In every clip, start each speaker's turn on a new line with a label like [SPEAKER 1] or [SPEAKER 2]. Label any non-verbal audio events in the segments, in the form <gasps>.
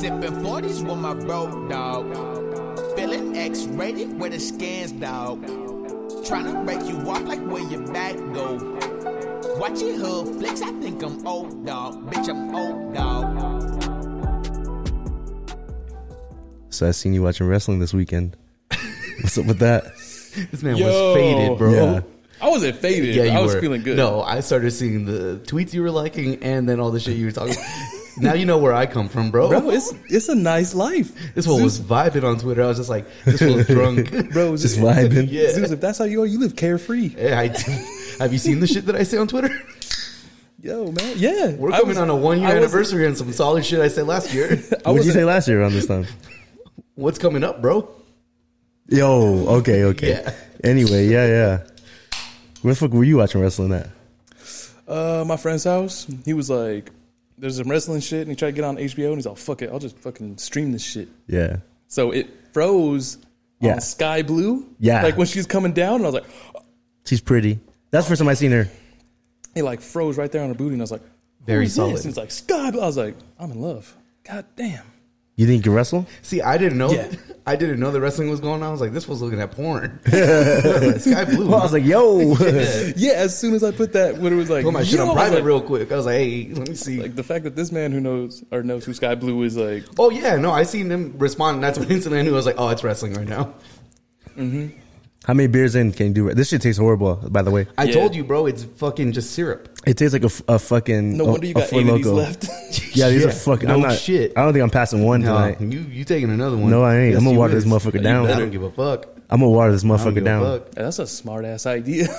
[SPEAKER 1] Sipping 40s with my bro, dog. Feeling X rated with the scans, dog. Tryna break you off like where your back go. Watch your hood flex, I think I'm old, dog. Bitch, I'm old, dog.
[SPEAKER 2] So I seen you watching wrestling this weekend.
[SPEAKER 3] <laughs>
[SPEAKER 2] What's up with that?
[SPEAKER 3] This man
[SPEAKER 4] Yo.
[SPEAKER 3] was faded, bro.
[SPEAKER 2] Yeah.
[SPEAKER 4] I wasn't faded.
[SPEAKER 3] Yeah, you
[SPEAKER 4] I was
[SPEAKER 3] were.
[SPEAKER 4] feeling good.
[SPEAKER 3] No, I started seeing the tweets you were liking, and then all the shit you were
[SPEAKER 4] <laughs>
[SPEAKER 3] talking. now you know where I come from, bro.
[SPEAKER 4] bro, it's it's a nice life.
[SPEAKER 3] this one was
[SPEAKER 4] Zeus-
[SPEAKER 3] vibing on Twitter. I was just like, this was drunk.
[SPEAKER 4] <laughs> bro,
[SPEAKER 2] Just
[SPEAKER 4] Zeus-
[SPEAKER 2] vibing.
[SPEAKER 3] Yeah.
[SPEAKER 4] Zeus, if that's how you are, you live carefree.
[SPEAKER 3] <laughs> Yeah, I do. Have you seen the shit that I say on
[SPEAKER 4] <laughs>
[SPEAKER 3] Twitter?
[SPEAKER 4] Yo, man, yeah,
[SPEAKER 3] We're
[SPEAKER 4] I
[SPEAKER 3] coming
[SPEAKER 4] was-
[SPEAKER 3] on a one year
[SPEAKER 4] I was-
[SPEAKER 3] anniversary and some solid shit I said last
[SPEAKER 4] <laughs>
[SPEAKER 3] year.
[SPEAKER 4] I
[SPEAKER 2] What did you
[SPEAKER 4] was
[SPEAKER 2] say last year around this time?
[SPEAKER 3] What's coming up, bro?
[SPEAKER 2] Yo, okay, okay.
[SPEAKER 3] Yeah.
[SPEAKER 2] Anyway, yeah, yeah. Where the fuck were you watching wrestling at?
[SPEAKER 4] uh, my friend's house. He was like, "There's some wrestling shit," and he tried to get on HBO, and he's all, "Fuck it, I'll just fucking stream this shit."
[SPEAKER 2] Yeah.
[SPEAKER 4] So it froze.
[SPEAKER 2] Yeah.
[SPEAKER 4] On sky blue.
[SPEAKER 2] Yeah.
[SPEAKER 4] Like when she's coming down, and I was like,
[SPEAKER 2] She's pretty. That's the first time I seen her.
[SPEAKER 4] it like froze right there on her booty, and I was like,
[SPEAKER 3] Very
[SPEAKER 4] "Who's this?"
[SPEAKER 3] solid.
[SPEAKER 4] And it's like sky blue. I was like, I'm in love. God damn.
[SPEAKER 2] You think you can wrestle?
[SPEAKER 3] See, I didn't know.
[SPEAKER 4] Yeah.
[SPEAKER 3] <laughs> I didn't know the wrestling was going on. I was like, this was looking at
[SPEAKER 4] <laughs>
[SPEAKER 3] porn. <laughs> Sky blue.
[SPEAKER 2] Well, I was like, yo.
[SPEAKER 4] Yeah. As soon as I put that, when it was like,
[SPEAKER 3] put my shit
[SPEAKER 4] yo, I
[SPEAKER 3] on
[SPEAKER 4] was
[SPEAKER 3] private
[SPEAKER 4] like-
[SPEAKER 3] real quick. I was like, hey, let me see.
[SPEAKER 4] Like the fact that this man who knows or knows who Sky Blue is like
[SPEAKER 3] oh yeah, no, I seen him respond. And that's when <laughs> instantly I knew. I was like, oh, it's wrestling right now.
[SPEAKER 2] <laughs> How many beers in can you do? This shit tastes horrible, by the way.
[SPEAKER 3] I
[SPEAKER 4] Yeah.
[SPEAKER 3] told you, bro. It's fucking just syrup.
[SPEAKER 2] It tastes like a, f- a fucking.
[SPEAKER 4] no
[SPEAKER 2] a-
[SPEAKER 4] wonder you
[SPEAKER 2] Oh, a
[SPEAKER 4] got
[SPEAKER 2] Foot
[SPEAKER 4] eight of these
[SPEAKER 2] Loko.
[SPEAKER 4] left. <laughs>
[SPEAKER 2] Yeah, these
[SPEAKER 3] Yeah.
[SPEAKER 2] are fucking.
[SPEAKER 3] No
[SPEAKER 2] I'm not,
[SPEAKER 3] shit.
[SPEAKER 2] I don't think I'm passing one
[SPEAKER 3] No,
[SPEAKER 2] tonight.
[SPEAKER 3] you you taking another one?
[SPEAKER 2] No, I ain't. I'm gonna
[SPEAKER 3] you
[SPEAKER 2] water this motherfucker
[SPEAKER 3] You
[SPEAKER 2] down.
[SPEAKER 3] I don't give a fuck.
[SPEAKER 2] I'm gonna water this
[SPEAKER 3] I don't
[SPEAKER 2] motherfucker
[SPEAKER 3] give
[SPEAKER 2] down.
[SPEAKER 3] A fuck.
[SPEAKER 4] Yeah, that's a smart ass idea. <laughs>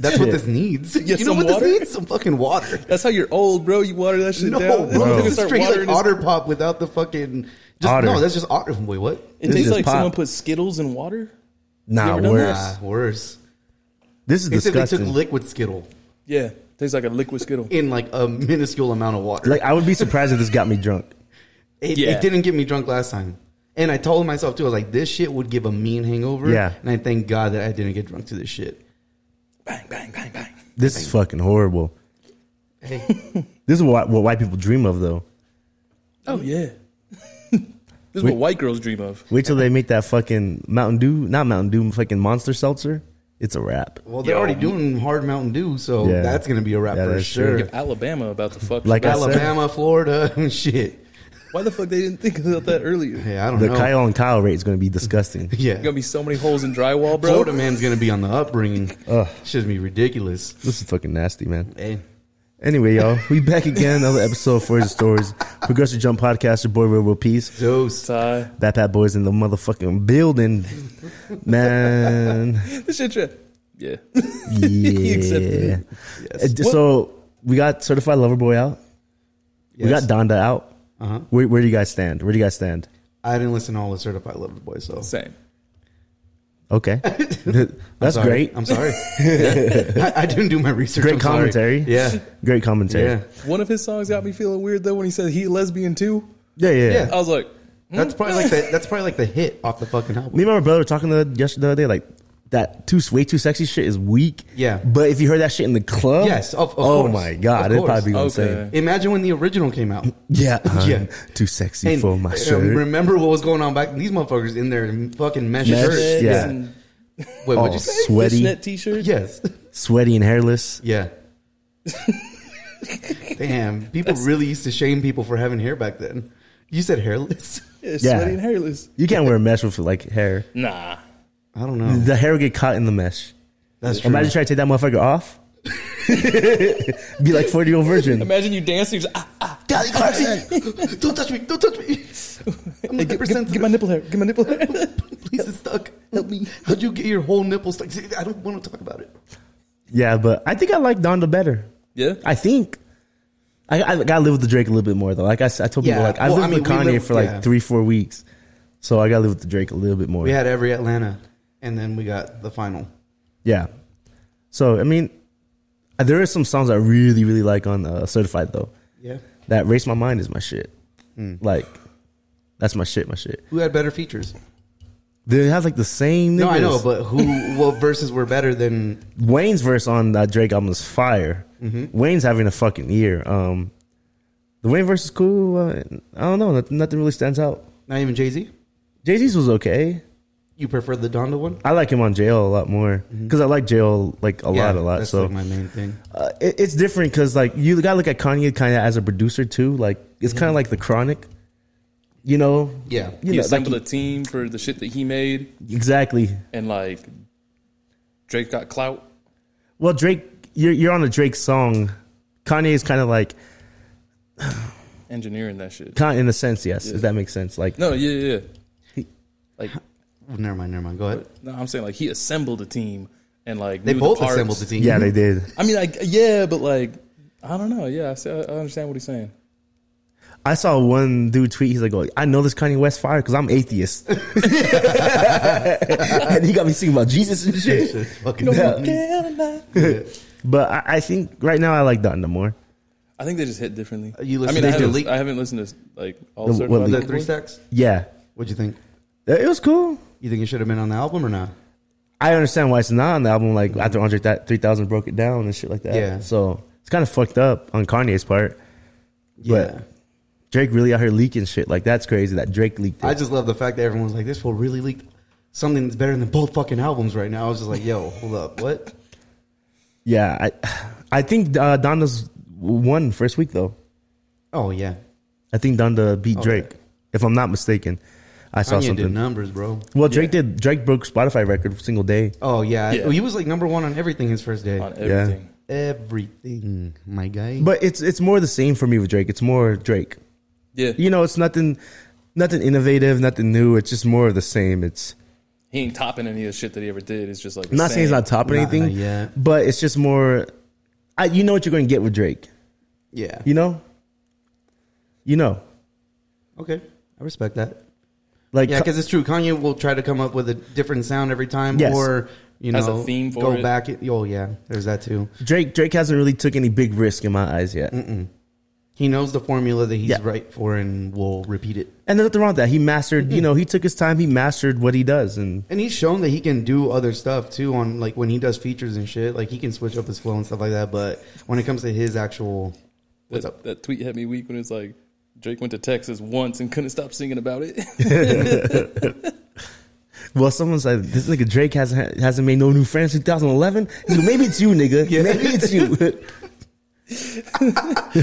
[SPEAKER 3] That's what this
[SPEAKER 2] <laughs>
[SPEAKER 3] needs. you know
[SPEAKER 4] some
[SPEAKER 3] what
[SPEAKER 4] water?
[SPEAKER 3] this needs? Some fucking water.
[SPEAKER 4] that's how you're old, bro. You water that shit
[SPEAKER 3] No, bro,
[SPEAKER 4] down. <laughs> Motherfucker
[SPEAKER 3] this is
[SPEAKER 4] start
[SPEAKER 3] straight like
[SPEAKER 4] watering his-
[SPEAKER 3] otter pop without the fucking. Just,
[SPEAKER 2] Otter.
[SPEAKER 3] No, that's just otter. Wait, what?
[SPEAKER 4] It
[SPEAKER 2] This
[SPEAKER 4] tastes
[SPEAKER 2] is
[SPEAKER 4] like
[SPEAKER 2] pop.
[SPEAKER 4] someone put Skittles in water. You
[SPEAKER 2] Nah,
[SPEAKER 4] ever done
[SPEAKER 2] worse.
[SPEAKER 4] that?
[SPEAKER 3] Ah, worse.
[SPEAKER 2] This is
[SPEAKER 3] They said they took
[SPEAKER 2] disgusting.
[SPEAKER 3] liquid Skittle
[SPEAKER 4] Yeah, tastes like a liquid Skittle.
[SPEAKER 3] in like a minuscule amount of water.
[SPEAKER 2] Like I would be surprised if this got me drunk.
[SPEAKER 3] It,
[SPEAKER 4] Yeah.
[SPEAKER 3] it didn't get me drunk last time. And I told myself too, I was like, this shit would give a mean hangover.
[SPEAKER 2] Yeah.
[SPEAKER 3] And I thank God that I didn't get drunk to this shit.
[SPEAKER 4] <laughs> Bang, bang, bang, bang.
[SPEAKER 2] This is fucking horrible. This is what, what white people dream of, though.
[SPEAKER 4] Oh yeah. <laughs> this is what white girls dream of.
[SPEAKER 2] Wait till they make that fucking Mountain Dew, not Mountain Dew, fucking Monster Seltzer. It's a wrap.
[SPEAKER 3] Well, they're
[SPEAKER 4] Yo.
[SPEAKER 3] already doing hard Mountain Dew, so
[SPEAKER 2] Yeah.
[SPEAKER 3] that's going to be a wrap
[SPEAKER 2] Yeah,
[SPEAKER 3] for
[SPEAKER 2] that's
[SPEAKER 3] sure.
[SPEAKER 2] true.
[SPEAKER 4] Alabama about to fuck.
[SPEAKER 2] Like I said,
[SPEAKER 3] Alabama, Florida, <laughs> shit.
[SPEAKER 4] why the fuck they didn't think about that earlier?
[SPEAKER 3] Hey, I don't
[SPEAKER 2] The
[SPEAKER 3] know.
[SPEAKER 2] Kyle and Kyle rate is going to be
[SPEAKER 4] <laughs>
[SPEAKER 2] disgusting.
[SPEAKER 3] yeah.
[SPEAKER 4] There's gonna be so many holes in drywall, bro.
[SPEAKER 3] Florida man's going to be on the upbringing. Shit's going to be ridiculous.
[SPEAKER 2] this is fucking nasty, man.
[SPEAKER 3] Hey.
[SPEAKER 2] Anyway, y'all, we back again. Another episode of Forza Stories, Progressive Jump Podcast. Your boy, Real World Peace.
[SPEAKER 3] Dose.
[SPEAKER 4] Ty.
[SPEAKER 2] Backpack Boys in the motherfucking building,
[SPEAKER 4] <laughs>
[SPEAKER 2] man.
[SPEAKER 4] This shit, tra-
[SPEAKER 2] <laughs>
[SPEAKER 4] yeah.
[SPEAKER 2] Yeah.
[SPEAKER 4] accepted it.
[SPEAKER 2] Uh, So we got Certified Lover Boy out. We got
[SPEAKER 3] Yes.
[SPEAKER 2] Donda out.
[SPEAKER 3] Uh-huh.
[SPEAKER 2] Where, where do you guys stand? Where do you guys stand?
[SPEAKER 3] I didn't listen to all the Certified Lover Boy, so.
[SPEAKER 4] Same.
[SPEAKER 3] <laughs>
[SPEAKER 2] Okay, that's
[SPEAKER 3] Sorry.
[SPEAKER 2] great. <laughs>
[SPEAKER 3] I'm sorry. <laughs> I, I didn't do my research.
[SPEAKER 2] Great
[SPEAKER 3] I'm sorry.
[SPEAKER 2] commentary.
[SPEAKER 3] Yeah.
[SPEAKER 2] Great commentary.
[SPEAKER 3] Yeah.
[SPEAKER 2] Yeah,
[SPEAKER 4] One of his songs got me feeling weird though when he said he lesbian too.
[SPEAKER 2] yeah, yeah.
[SPEAKER 3] Yeah.
[SPEAKER 4] I was like, hmm, eh,
[SPEAKER 3] That's probably like the, that's probably like the hit off the fucking album.
[SPEAKER 2] Me and my brother were talking the yesterday the other day like. That too way too sexy shit is weak.
[SPEAKER 3] Yeah.
[SPEAKER 2] but if you heard that shit in the club,
[SPEAKER 3] Yes, of- of
[SPEAKER 2] oh
[SPEAKER 3] course.
[SPEAKER 2] my god,
[SPEAKER 3] Of
[SPEAKER 2] it'd
[SPEAKER 3] course.
[SPEAKER 2] probably be
[SPEAKER 4] Okay.
[SPEAKER 2] insane.
[SPEAKER 3] Imagine when the original came out.
[SPEAKER 2] Yeah,
[SPEAKER 3] <laughs> Yeah.
[SPEAKER 2] I'm too sexy
[SPEAKER 3] And
[SPEAKER 2] for my
[SPEAKER 3] um,
[SPEAKER 2] shirt.
[SPEAKER 3] remember what was going on back? These motherfuckers in their fucking mesh,
[SPEAKER 2] Mesh,
[SPEAKER 3] shirts.
[SPEAKER 2] yeah.
[SPEAKER 4] and
[SPEAKER 3] Wait,
[SPEAKER 2] All
[SPEAKER 3] what'd you say?
[SPEAKER 2] sweaty,
[SPEAKER 4] fishnet t-shirt.
[SPEAKER 3] Yes. <laughs>
[SPEAKER 2] sweaty and hairless.
[SPEAKER 3] Yeah. Damn. People really used to shame people for having hair back then. You said hairless.
[SPEAKER 4] Yeah,
[SPEAKER 2] Yeah.
[SPEAKER 4] sweaty and hairless.
[SPEAKER 2] You can't wear a mesh with like hair.
[SPEAKER 4] Nah.
[SPEAKER 3] I don't know.
[SPEAKER 2] The hair will get caught in the mesh.
[SPEAKER 3] That's true.
[SPEAKER 2] Imagine trying to take that motherfucker
[SPEAKER 3] <laughs>
[SPEAKER 2] off. <laughs> Be like 40 year old virgin.
[SPEAKER 4] Imagine you dancing. Just, ah, ah,
[SPEAKER 3] Dolly Clarkson, don't touch me! Don't touch me! I'm
[SPEAKER 4] hey,
[SPEAKER 3] like
[SPEAKER 4] get,
[SPEAKER 3] <laughs>
[SPEAKER 4] get, get my nipple hair. Get my nipple <laughs> hair.
[SPEAKER 3] Please, it's stuck. Help me! How'd you get your whole nipple stuck? I don't want to talk about it.
[SPEAKER 2] Yeah, but I think I like Donda better.
[SPEAKER 4] yeah.
[SPEAKER 2] I think. I, I, gotta live with the Drake a little bit more, though. Like I, s- I told people,
[SPEAKER 3] Yeah,
[SPEAKER 2] like, I
[SPEAKER 3] well,
[SPEAKER 2] lived
[SPEAKER 3] I mean,
[SPEAKER 2] with
[SPEAKER 3] we
[SPEAKER 2] Kanye
[SPEAKER 3] live-
[SPEAKER 2] for like
[SPEAKER 3] yeah.
[SPEAKER 2] three, four weeks. So I gotta live with the Drake a little bit more.
[SPEAKER 3] We had every Atlanta, and then we got the final.
[SPEAKER 2] Yeah. So, I mean, there is some songs I really, really like on uh, Certified, though.
[SPEAKER 3] Yeah.
[SPEAKER 2] That Race My Mind is my shit.
[SPEAKER 3] Hmm.
[SPEAKER 2] Like, that's my shit, my shit.
[SPEAKER 3] Who had better features?
[SPEAKER 2] They have like the same.
[SPEAKER 3] No, I
[SPEAKER 2] niggas.
[SPEAKER 3] know, but who? What verses were better than? Mm-hmm.
[SPEAKER 2] Wayne's verse on that Drake album is fire. Wayne's having a fucking year. Um, The Wayne verse is cool. Uh, I don't know. Nothing, nothing really stands out.
[SPEAKER 3] Not even Jay Z.
[SPEAKER 2] Jay Z's was okay.
[SPEAKER 3] You prefer the Donda one?
[SPEAKER 2] I like him on jail a lot more because I like jail like a lot, a lot.
[SPEAKER 3] Mm-hmm. That's
[SPEAKER 2] So
[SPEAKER 3] like my main thing.
[SPEAKER 2] uh, it, it's different because like you gotta look at Kanye kind of as a producer too. Like it's
[SPEAKER 3] Mm-hmm.
[SPEAKER 2] kind of like the Chronic, you know?
[SPEAKER 3] Yeah.
[SPEAKER 2] you know,
[SPEAKER 4] he
[SPEAKER 2] like,
[SPEAKER 4] assembled a team for the shit that he made,
[SPEAKER 2] exactly.
[SPEAKER 4] and like Drake got clout.
[SPEAKER 2] Well, Drake, you're you're on a Drake song. Kanye's kind of like
[SPEAKER 4] engineering that shit.
[SPEAKER 2] kind in a sense, yes, if that makes sense. Like
[SPEAKER 4] No, yeah, yeah, yeah. Like,
[SPEAKER 3] Never mind. Never mind. Go ahead.
[SPEAKER 4] no, I'm saying like he assembled a team and like
[SPEAKER 3] They
[SPEAKER 4] knew
[SPEAKER 3] both
[SPEAKER 4] the parts.
[SPEAKER 3] assembled the team.
[SPEAKER 2] yeah, they did.
[SPEAKER 4] I mean, like, yeah, but like, I don't know. Yeah, I, see, I I understand what he's saying.
[SPEAKER 2] I saw one dude tweet. He's like, oh, "I know this Kanye West fire because I'm
[SPEAKER 3] <laughs>
[SPEAKER 2] atheist," <laughs> and he got me singing about Jesus and shit.
[SPEAKER 3] <laughs> Shit, fucking
[SPEAKER 2] But I, I think right now I like Donda more.
[SPEAKER 4] I think they just hit differently.
[SPEAKER 2] Uh,
[SPEAKER 3] You
[SPEAKER 4] I
[SPEAKER 3] listen
[SPEAKER 4] mean,
[SPEAKER 3] to
[SPEAKER 4] I haven't,
[SPEAKER 3] Delete?
[SPEAKER 4] I haven't listened to like all
[SPEAKER 2] The-
[SPEAKER 4] certain
[SPEAKER 2] what
[SPEAKER 3] The
[SPEAKER 2] leak?
[SPEAKER 3] three stacks.
[SPEAKER 2] Yeah,
[SPEAKER 3] What'd you think?
[SPEAKER 2] it was cool.
[SPEAKER 3] You think it should have been on the album or not?
[SPEAKER 2] I understand why it's not on the album. Like after Andre that three thousand broke it down and shit like that.
[SPEAKER 3] Mm-hmm. Yeah.
[SPEAKER 2] So it's kind of fucked up on Kanye's part.
[SPEAKER 3] Yeah.
[SPEAKER 2] Drake really out here leaking shit. Like that's crazy that Drake leaked it.
[SPEAKER 3] I just love the fact that everyone's like, this will really leak something that's better than both fucking albums right now. I was just like, yo, hold up. What?
[SPEAKER 2] yeah, I I think uh, Donda's won first week though.
[SPEAKER 3] Oh, yeah.
[SPEAKER 2] I think Donda beat
[SPEAKER 3] Oh,
[SPEAKER 2] Drake,
[SPEAKER 3] yeah.
[SPEAKER 2] if I'm not mistaken. I saw
[SPEAKER 3] Kanye did
[SPEAKER 2] something.
[SPEAKER 3] numbers, bro.
[SPEAKER 2] Well, Drake did. Drake broke Spotify record single day.
[SPEAKER 3] Oh, yeah.
[SPEAKER 4] Yeah.
[SPEAKER 3] He was like number one on everything his first day.
[SPEAKER 4] on everything.
[SPEAKER 3] everything, my guy.
[SPEAKER 2] But it's it's more the same for me with Drake. It's more Drake.
[SPEAKER 4] Yeah.
[SPEAKER 2] You know, it's nothing, nothing innovative, nothing new. It's just more of the same. It's
[SPEAKER 4] he ain't topping any of the shit that he ever did. It's just like
[SPEAKER 2] I'm not saying he's not top or
[SPEAKER 3] Nah,
[SPEAKER 2] anything,
[SPEAKER 3] yeah.
[SPEAKER 2] but it's just more. I, you know what you're going to get with Drake.
[SPEAKER 3] yeah.
[SPEAKER 2] You know. You know,
[SPEAKER 3] Okay. I respect that.
[SPEAKER 2] like
[SPEAKER 3] Yeah, because it's true. Kanye will try to come up with a different sound every time,
[SPEAKER 2] Yes.
[SPEAKER 3] or you know,
[SPEAKER 4] Has a theme for
[SPEAKER 3] go
[SPEAKER 4] it.
[SPEAKER 3] back. Oh yeah, there's that too.
[SPEAKER 2] Drake. Drake hasn't really took any big risk in my eyes yet.
[SPEAKER 3] He knows the formula that he's
[SPEAKER 2] Yeah.
[SPEAKER 3] right for, and will repeat it.
[SPEAKER 2] And there's nothing wrong with that. He mastered. You know, he took his time. He mastered what he does, and
[SPEAKER 3] And he's shown that he can do other stuff too. On like when he does features and shit, like he can switch up his flow and stuff like that. But when it comes to his actual,
[SPEAKER 4] That, that tweet hit me weak when it's like Drake went to Texas once and couldn't stop singing about
[SPEAKER 2] <laughs>
[SPEAKER 4] it. <laughs>
[SPEAKER 2] Well, someone's like, this nigga Drake hasn't hasn't made no new friends since 2011. He's like, maybe it's you,
[SPEAKER 3] <laughs>
[SPEAKER 2] nigga. Maybe it's you.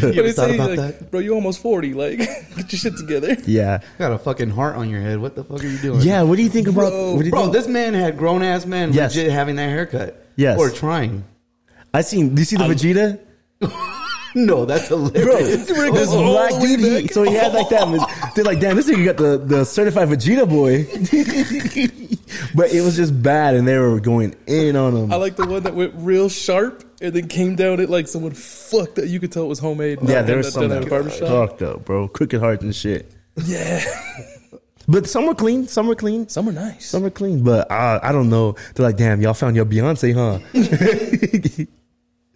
[SPEAKER 2] <laughs>
[SPEAKER 4] you
[SPEAKER 3] ever thought about that?
[SPEAKER 4] Bro, you almost forty. Like, <laughs> get your shit together.
[SPEAKER 2] yeah,
[SPEAKER 3] got a fucking heart on your head. What the fuck are you doing?
[SPEAKER 2] yeah. What do you think about?
[SPEAKER 4] Bro,
[SPEAKER 2] what do you
[SPEAKER 3] bro,
[SPEAKER 2] think?
[SPEAKER 3] this man had grown ass men
[SPEAKER 2] Yes.
[SPEAKER 3] legit having that haircut.
[SPEAKER 2] Yes.
[SPEAKER 3] or trying.
[SPEAKER 2] I seen. Do you see the Vegeta?
[SPEAKER 3] No, that's
[SPEAKER 2] <laughs>
[SPEAKER 3] hilarious.
[SPEAKER 2] Bro,
[SPEAKER 4] goes
[SPEAKER 2] this
[SPEAKER 4] all
[SPEAKER 2] black
[SPEAKER 4] the way
[SPEAKER 2] dude. He,
[SPEAKER 4] back.
[SPEAKER 2] so he had like that. <laughs> They're like, damn, this nigga got the the certified Vegeta <laughs> boy. but it was just bad, and they were going in on him.
[SPEAKER 4] I like the one that went real sharp and then came down at like someone fucked that you could tell it was homemade.
[SPEAKER 2] yeah,
[SPEAKER 4] Not
[SPEAKER 2] there was
[SPEAKER 4] done-
[SPEAKER 2] some
[SPEAKER 4] done
[SPEAKER 2] that
[SPEAKER 4] at a barber shop.
[SPEAKER 2] fucked up, bro. Crooked hearts and shit.
[SPEAKER 4] Yeah, <laughs>
[SPEAKER 2] But some were clean. Some were clean.
[SPEAKER 4] some are nice.
[SPEAKER 2] Some are clean, but uh, I don't know. They're like, damn, y'all found your Beyonce, <laughs> huh?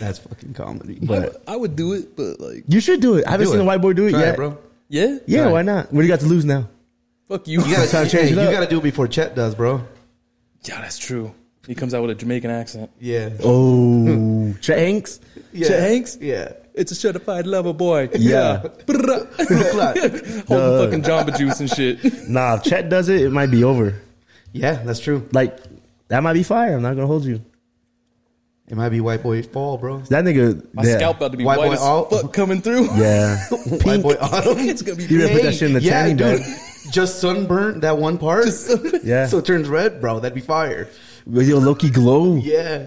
[SPEAKER 3] that's fucking comedy.
[SPEAKER 2] but
[SPEAKER 4] I would do it, but like,
[SPEAKER 2] You should do it. I haven't
[SPEAKER 3] Do
[SPEAKER 2] seen
[SPEAKER 3] it.
[SPEAKER 2] a white boy do it
[SPEAKER 3] Try
[SPEAKER 2] yet,
[SPEAKER 3] bro.
[SPEAKER 4] yeah,
[SPEAKER 2] Yeah,
[SPEAKER 3] Try it.
[SPEAKER 2] why not? What do you got to lose now?
[SPEAKER 4] fuck <laughs> you.
[SPEAKER 3] You gotta,
[SPEAKER 2] Time to change
[SPEAKER 3] hey,
[SPEAKER 2] it
[SPEAKER 3] you
[SPEAKER 2] up.
[SPEAKER 3] gotta do it before Chet does, bro.
[SPEAKER 4] yeah, that's true. He comes out with a Jamaican accent.
[SPEAKER 3] Yeah.
[SPEAKER 2] Oh, <laughs> Chet Hanks.
[SPEAKER 3] yeah.
[SPEAKER 4] Chet Hanks?
[SPEAKER 3] Yeah.
[SPEAKER 4] It's a certified lover boy.
[SPEAKER 2] Yeah.
[SPEAKER 4] Brrrra. <laughs> holding fucking Jamba Juice and shit.
[SPEAKER 2] Nah, if Chet does it, it might be over.
[SPEAKER 3] Yeah, that's true.
[SPEAKER 2] Like that might be fire. I'm not gonna hold you.
[SPEAKER 3] It might be white boy fall, bro.
[SPEAKER 2] That nigga.
[SPEAKER 4] My
[SPEAKER 2] yeah.
[SPEAKER 4] scalp about to be
[SPEAKER 3] White
[SPEAKER 4] white,
[SPEAKER 3] boy
[SPEAKER 4] as
[SPEAKER 3] all-
[SPEAKER 4] fuck coming through.
[SPEAKER 2] Yeah. <laughs>
[SPEAKER 3] White boy autumn.
[SPEAKER 4] <laughs> it's gonna be
[SPEAKER 2] You better put
[SPEAKER 4] pink.
[SPEAKER 2] that shit in the
[SPEAKER 3] yeah,
[SPEAKER 2] tanning
[SPEAKER 3] dude.
[SPEAKER 2] bed.
[SPEAKER 3] Just sunburnt that one part.
[SPEAKER 2] Yeah.
[SPEAKER 3] <laughs> So it turns red, bro. That'd be fire.
[SPEAKER 2] With your Loki glow.
[SPEAKER 3] Yeah.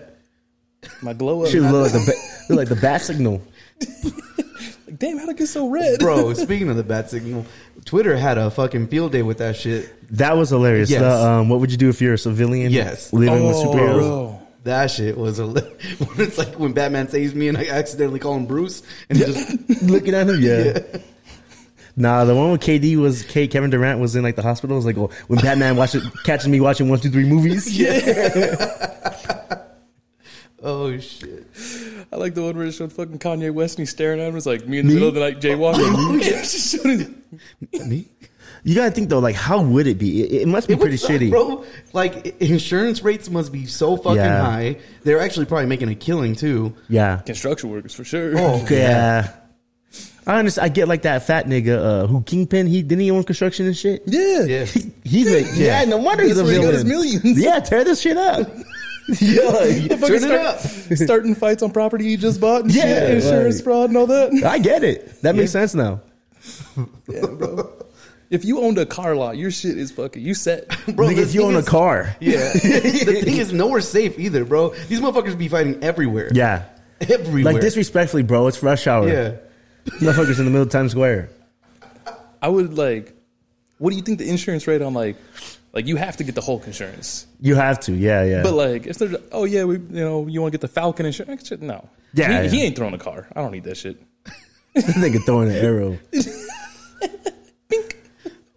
[SPEAKER 4] My glow up.
[SPEAKER 2] Shit look like the ba- look like the bat signal.
[SPEAKER 4] Like, damn, how'd it get so red? <laughs>
[SPEAKER 3] Bro, speaking of the bat signal, Twitter had a fucking field day with that shit.
[SPEAKER 2] That was hilarious.
[SPEAKER 3] Yes.
[SPEAKER 2] The, um, what would you do if you're a civilian?
[SPEAKER 3] Yes.
[SPEAKER 2] Living with
[SPEAKER 4] oh,
[SPEAKER 2] superheroes.
[SPEAKER 4] bro.
[SPEAKER 3] That shit was a. Li- <laughs> it's like when Batman saves me and I accidentally call him Bruce and
[SPEAKER 2] <laughs>
[SPEAKER 3] he just
[SPEAKER 2] Looking at him, yeah. Nah, the one with KD was K. Kevin Durant was in like the hospital. It was like oh, when Batman watching catching me watching one two three movies.
[SPEAKER 3] <laughs> oh shit.
[SPEAKER 4] I like the one where it showed fucking Kanye West and he's staring at him. It's like me in the middle of the night <laughs> jaywalking. Just showed his-
[SPEAKER 3] Me?
[SPEAKER 2] You gotta think though, like how would it be? It, it must be
[SPEAKER 3] It would
[SPEAKER 2] pretty
[SPEAKER 3] suck,
[SPEAKER 2] shitty.
[SPEAKER 3] bro. Like i- insurance rates must be so fucking
[SPEAKER 2] Yeah.
[SPEAKER 3] high. They're actually probably making a killing too.
[SPEAKER 2] Oh, Yeah.
[SPEAKER 4] Construction workers for sure.
[SPEAKER 2] Yeah. I understand. I get like that fat nigga uh, who Kingpin. He didn't he own construction and shit.
[SPEAKER 4] <laughs> Yeah.
[SPEAKER 3] Yeah.
[SPEAKER 2] He's like, yeah,
[SPEAKER 3] Yeah.
[SPEAKER 2] no wonder he's a
[SPEAKER 4] That's where he got his
[SPEAKER 2] villain.
[SPEAKER 4] millions.
[SPEAKER 2] Yeah, tear this shit up.
[SPEAKER 3] <laughs>
[SPEAKER 4] <laughs>
[SPEAKER 2] yeah,
[SPEAKER 4] If I
[SPEAKER 3] Turn
[SPEAKER 4] could
[SPEAKER 3] it
[SPEAKER 4] start,
[SPEAKER 3] up.
[SPEAKER 4] <laughs> starting fights on property you just bought and
[SPEAKER 2] Yeah,
[SPEAKER 4] shit, insurance
[SPEAKER 2] right.
[SPEAKER 4] fraud and all that. <laughs>
[SPEAKER 2] I get it. That makes sense now.
[SPEAKER 4] If you owned a car lot, your shit is fucking you set. <laughs>
[SPEAKER 3] Bro,
[SPEAKER 2] Nigga,
[SPEAKER 3] the
[SPEAKER 2] if you
[SPEAKER 3] thing
[SPEAKER 2] own a
[SPEAKER 3] is-
[SPEAKER 2] car,
[SPEAKER 3] Yeah. the thing is, nowhere safe either, bro. These motherfuckers be fighting everywhere.
[SPEAKER 2] yeah,
[SPEAKER 3] Everywhere.
[SPEAKER 2] like disrespectfully, bro. It's rush hour.
[SPEAKER 3] Yeah.
[SPEAKER 2] motherfuckers in the middle of Times Square.
[SPEAKER 4] I would like what do you think the insurance rate on like like you have to get the Hulk insurance.
[SPEAKER 2] You have to, yeah, yeah.
[SPEAKER 4] But like if there's oh yeah, we you know, you want to get the Falcon insurance? Shit, no.
[SPEAKER 2] Yeah,
[SPEAKER 4] he,
[SPEAKER 2] yeah.
[SPEAKER 4] he ain't throwing a car. I don't need that shit.
[SPEAKER 2] this <laughs> nigga throwing an arrow.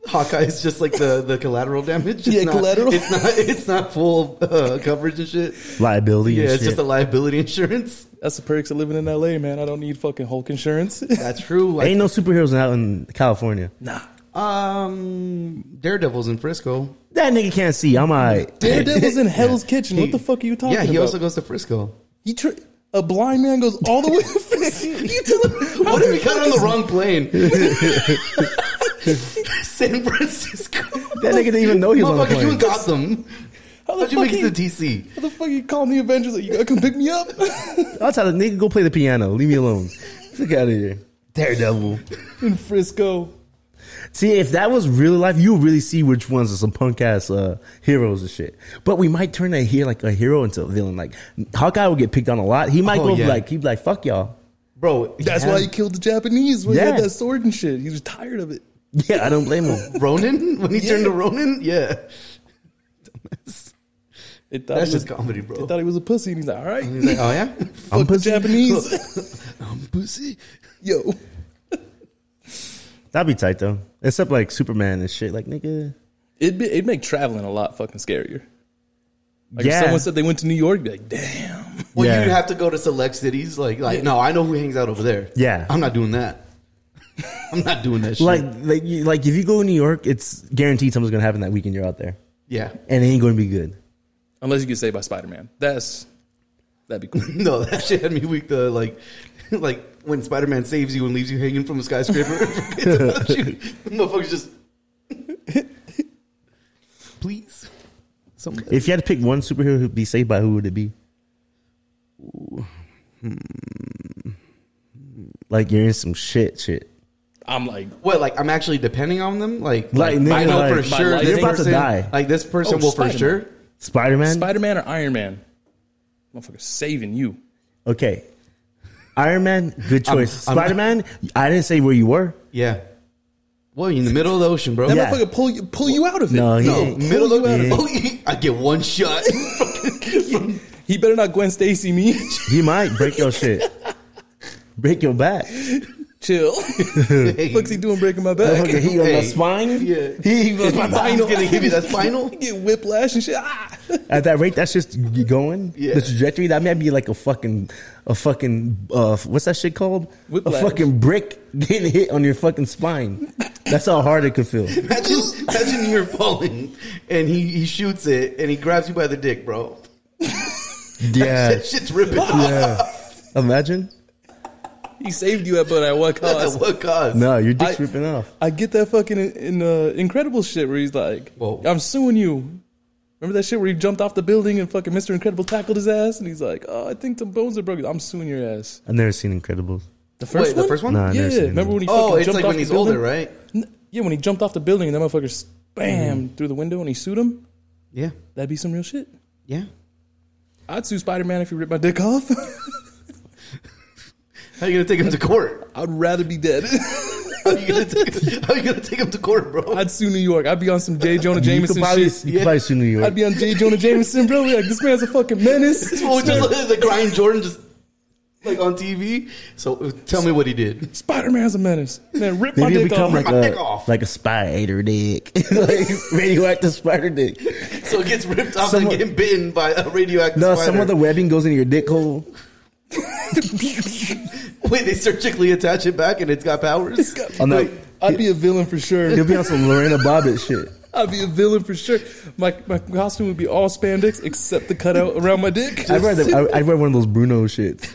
[SPEAKER 3] Hawkeye is just like the, the collateral damage. It's
[SPEAKER 4] Yeah,
[SPEAKER 3] not,
[SPEAKER 4] collateral.
[SPEAKER 3] It's not, it's not full uh, coverage and shit.
[SPEAKER 2] Liability.
[SPEAKER 3] Yeah,
[SPEAKER 2] and
[SPEAKER 3] it's
[SPEAKER 2] shit.
[SPEAKER 3] just a liability <laughs> insurance.
[SPEAKER 4] That's the perks of living in LA, man. I don't need fucking Hulk insurance. <laughs>
[SPEAKER 3] That's true. Like,
[SPEAKER 2] Ain't no superheroes out in California.
[SPEAKER 4] nah.
[SPEAKER 3] um, Daredevil's in Frisco.
[SPEAKER 2] That nigga can't see. I'm alright.
[SPEAKER 3] <laughs>
[SPEAKER 4] Daredevil's in Hell's Kitchen. What the fuck are you talking
[SPEAKER 3] Yeah, he
[SPEAKER 4] about?
[SPEAKER 3] also goes to Frisco.
[SPEAKER 4] He tr a blind man goes all <laughs> the way. to Frisco. you tell him
[SPEAKER 3] What if we got on the wrong plane? San Francisco.
[SPEAKER 2] That nigga didn't even know he was on the
[SPEAKER 3] Motherfucker, you
[SPEAKER 2] plane.
[SPEAKER 3] in Gotham.
[SPEAKER 4] How the
[SPEAKER 3] How'd you
[SPEAKER 4] fuck
[SPEAKER 3] make
[SPEAKER 4] he-
[SPEAKER 3] it to DC?
[SPEAKER 4] How the fuck you calling the Avengers? Like, you gotta come pick me up.
[SPEAKER 2] I'll tell the nigga go play the piano. Leave me alone. Look out of here. Daredevil.
[SPEAKER 4] in <laughs> Frisco.
[SPEAKER 2] See, if that was real life, you would really see which ones are some punk ass uh, heroes and shit. But we might turn a hero like a hero into a villain. Like Hawkeye would get picked on a lot. He might
[SPEAKER 3] Oh,
[SPEAKER 2] go
[SPEAKER 3] yeah.
[SPEAKER 2] like he'd be like fuck y'all. <laughs>
[SPEAKER 3] Bro,
[SPEAKER 4] That's
[SPEAKER 3] yeah.
[SPEAKER 4] why he killed the Japanese when he
[SPEAKER 2] Yeah.
[SPEAKER 4] had that sword and shit. He was tired of it.
[SPEAKER 2] Yeah, I don't blame
[SPEAKER 3] <laughs>
[SPEAKER 2] him.
[SPEAKER 3] Ronin? When he turned to Ronin? Yeah.
[SPEAKER 4] It thought
[SPEAKER 3] That's
[SPEAKER 4] he was,
[SPEAKER 3] just comedy,
[SPEAKER 4] It
[SPEAKER 3] bro.
[SPEAKER 4] <laughs> thought he was a pussy, and he's like, all right,
[SPEAKER 3] He's like, oh yeah?
[SPEAKER 4] fuck the Japanese. <laughs>
[SPEAKER 3] I'm pussy.
[SPEAKER 4] Yo,
[SPEAKER 2] That'd be tight though. Except like Superman and shit. Like nigga.
[SPEAKER 4] it'd be, it'd make traveling a lot fucking scarier. Like
[SPEAKER 2] Yeah.
[SPEAKER 4] if someone said they went to New York, you'd be like, damn.
[SPEAKER 3] Well,
[SPEAKER 2] Yeah.
[SPEAKER 3] you'd have to go to select cities. Like, like no, I know who hangs out over there.
[SPEAKER 2] Yeah.
[SPEAKER 3] I'm not doing that. <laughs> I'm not doing that shit.
[SPEAKER 2] Like like you, like if you go to New York, it's guaranteed something's gonna happen that weekend you're out there.
[SPEAKER 3] yeah. <laughs>
[SPEAKER 2] And it ain't gonna be good.
[SPEAKER 4] Unless you get saved by Spider Man. That's that'd be <laughs> cool.
[SPEAKER 3] No, that shit had me weak. The like, <laughs> like when Spider Man saves you and leaves you hanging from a skyscraper. <laughs> forgets about you. The motherfuckers just, please. Somebody.
[SPEAKER 2] If you had to pick one superhero who'd be saved by, who would it be?
[SPEAKER 3] Hmm.
[SPEAKER 2] Like you're in some shit, shit.
[SPEAKER 4] I'm like,
[SPEAKER 3] What like I'm actually depending on them. Like,
[SPEAKER 2] Like,
[SPEAKER 3] like,
[SPEAKER 2] nigga,
[SPEAKER 3] I know
[SPEAKER 2] like,
[SPEAKER 3] for
[SPEAKER 4] my
[SPEAKER 3] sure
[SPEAKER 4] life-
[SPEAKER 3] this
[SPEAKER 4] You're about to
[SPEAKER 3] person-
[SPEAKER 2] die.
[SPEAKER 3] Like this person
[SPEAKER 4] Oh,
[SPEAKER 3] will for
[SPEAKER 4] Spider-Man.
[SPEAKER 3] sure.
[SPEAKER 2] Spider Man.
[SPEAKER 4] Spider Man or Iron Man? Motherfucker saving you.
[SPEAKER 2] okay, Iron Man. Good
[SPEAKER 3] I'm-
[SPEAKER 2] choice.
[SPEAKER 3] I'm-
[SPEAKER 2] Spider Man. I didn't say where you were.
[SPEAKER 3] Yeah. Well, you're in the middle of the ocean, bro.
[SPEAKER 4] That
[SPEAKER 2] Yeah.
[SPEAKER 4] motherfucker pull you pull you out of it.
[SPEAKER 2] No, he
[SPEAKER 3] Uh, No,
[SPEAKER 2] ain't.
[SPEAKER 3] middle of
[SPEAKER 2] Pull you out
[SPEAKER 3] the
[SPEAKER 2] of-
[SPEAKER 3] ocean. I get
[SPEAKER 2] <laughs>
[SPEAKER 3] one shot.
[SPEAKER 4] He better not Gwen Stacy me. <laughs>
[SPEAKER 2] He might break your shit. Break your
[SPEAKER 3] <laughs>
[SPEAKER 2] back.
[SPEAKER 4] Chill. Fuck's he doing breaking my back? <laughs>
[SPEAKER 2] Okay, he on
[SPEAKER 3] Hey.
[SPEAKER 2] the spine.
[SPEAKER 3] Yeah.
[SPEAKER 2] He was
[SPEAKER 3] My
[SPEAKER 2] my
[SPEAKER 3] mind's gonna give
[SPEAKER 4] <laughs>
[SPEAKER 3] you that final.
[SPEAKER 4] Get whiplash and shit. Ah.
[SPEAKER 2] <laughs> At that rate, that's just y- going.
[SPEAKER 3] Yeah.
[SPEAKER 2] The trajectory that might be like a fucking, a fucking, uh, what's that shit called?
[SPEAKER 4] Whiplash.
[SPEAKER 2] A fucking brick getting hit on your fucking spine. That's how hard it could feel. <laughs>
[SPEAKER 3] Imagine, imagine you're falling and he, he shoots it and he grabs you by the dick, bro.
[SPEAKER 2] Yeah.
[SPEAKER 3] <laughs> That shit's ripping.
[SPEAKER 2] yeah. Imagine.
[SPEAKER 4] He saved you at but at
[SPEAKER 3] <laughs>
[SPEAKER 4] what
[SPEAKER 3] At
[SPEAKER 4] cost?
[SPEAKER 3] what cost?
[SPEAKER 2] No, your dick's
[SPEAKER 4] I-
[SPEAKER 2] ripping off.
[SPEAKER 4] I get that fucking in, in, uh, incredible shit where he's like,
[SPEAKER 3] Whoa.
[SPEAKER 4] I'm suing you. Remember that shit where he jumped off the building and fucking Mr. Incredible tackled his ass and he's like, Oh, I think the bones are broken. I'm suing your ass.
[SPEAKER 2] I've never seen Incredibles.
[SPEAKER 4] The first
[SPEAKER 3] Wait,
[SPEAKER 4] one?
[SPEAKER 3] the first one?
[SPEAKER 2] No, I've
[SPEAKER 4] yeah,
[SPEAKER 2] never seen
[SPEAKER 4] remember
[SPEAKER 2] it.
[SPEAKER 4] when he
[SPEAKER 3] Oh,
[SPEAKER 4] fucking
[SPEAKER 3] it's
[SPEAKER 4] jumped
[SPEAKER 3] like
[SPEAKER 4] off
[SPEAKER 3] when
[SPEAKER 4] the
[SPEAKER 3] he's
[SPEAKER 4] building?
[SPEAKER 3] older, right?
[SPEAKER 4] N- Yeah, when he jumped off the building and that motherfucker bam
[SPEAKER 2] Mm.
[SPEAKER 4] through the window and he sued him.
[SPEAKER 3] Yeah.
[SPEAKER 4] That'd be some real shit.
[SPEAKER 3] Yeah.
[SPEAKER 4] I'd sue Spider Man if he ripped my dick off. <laughs>
[SPEAKER 3] How you gonna take him to court?
[SPEAKER 4] I'd rather be dead.
[SPEAKER 3] How you gonna take, <laughs> how you gonna take him to court, bro? <laughs>
[SPEAKER 4] <laughs> I'd sue New York. I'd be on some J. Jonah
[SPEAKER 2] You could
[SPEAKER 4] Jameson
[SPEAKER 2] probably,
[SPEAKER 4] shit.
[SPEAKER 2] you could probably see New York.
[SPEAKER 4] I'd be on J. Jonah Jameson, bro. Like, this man's a fucking menace.
[SPEAKER 3] Well, just like the Brian Jordan just like on TV. So uh, tell me what he did. <laughs>
[SPEAKER 4] Spider Man's a menace. Man, rip my
[SPEAKER 2] Maybe it
[SPEAKER 4] dick off.
[SPEAKER 2] become like
[SPEAKER 3] my dick
[SPEAKER 2] a
[SPEAKER 3] off.
[SPEAKER 2] like a spider dick, <laughs> like radioactive spider dick.
[SPEAKER 3] So it gets ripped off
[SPEAKER 2] Some
[SPEAKER 3] and
[SPEAKER 2] of-
[SPEAKER 3] getting bitten by a radioactive
[SPEAKER 2] <laughs> No,
[SPEAKER 3] spider.
[SPEAKER 2] some of the webbing goes into your dick hole.
[SPEAKER 3] <laughs> Wait, they surgically attach it back and it's got powers?
[SPEAKER 4] <laughs>
[SPEAKER 2] Oh, no.
[SPEAKER 3] Wait,
[SPEAKER 4] I'd be a villain for sure.
[SPEAKER 2] You'll be on some Lorena Bobbitt shit.
[SPEAKER 4] I'd be a villain for sure. My my costume would be all spandex except the cutout around my dick. <laughs>
[SPEAKER 2] I'd wear, the, I- I'd wear one of those Bruno shits. <laughs>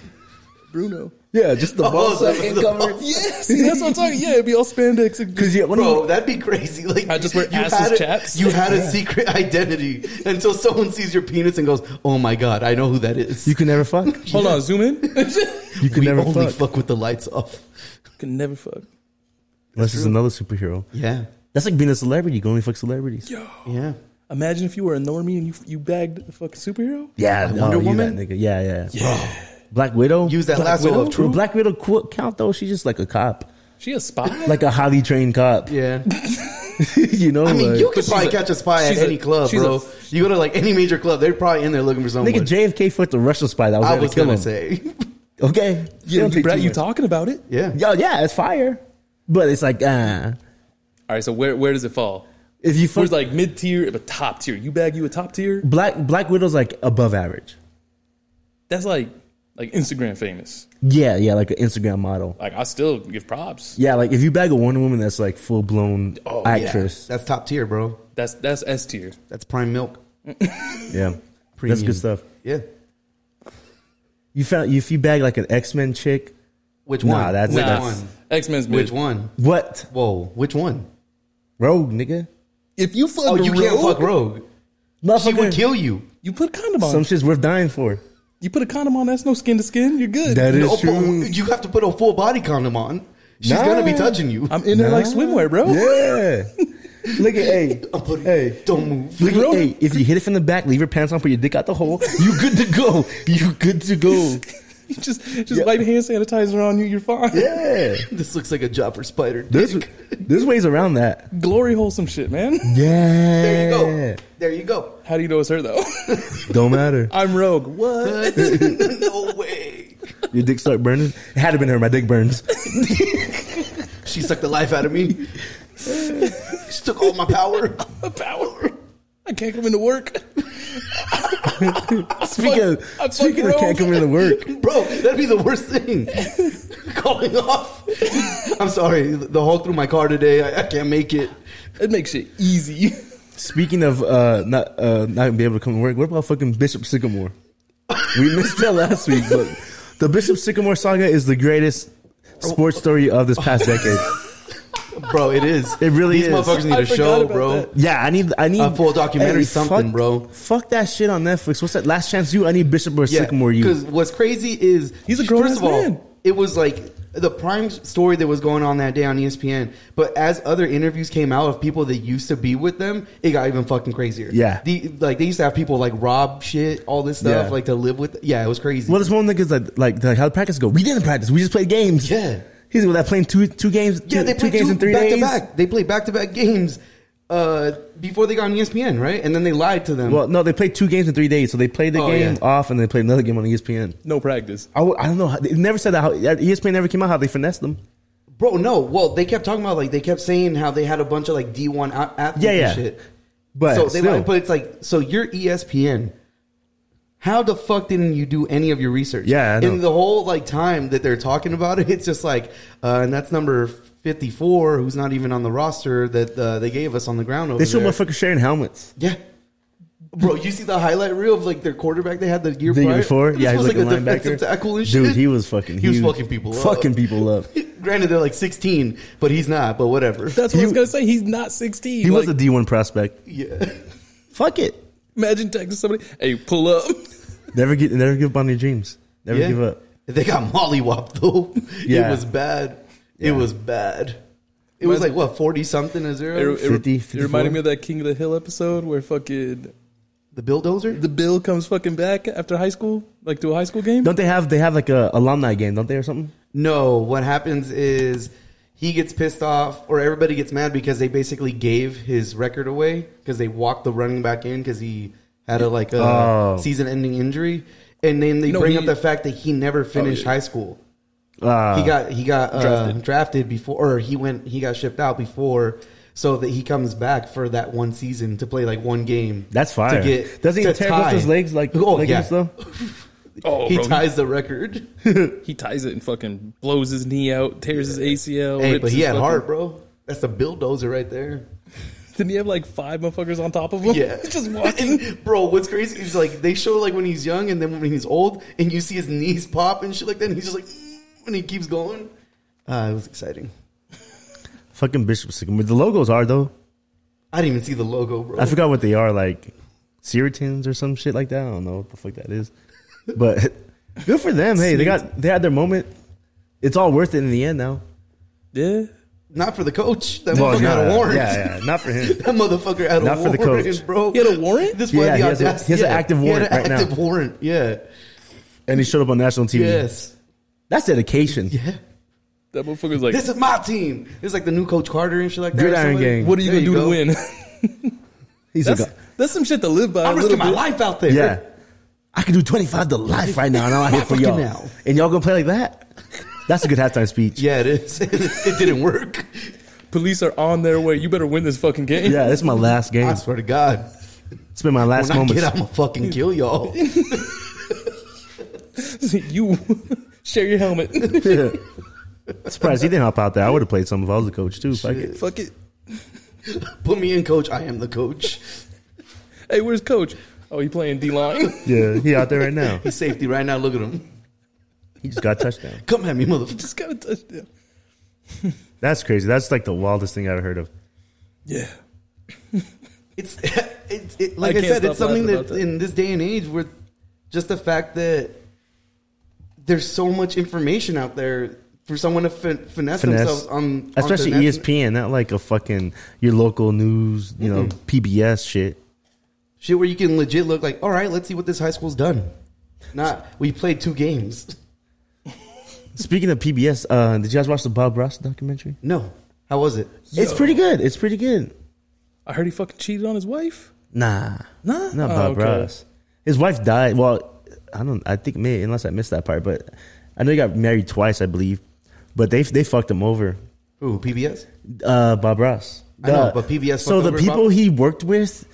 [SPEAKER 4] Bruno.
[SPEAKER 2] Yeah, just the ball
[SPEAKER 3] so
[SPEAKER 2] sack
[SPEAKER 3] Oh, the
[SPEAKER 2] and cover.
[SPEAKER 3] ball-
[SPEAKER 4] Yeah, see, that's what I'm talking. Yeah, it'd be all spandex. And,
[SPEAKER 2] Because yeah, when you-
[SPEAKER 3] Bro, that'd be crazy. Like
[SPEAKER 4] I just wear assless
[SPEAKER 3] had a,
[SPEAKER 4] chaps.
[SPEAKER 3] You had a secret <laughs> identity until someone sees your penis and goes, "Oh my god, I know who that is."
[SPEAKER 2] you can never fuck.
[SPEAKER 4] hold on, zoom in. <laughs>
[SPEAKER 2] You can
[SPEAKER 3] we
[SPEAKER 2] never
[SPEAKER 3] only
[SPEAKER 2] fuck.
[SPEAKER 3] fuck. with the lights off.
[SPEAKER 4] Can never fuck.
[SPEAKER 2] Unless it's another superhero.
[SPEAKER 3] Yeah,
[SPEAKER 2] That's like being a celebrity. You can only fuck celebrities.
[SPEAKER 4] Yo,
[SPEAKER 3] yeah.
[SPEAKER 4] imagine if you were a normie and you you bagged a fucking superhero.
[SPEAKER 2] Yeah,
[SPEAKER 3] Like
[SPEAKER 2] oh,
[SPEAKER 3] Wonder
[SPEAKER 2] you
[SPEAKER 3] Woman?
[SPEAKER 2] that nigga. Yeah, yeah, Black Widow.
[SPEAKER 3] Use that
[SPEAKER 2] Black
[SPEAKER 3] lasso
[SPEAKER 2] Widow?
[SPEAKER 3] of truth.
[SPEAKER 2] Black Widow qu- count though. She's just like a cop,
[SPEAKER 4] She a spy.
[SPEAKER 2] like a highly trained cop.
[SPEAKER 3] Yeah,
[SPEAKER 2] <laughs> you know,
[SPEAKER 3] I mean,
[SPEAKER 2] like-
[SPEAKER 3] you could
[SPEAKER 4] she's
[SPEAKER 3] probably
[SPEAKER 4] a-
[SPEAKER 3] catch a spy at
[SPEAKER 4] she's a-
[SPEAKER 3] any club,
[SPEAKER 4] she's a-
[SPEAKER 3] bro. you go to like any major club, they're probably in there looking for someone.
[SPEAKER 2] nigga JFK fucked a Russian spy that was
[SPEAKER 3] I
[SPEAKER 2] there to
[SPEAKER 3] was
[SPEAKER 2] kill him.
[SPEAKER 3] gonna say, <laughs>
[SPEAKER 2] Okay,
[SPEAKER 4] Yeah,
[SPEAKER 2] Don't
[SPEAKER 4] you,
[SPEAKER 2] take
[SPEAKER 4] Brad,
[SPEAKER 2] too
[SPEAKER 4] you
[SPEAKER 2] much.
[SPEAKER 4] talking about it?
[SPEAKER 3] yeah,
[SPEAKER 2] Yo, yeah, it's fire, but it's like ah,
[SPEAKER 4] All right, so where where does it fall?
[SPEAKER 2] if you
[SPEAKER 4] Where's
[SPEAKER 2] fuck,
[SPEAKER 4] like mid tier, but top tier? You bag you a top tier?
[SPEAKER 2] Black Black Widow's like above average.
[SPEAKER 4] That's like like Instagram famous.
[SPEAKER 2] Yeah, yeah, like an Instagram model.
[SPEAKER 4] Like I still give props.
[SPEAKER 2] Yeah, like if you bag a Wonder Woman that's like full blown
[SPEAKER 3] Oh,
[SPEAKER 2] actress.
[SPEAKER 3] That's top tier, bro.
[SPEAKER 4] That's that's S tier.
[SPEAKER 3] That's prime milk.
[SPEAKER 2] Yeah, that's
[SPEAKER 3] Premium.
[SPEAKER 2] good stuff.
[SPEAKER 3] Yeah.
[SPEAKER 2] You found if you bag like an X Men chick,
[SPEAKER 3] Which
[SPEAKER 2] Nah,
[SPEAKER 3] one?
[SPEAKER 2] that's-
[SPEAKER 3] which
[SPEAKER 2] that's-
[SPEAKER 3] one?
[SPEAKER 4] X Men's
[SPEAKER 3] Which one?
[SPEAKER 2] what
[SPEAKER 3] Whoa, which one?
[SPEAKER 2] rogue nigga?
[SPEAKER 4] If you fuck
[SPEAKER 3] Oh, you can't fuck Rogue. She
[SPEAKER 2] Motherfucker.
[SPEAKER 3] would kill you.
[SPEAKER 4] you put a condom on.
[SPEAKER 2] Some shit's worth dying for.
[SPEAKER 4] you put a condom on. That's no skin to skin. You're good.
[SPEAKER 2] That is
[SPEAKER 3] No, but
[SPEAKER 2] true.
[SPEAKER 3] you have to put a full body condom on. She's
[SPEAKER 2] Nah.
[SPEAKER 3] gonna be touching you.
[SPEAKER 4] I'm in there like swimwear, bro.
[SPEAKER 2] Yeah. Look at
[SPEAKER 3] <laughs>
[SPEAKER 2] hey.
[SPEAKER 3] I'm putting-
[SPEAKER 2] Hey.
[SPEAKER 3] don't move. <laughs>
[SPEAKER 2] Look at, hey, if you hit it from the back, leave your pants on, put your dick out the hole. You good to go. You good to go.
[SPEAKER 4] <laughs> You just just wipe hand sanitizer on you. You're fine.
[SPEAKER 2] <laughs> Yeah.
[SPEAKER 3] This looks like a job for Spider.
[SPEAKER 2] There's
[SPEAKER 3] Dick.
[SPEAKER 2] there's ways around that.
[SPEAKER 4] Glory hole some shit, man.
[SPEAKER 2] Yeah.
[SPEAKER 3] There you go. There you go. <laughs>
[SPEAKER 4] How do you know it's her though? <laughs>
[SPEAKER 2] Don't matter.
[SPEAKER 4] I'm Rogue. What?
[SPEAKER 3] no way.
[SPEAKER 2] Your dick start burning. It had to been her. My dick burns.
[SPEAKER 3] She sucked the life out of me. she took all my power.
[SPEAKER 4] Power. I can't come into work.
[SPEAKER 2] Speaking of,
[SPEAKER 4] I fuck
[SPEAKER 2] speaking of
[SPEAKER 4] Rome.
[SPEAKER 2] can't come into work.
[SPEAKER 3] Bro, that'd be the worst thing. <laughs> Calling off. I'm sorry. The Hulk threw my car today. I, I can't make it.
[SPEAKER 4] It makes shit easy.
[SPEAKER 2] Speaking of uh, not uh, not being able to come to work, what about fucking Bishop Sycamore? We missed that last week, but the Bishop Sycamore saga is the greatest sports story of this past decade.
[SPEAKER 3] Bro, it is.
[SPEAKER 2] It really
[SPEAKER 3] These
[SPEAKER 2] is.
[SPEAKER 3] motherfuckers need
[SPEAKER 4] I
[SPEAKER 3] a
[SPEAKER 4] forgot
[SPEAKER 3] show,
[SPEAKER 4] about
[SPEAKER 3] bro.
[SPEAKER 4] that.
[SPEAKER 2] Yeah, I need I need
[SPEAKER 3] A full documentary, something,
[SPEAKER 2] fuck-
[SPEAKER 3] bro.
[SPEAKER 2] Fuck that shit on Netflix. What's that? Last chance, you. I need Bishop or Sycamore.
[SPEAKER 3] Because
[SPEAKER 2] You.
[SPEAKER 3] what's crazy is
[SPEAKER 4] He's a grown-ass
[SPEAKER 3] first of all,
[SPEAKER 4] man.
[SPEAKER 3] It was like the prime story that was going on that day on E ESPN. But as other interviews came out of people that used to be with them, it got even fucking crazier.
[SPEAKER 2] Yeah.
[SPEAKER 3] the, like they used to have people like rob shit, all this stuff,
[SPEAKER 2] Yeah.
[SPEAKER 3] like to live with. Yeah, it was crazy.
[SPEAKER 2] Well, this one nigga's like, like, like how practice go? We didn't practice. We just played games.
[SPEAKER 3] Yeah.
[SPEAKER 2] He's with that playing two two games.
[SPEAKER 3] yeah,
[SPEAKER 2] two,
[SPEAKER 3] they
[SPEAKER 2] two
[SPEAKER 3] played
[SPEAKER 2] games in three
[SPEAKER 3] back
[SPEAKER 2] days.
[SPEAKER 3] to back. They played back to back games uh, before they got on ESPN, right? And then they lied to them.
[SPEAKER 2] Well, no, they played two games in three days. So they played the
[SPEAKER 3] Oh,
[SPEAKER 2] game
[SPEAKER 3] yeah.
[SPEAKER 2] off and they played another game on E ESPN.
[SPEAKER 4] No practice.
[SPEAKER 2] I, w- I don't know. How, they never said that. How, E ESPN never came out how they finessed them.
[SPEAKER 3] Bro, no. Well, they kept talking about like they kept saying how they had a bunch of like D one athletes
[SPEAKER 2] Yeah, yeah.
[SPEAKER 3] and shit.
[SPEAKER 2] But
[SPEAKER 3] so they
[SPEAKER 2] still,
[SPEAKER 3] might, but it's like so you're E ESPN. How the fuck didn't you do any of your research?
[SPEAKER 2] Yeah, I know.
[SPEAKER 3] in the whole like time that they're talking about it, <laughs> it's just like, uh, and that's number fifty four, who's not even on the roster that uh, they gave us on the ground over
[SPEAKER 2] they show
[SPEAKER 3] there.
[SPEAKER 2] motherfuckers sharing helmets.
[SPEAKER 3] yeah, bro, you see the highlight reel of like their quarterback they had the year
[SPEAKER 2] The year
[SPEAKER 3] prior?
[SPEAKER 2] before,
[SPEAKER 3] This
[SPEAKER 2] yeah, he's
[SPEAKER 3] was,
[SPEAKER 2] like, a linebacker.
[SPEAKER 3] defensive tackle and shit.
[SPEAKER 2] Dude, he was fucking.
[SPEAKER 3] He was fucking people up.
[SPEAKER 2] Fucking people
[SPEAKER 3] <laughs>
[SPEAKER 2] up.
[SPEAKER 3] Granted, they're like sixteen, but he's not. But whatever.
[SPEAKER 4] That's what I was
[SPEAKER 2] He-
[SPEAKER 4] gonna say. He's not 16.
[SPEAKER 2] He was a
[SPEAKER 4] Like,
[SPEAKER 2] D one prospect.
[SPEAKER 3] <laughs> yeah.
[SPEAKER 2] Fuck it.
[SPEAKER 4] imagine texting somebody, "Hey,
[SPEAKER 3] <laughs>
[SPEAKER 4] pull up."
[SPEAKER 2] Never get. Never give up on your dreams. Never
[SPEAKER 3] Yeah.
[SPEAKER 2] give up.
[SPEAKER 3] They got mollywopped though. <laughs>
[SPEAKER 2] Yeah.
[SPEAKER 3] It was bad.
[SPEAKER 2] Yeah.
[SPEAKER 3] It was bad. It was
[SPEAKER 4] Imagine-
[SPEAKER 3] like what forty something to
[SPEAKER 4] It,
[SPEAKER 3] zero.
[SPEAKER 4] it, it
[SPEAKER 2] 50, 54?
[SPEAKER 4] reminded me of that King of the Hill episode where fucking
[SPEAKER 3] the bulldozer.
[SPEAKER 4] the Bill comes fucking back after high school, like to a high school game.
[SPEAKER 2] Don't they have? They have like a alumni game, don't they, or something?
[SPEAKER 3] No, what happens is he gets pissed off, or everybody gets mad because they basically gave his record away because they walked the running back in because he had a like a
[SPEAKER 2] Oh.
[SPEAKER 3] season-ending injury, and then they
[SPEAKER 4] No,
[SPEAKER 3] bring
[SPEAKER 4] he- Oh,
[SPEAKER 3] up the fact that he never finished
[SPEAKER 4] yeah.
[SPEAKER 3] high school.
[SPEAKER 2] Uh,
[SPEAKER 3] he got he got uh,
[SPEAKER 4] Drafted.
[SPEAKER 3] drafted. before, or he went he got shipped out before, so that he comes back for that one season to play like one game.
[SPEAKER 2] That's fire. Doesn't he
[SPEAKER 3] to
[SPEAKER 2] tear both
[SPEAKER 3] tie.
[SPEAKER 2] his legs like?
[SPEAKER 3] oh
[SPEAKER 2] like
[SPEAKER 3] yeah,
[SPEAKER 2] this, though?
[SPEAKER 4] oh,
[SPEAKER 3] he
[SPEAKER 4] bro,
[SPEAKER 3] ties
[SPEAKER 2] <laughs>
[SPEAKER 3] the record.
[SPEAKER 4] he ties it and fucking blows his knee out, tears his ACL.
[SPEAKER 3] hey,
[SPEAKER 4] rips
[SPEAKER 3] but he
[SPEAKER 4] his
[SPEAKER 3] had
[SPEAKER 4] fucking-
[SPEAKER 3] heart, bro. That's a bulldozer right there. <laughs>
[SPEAKER 4] Didn't he have like five motherfuckers on top of him?
[SPEAKER 3] Yeah,
[SPEAKER 4] <laughs> just
[SPEAKER 3] <laughs>
[SPEAKER 4] walking.
[SPEAKER 3] And, bro. What's crazy is like <laughs> they show like when he's young and then when he's old, and you see his knees pop and shit like that. And he's just like, when he keeps going.
[SPEAKER 2] Ah,
[SPEAKER 3] Uh, it was exciting.
[SPEAKER 2] Fucking Bishop Sycamore. The logos are though.
[SPEAKER 3] I didn't even see the logo, bro.
[SPEAKER 2] I forgot what they are, like Sirotins or some shit like that. I don't know what the fuck that is. But <laughs> good for them. Hey, they got they had their moment. It's all worth it in the end now.
[SPEAKER 4] Yeah.
[SPEAKER 3] Not for the coach. That
[SPEAKER 2] Well,
[SPEAKER 3] motherfucker
[SPEAKER 2] not-
[SPEAKER 3] had a warrant.
[SPEAKER 2] Yeah, yeah, not for him.
[SPEAKER 3] <laughs> That motherfucker had
[SPEAKER 2] Not
[SPEAKER 3] a
[SPEAKER 2] for the
[SPEAKER 3] warrant,
[SPEAKER 2] coach.
[SPEAKER 3] bro.
[SPEAKER 4] He had a warrant?
[SPEAKER 3] This
[SPEAKER 2] Yeah,
[SPEAKER 3] one,
[SPEAKER 2] he
[SPEAKER 3] the
[SPEAKER 2] has a-
[SPEAKER 3] audacity-
[SPEAKER 2] he has an active
[SPEAKER 3] He had an
[SPEAKER 2] warrant right now.
[SPEAKER 3] active warrant. Yeah.
[SPEAKER 2] And he showed up on national TV.
[SPEAKER 3] Yes.
[SPEAKER 2] That's dedication.
[SPEAKER 3] Yeah.
[SPEAKER 4] That motherfucker's like,
[SPEAKER 3] This is my team. It's like the new Coach Carter and shit like that. or
[SPEAKER 2] Gridiron
[SPEAKER 3] somebody.
[SPEAKER 2] gang.
[SPEAKER 4] what are you
[SPEAKER 3] There
[SPEAKER 4] going to do to win?
[SPEAKER 2] He's
[SPEAKER 4] that's,
[SPEAKER 2] like,
[SPEAKER 4] that's some shit to live by.
[SPEAKER 3] I'm
[SPEAKER 4] a little
[SPEAKER 3] risking my
[SPEAKER 4] bit.
[SPEAKER 3] life out there.
[SPEAKER 2] yeah, I could do twenty five to life right now, and I'm out here for
[SPEAKER 3] Fucking
[SPEAKER 2] y'all.
[SPEAKER 3] now.
[SPEAKER 2] And y'all gonna play like that? That's a good halftime speech.
[SPEAKER 3] <laughs> Yeah, it is. <laughs> it didn't work.
[SPEAKER 4] Police are on their way. You better win this fucking game. <laughs>
[SPEAKER 2] Yeah, this is my last game.
[SPEAKER 3] I swear to God.
[SPEAKER 2] It's been my last
[SPEAKER 3] When I
[SPEAKER 2] moment.
[SPEAKER 3] get, I'm gonna fucking kill y'all.
[SPEAKER 4] <laughs> you <laughs> share your
[SPEAKER 2] <laughs>
[SPEAKER 4] helmet. <laughs>
[SPEAKER 2] Surprised he didn't help out there. I would have played some if I was the coach too. Fuck it.
[SPEAKER 4] Fuck it.
[SPEAKER 3] Put me in, coach. I am the coach.
[SPEAKER 4] Hey, where's coach? Oh, he playing D line.
[SPEAKER 2] Yeah, he out there right now.
[SPEAKER 3] He's safety right now. Look at him.
[SPEAKER 2] He just got a touchdown.
[SPEAKER 3] Come at me, motherfucker.
[SPEAKER 4] <laughs> Just got a touchdown.
[SPEAKER 2] That's crazy. That's like the wildest thing I've heard of.
[SPEAKER 4] Yeah.
[SPEAKER 3] It's, <laughs> it's it, like
[SPEAKER 4] I
[SPEAKER 3] I,
[SPEAKER 4] can't
[SPEAKER 3] said,
[SPEAKER 4] stop
[SPEAKER 3] it's something that,
[SPEAKER 4] laughing about that.
[SPEAKER 3] in this day and age, with just the fact that there's so much information out there for someone to fin- finesse, themselves
[SPEAKER 2] Finesse,
[SPEAKER 3] on,
[SPEAKER 2] especially E
[SPEAKER 3] on finesse-
[SPEAKER 2] ESPN, not like a fucking your local news, you know, PBS shit.
[SPEAKER 3] shit, where you can legit look like, all right, let's see what this high school's done. Not we played two games. <laughs>
[SPEAKER 2] Speaking of PBS, uh, did you guys watch the Bob Ross documentary?
[SPEAKER 3] No, how was it?
[SPEAKER 2] It's pretty good. It's pretty good.
[SPEAKER 4] I heard he fucking cheated on his wife.
[SPEAKER 2] Nah,
[SPEAKER 4] Nah?
[SPEAKER 2] not
[SPEAKER 4] Oh,
[SPEAKER 2] Bob
[SPEAKER 4] okay.
[SPEAKER 2] Ross. His wife died. Well, I don't. I think may unless I missed that part, but I know he got married twice, I believe. But they they fucked him over.
[SPEAKER 3] Ooh, PBS.
[SPEAKER 2] Uh, Bob Ross.
[SPEAKER 3] I know,
[SPEAKER 2] Uh,
[SPEAKER 3] but PBS
[SPEAKER 2] So
[SPEAKER 3] fucked
[SPEAKER 2] the
[SPEAKER 3] over
[SPEAKER 2] people
[SPEAKER 3] Bob-
[SPEAKER 2] he worked with,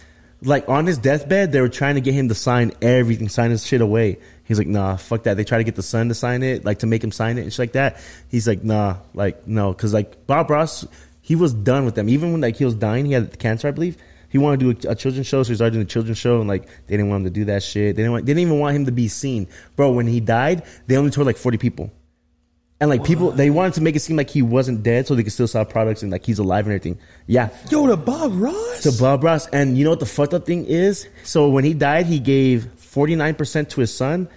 [SPEAKER 2] like on his deathbed, they were trying to get him to sign everything, sign his shit away. He's like, nah, fuck that. They try to get the son to sign it, like to make him sign it and shit like that. He's like, nah, like no, because like Bob Ross, he was done with them. Even when like he was dying, he had cancer, I believe. He wanted to do a, a children's show, so he started doing a children's show, and like they didn't want him to do that shit. They didn't want, they didn't even want him to be seen, bro. When he died, they only toured like forty people. And like people, they wanted to make it seem like he wasn't dead, so they could still sell products and like he's alive and everything. Yeah,
[SPEAKER 4] Yo, to Bob Ross?
[SPEAKER 2] to Bob Ross. And you know what the fucked up thing is? So when he died, he gave forty nine percent to his son,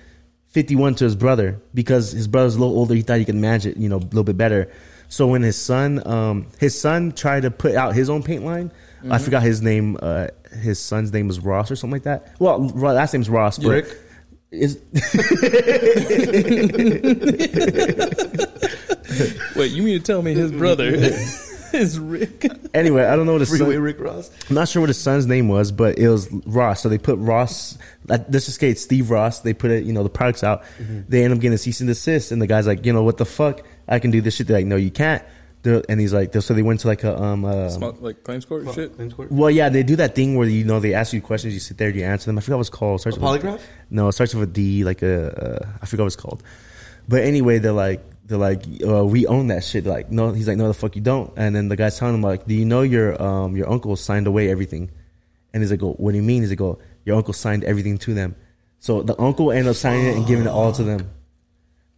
[SPEAKER 2] fifty one to his brother because his brother's a little older. He thought he could manage it, you know, a little bit better. So when his son, um, his son tried to put out his own paint line. I
[SPEAKER 4] Mm-hmm.
[SPEAKER 2] forgot his name. Uh, his son's name was Ross or something like that. Well, Ro- last name's Ross. But
[SPEAKER 3] Rick?
[SPEAKER 2] Is, <laughs>
[SPEAKER 4] Wait, you mean to tell me his brother <laughs> is Rick?
[SPEAKER 2] anyway, I don't know what his
[SPEAKER 3] Freeway
[SPEAKER 2] son,
[SPEAKER 3] Rick Ross.
[SPEAKER 2] I'm not sure what his son's name was, but it was Ross. So they put Ross. Like, let's just say it's Steve Ross. They put it, you know, the products out. They end up getting a cease and desist, and the guy's like, you know, what the fuck? I can do this shit. They're like, no, you can't. They're- and he's like, so they went to like a um. Uh,
[SPEAKER 4] Small, like claims court and shit?
[SPEAKER 3] Claims court.
[SPEAKER 2] well, yeah, they do that thing where you know they ask you questions, you sit there, you answer them. I forgot what it's called. It starts
[SPEAKER 3] A
[SPEAKER 2] with-
[SPEAKER 3] polygraph?
[SPEAKER 2] no, it starts with a D, like a uh, I forgot what it's called. But anyway, they're like they're like uh, we own that shit. Like no, he's like no, the fuck you don't. And then the guy's telling him like, do you know your um your uncle signed away everything? And he's like, oh, what do you mean? He's like, oh, your uncle signed everything to them. So the uncle ended up signing it and giving it all to them,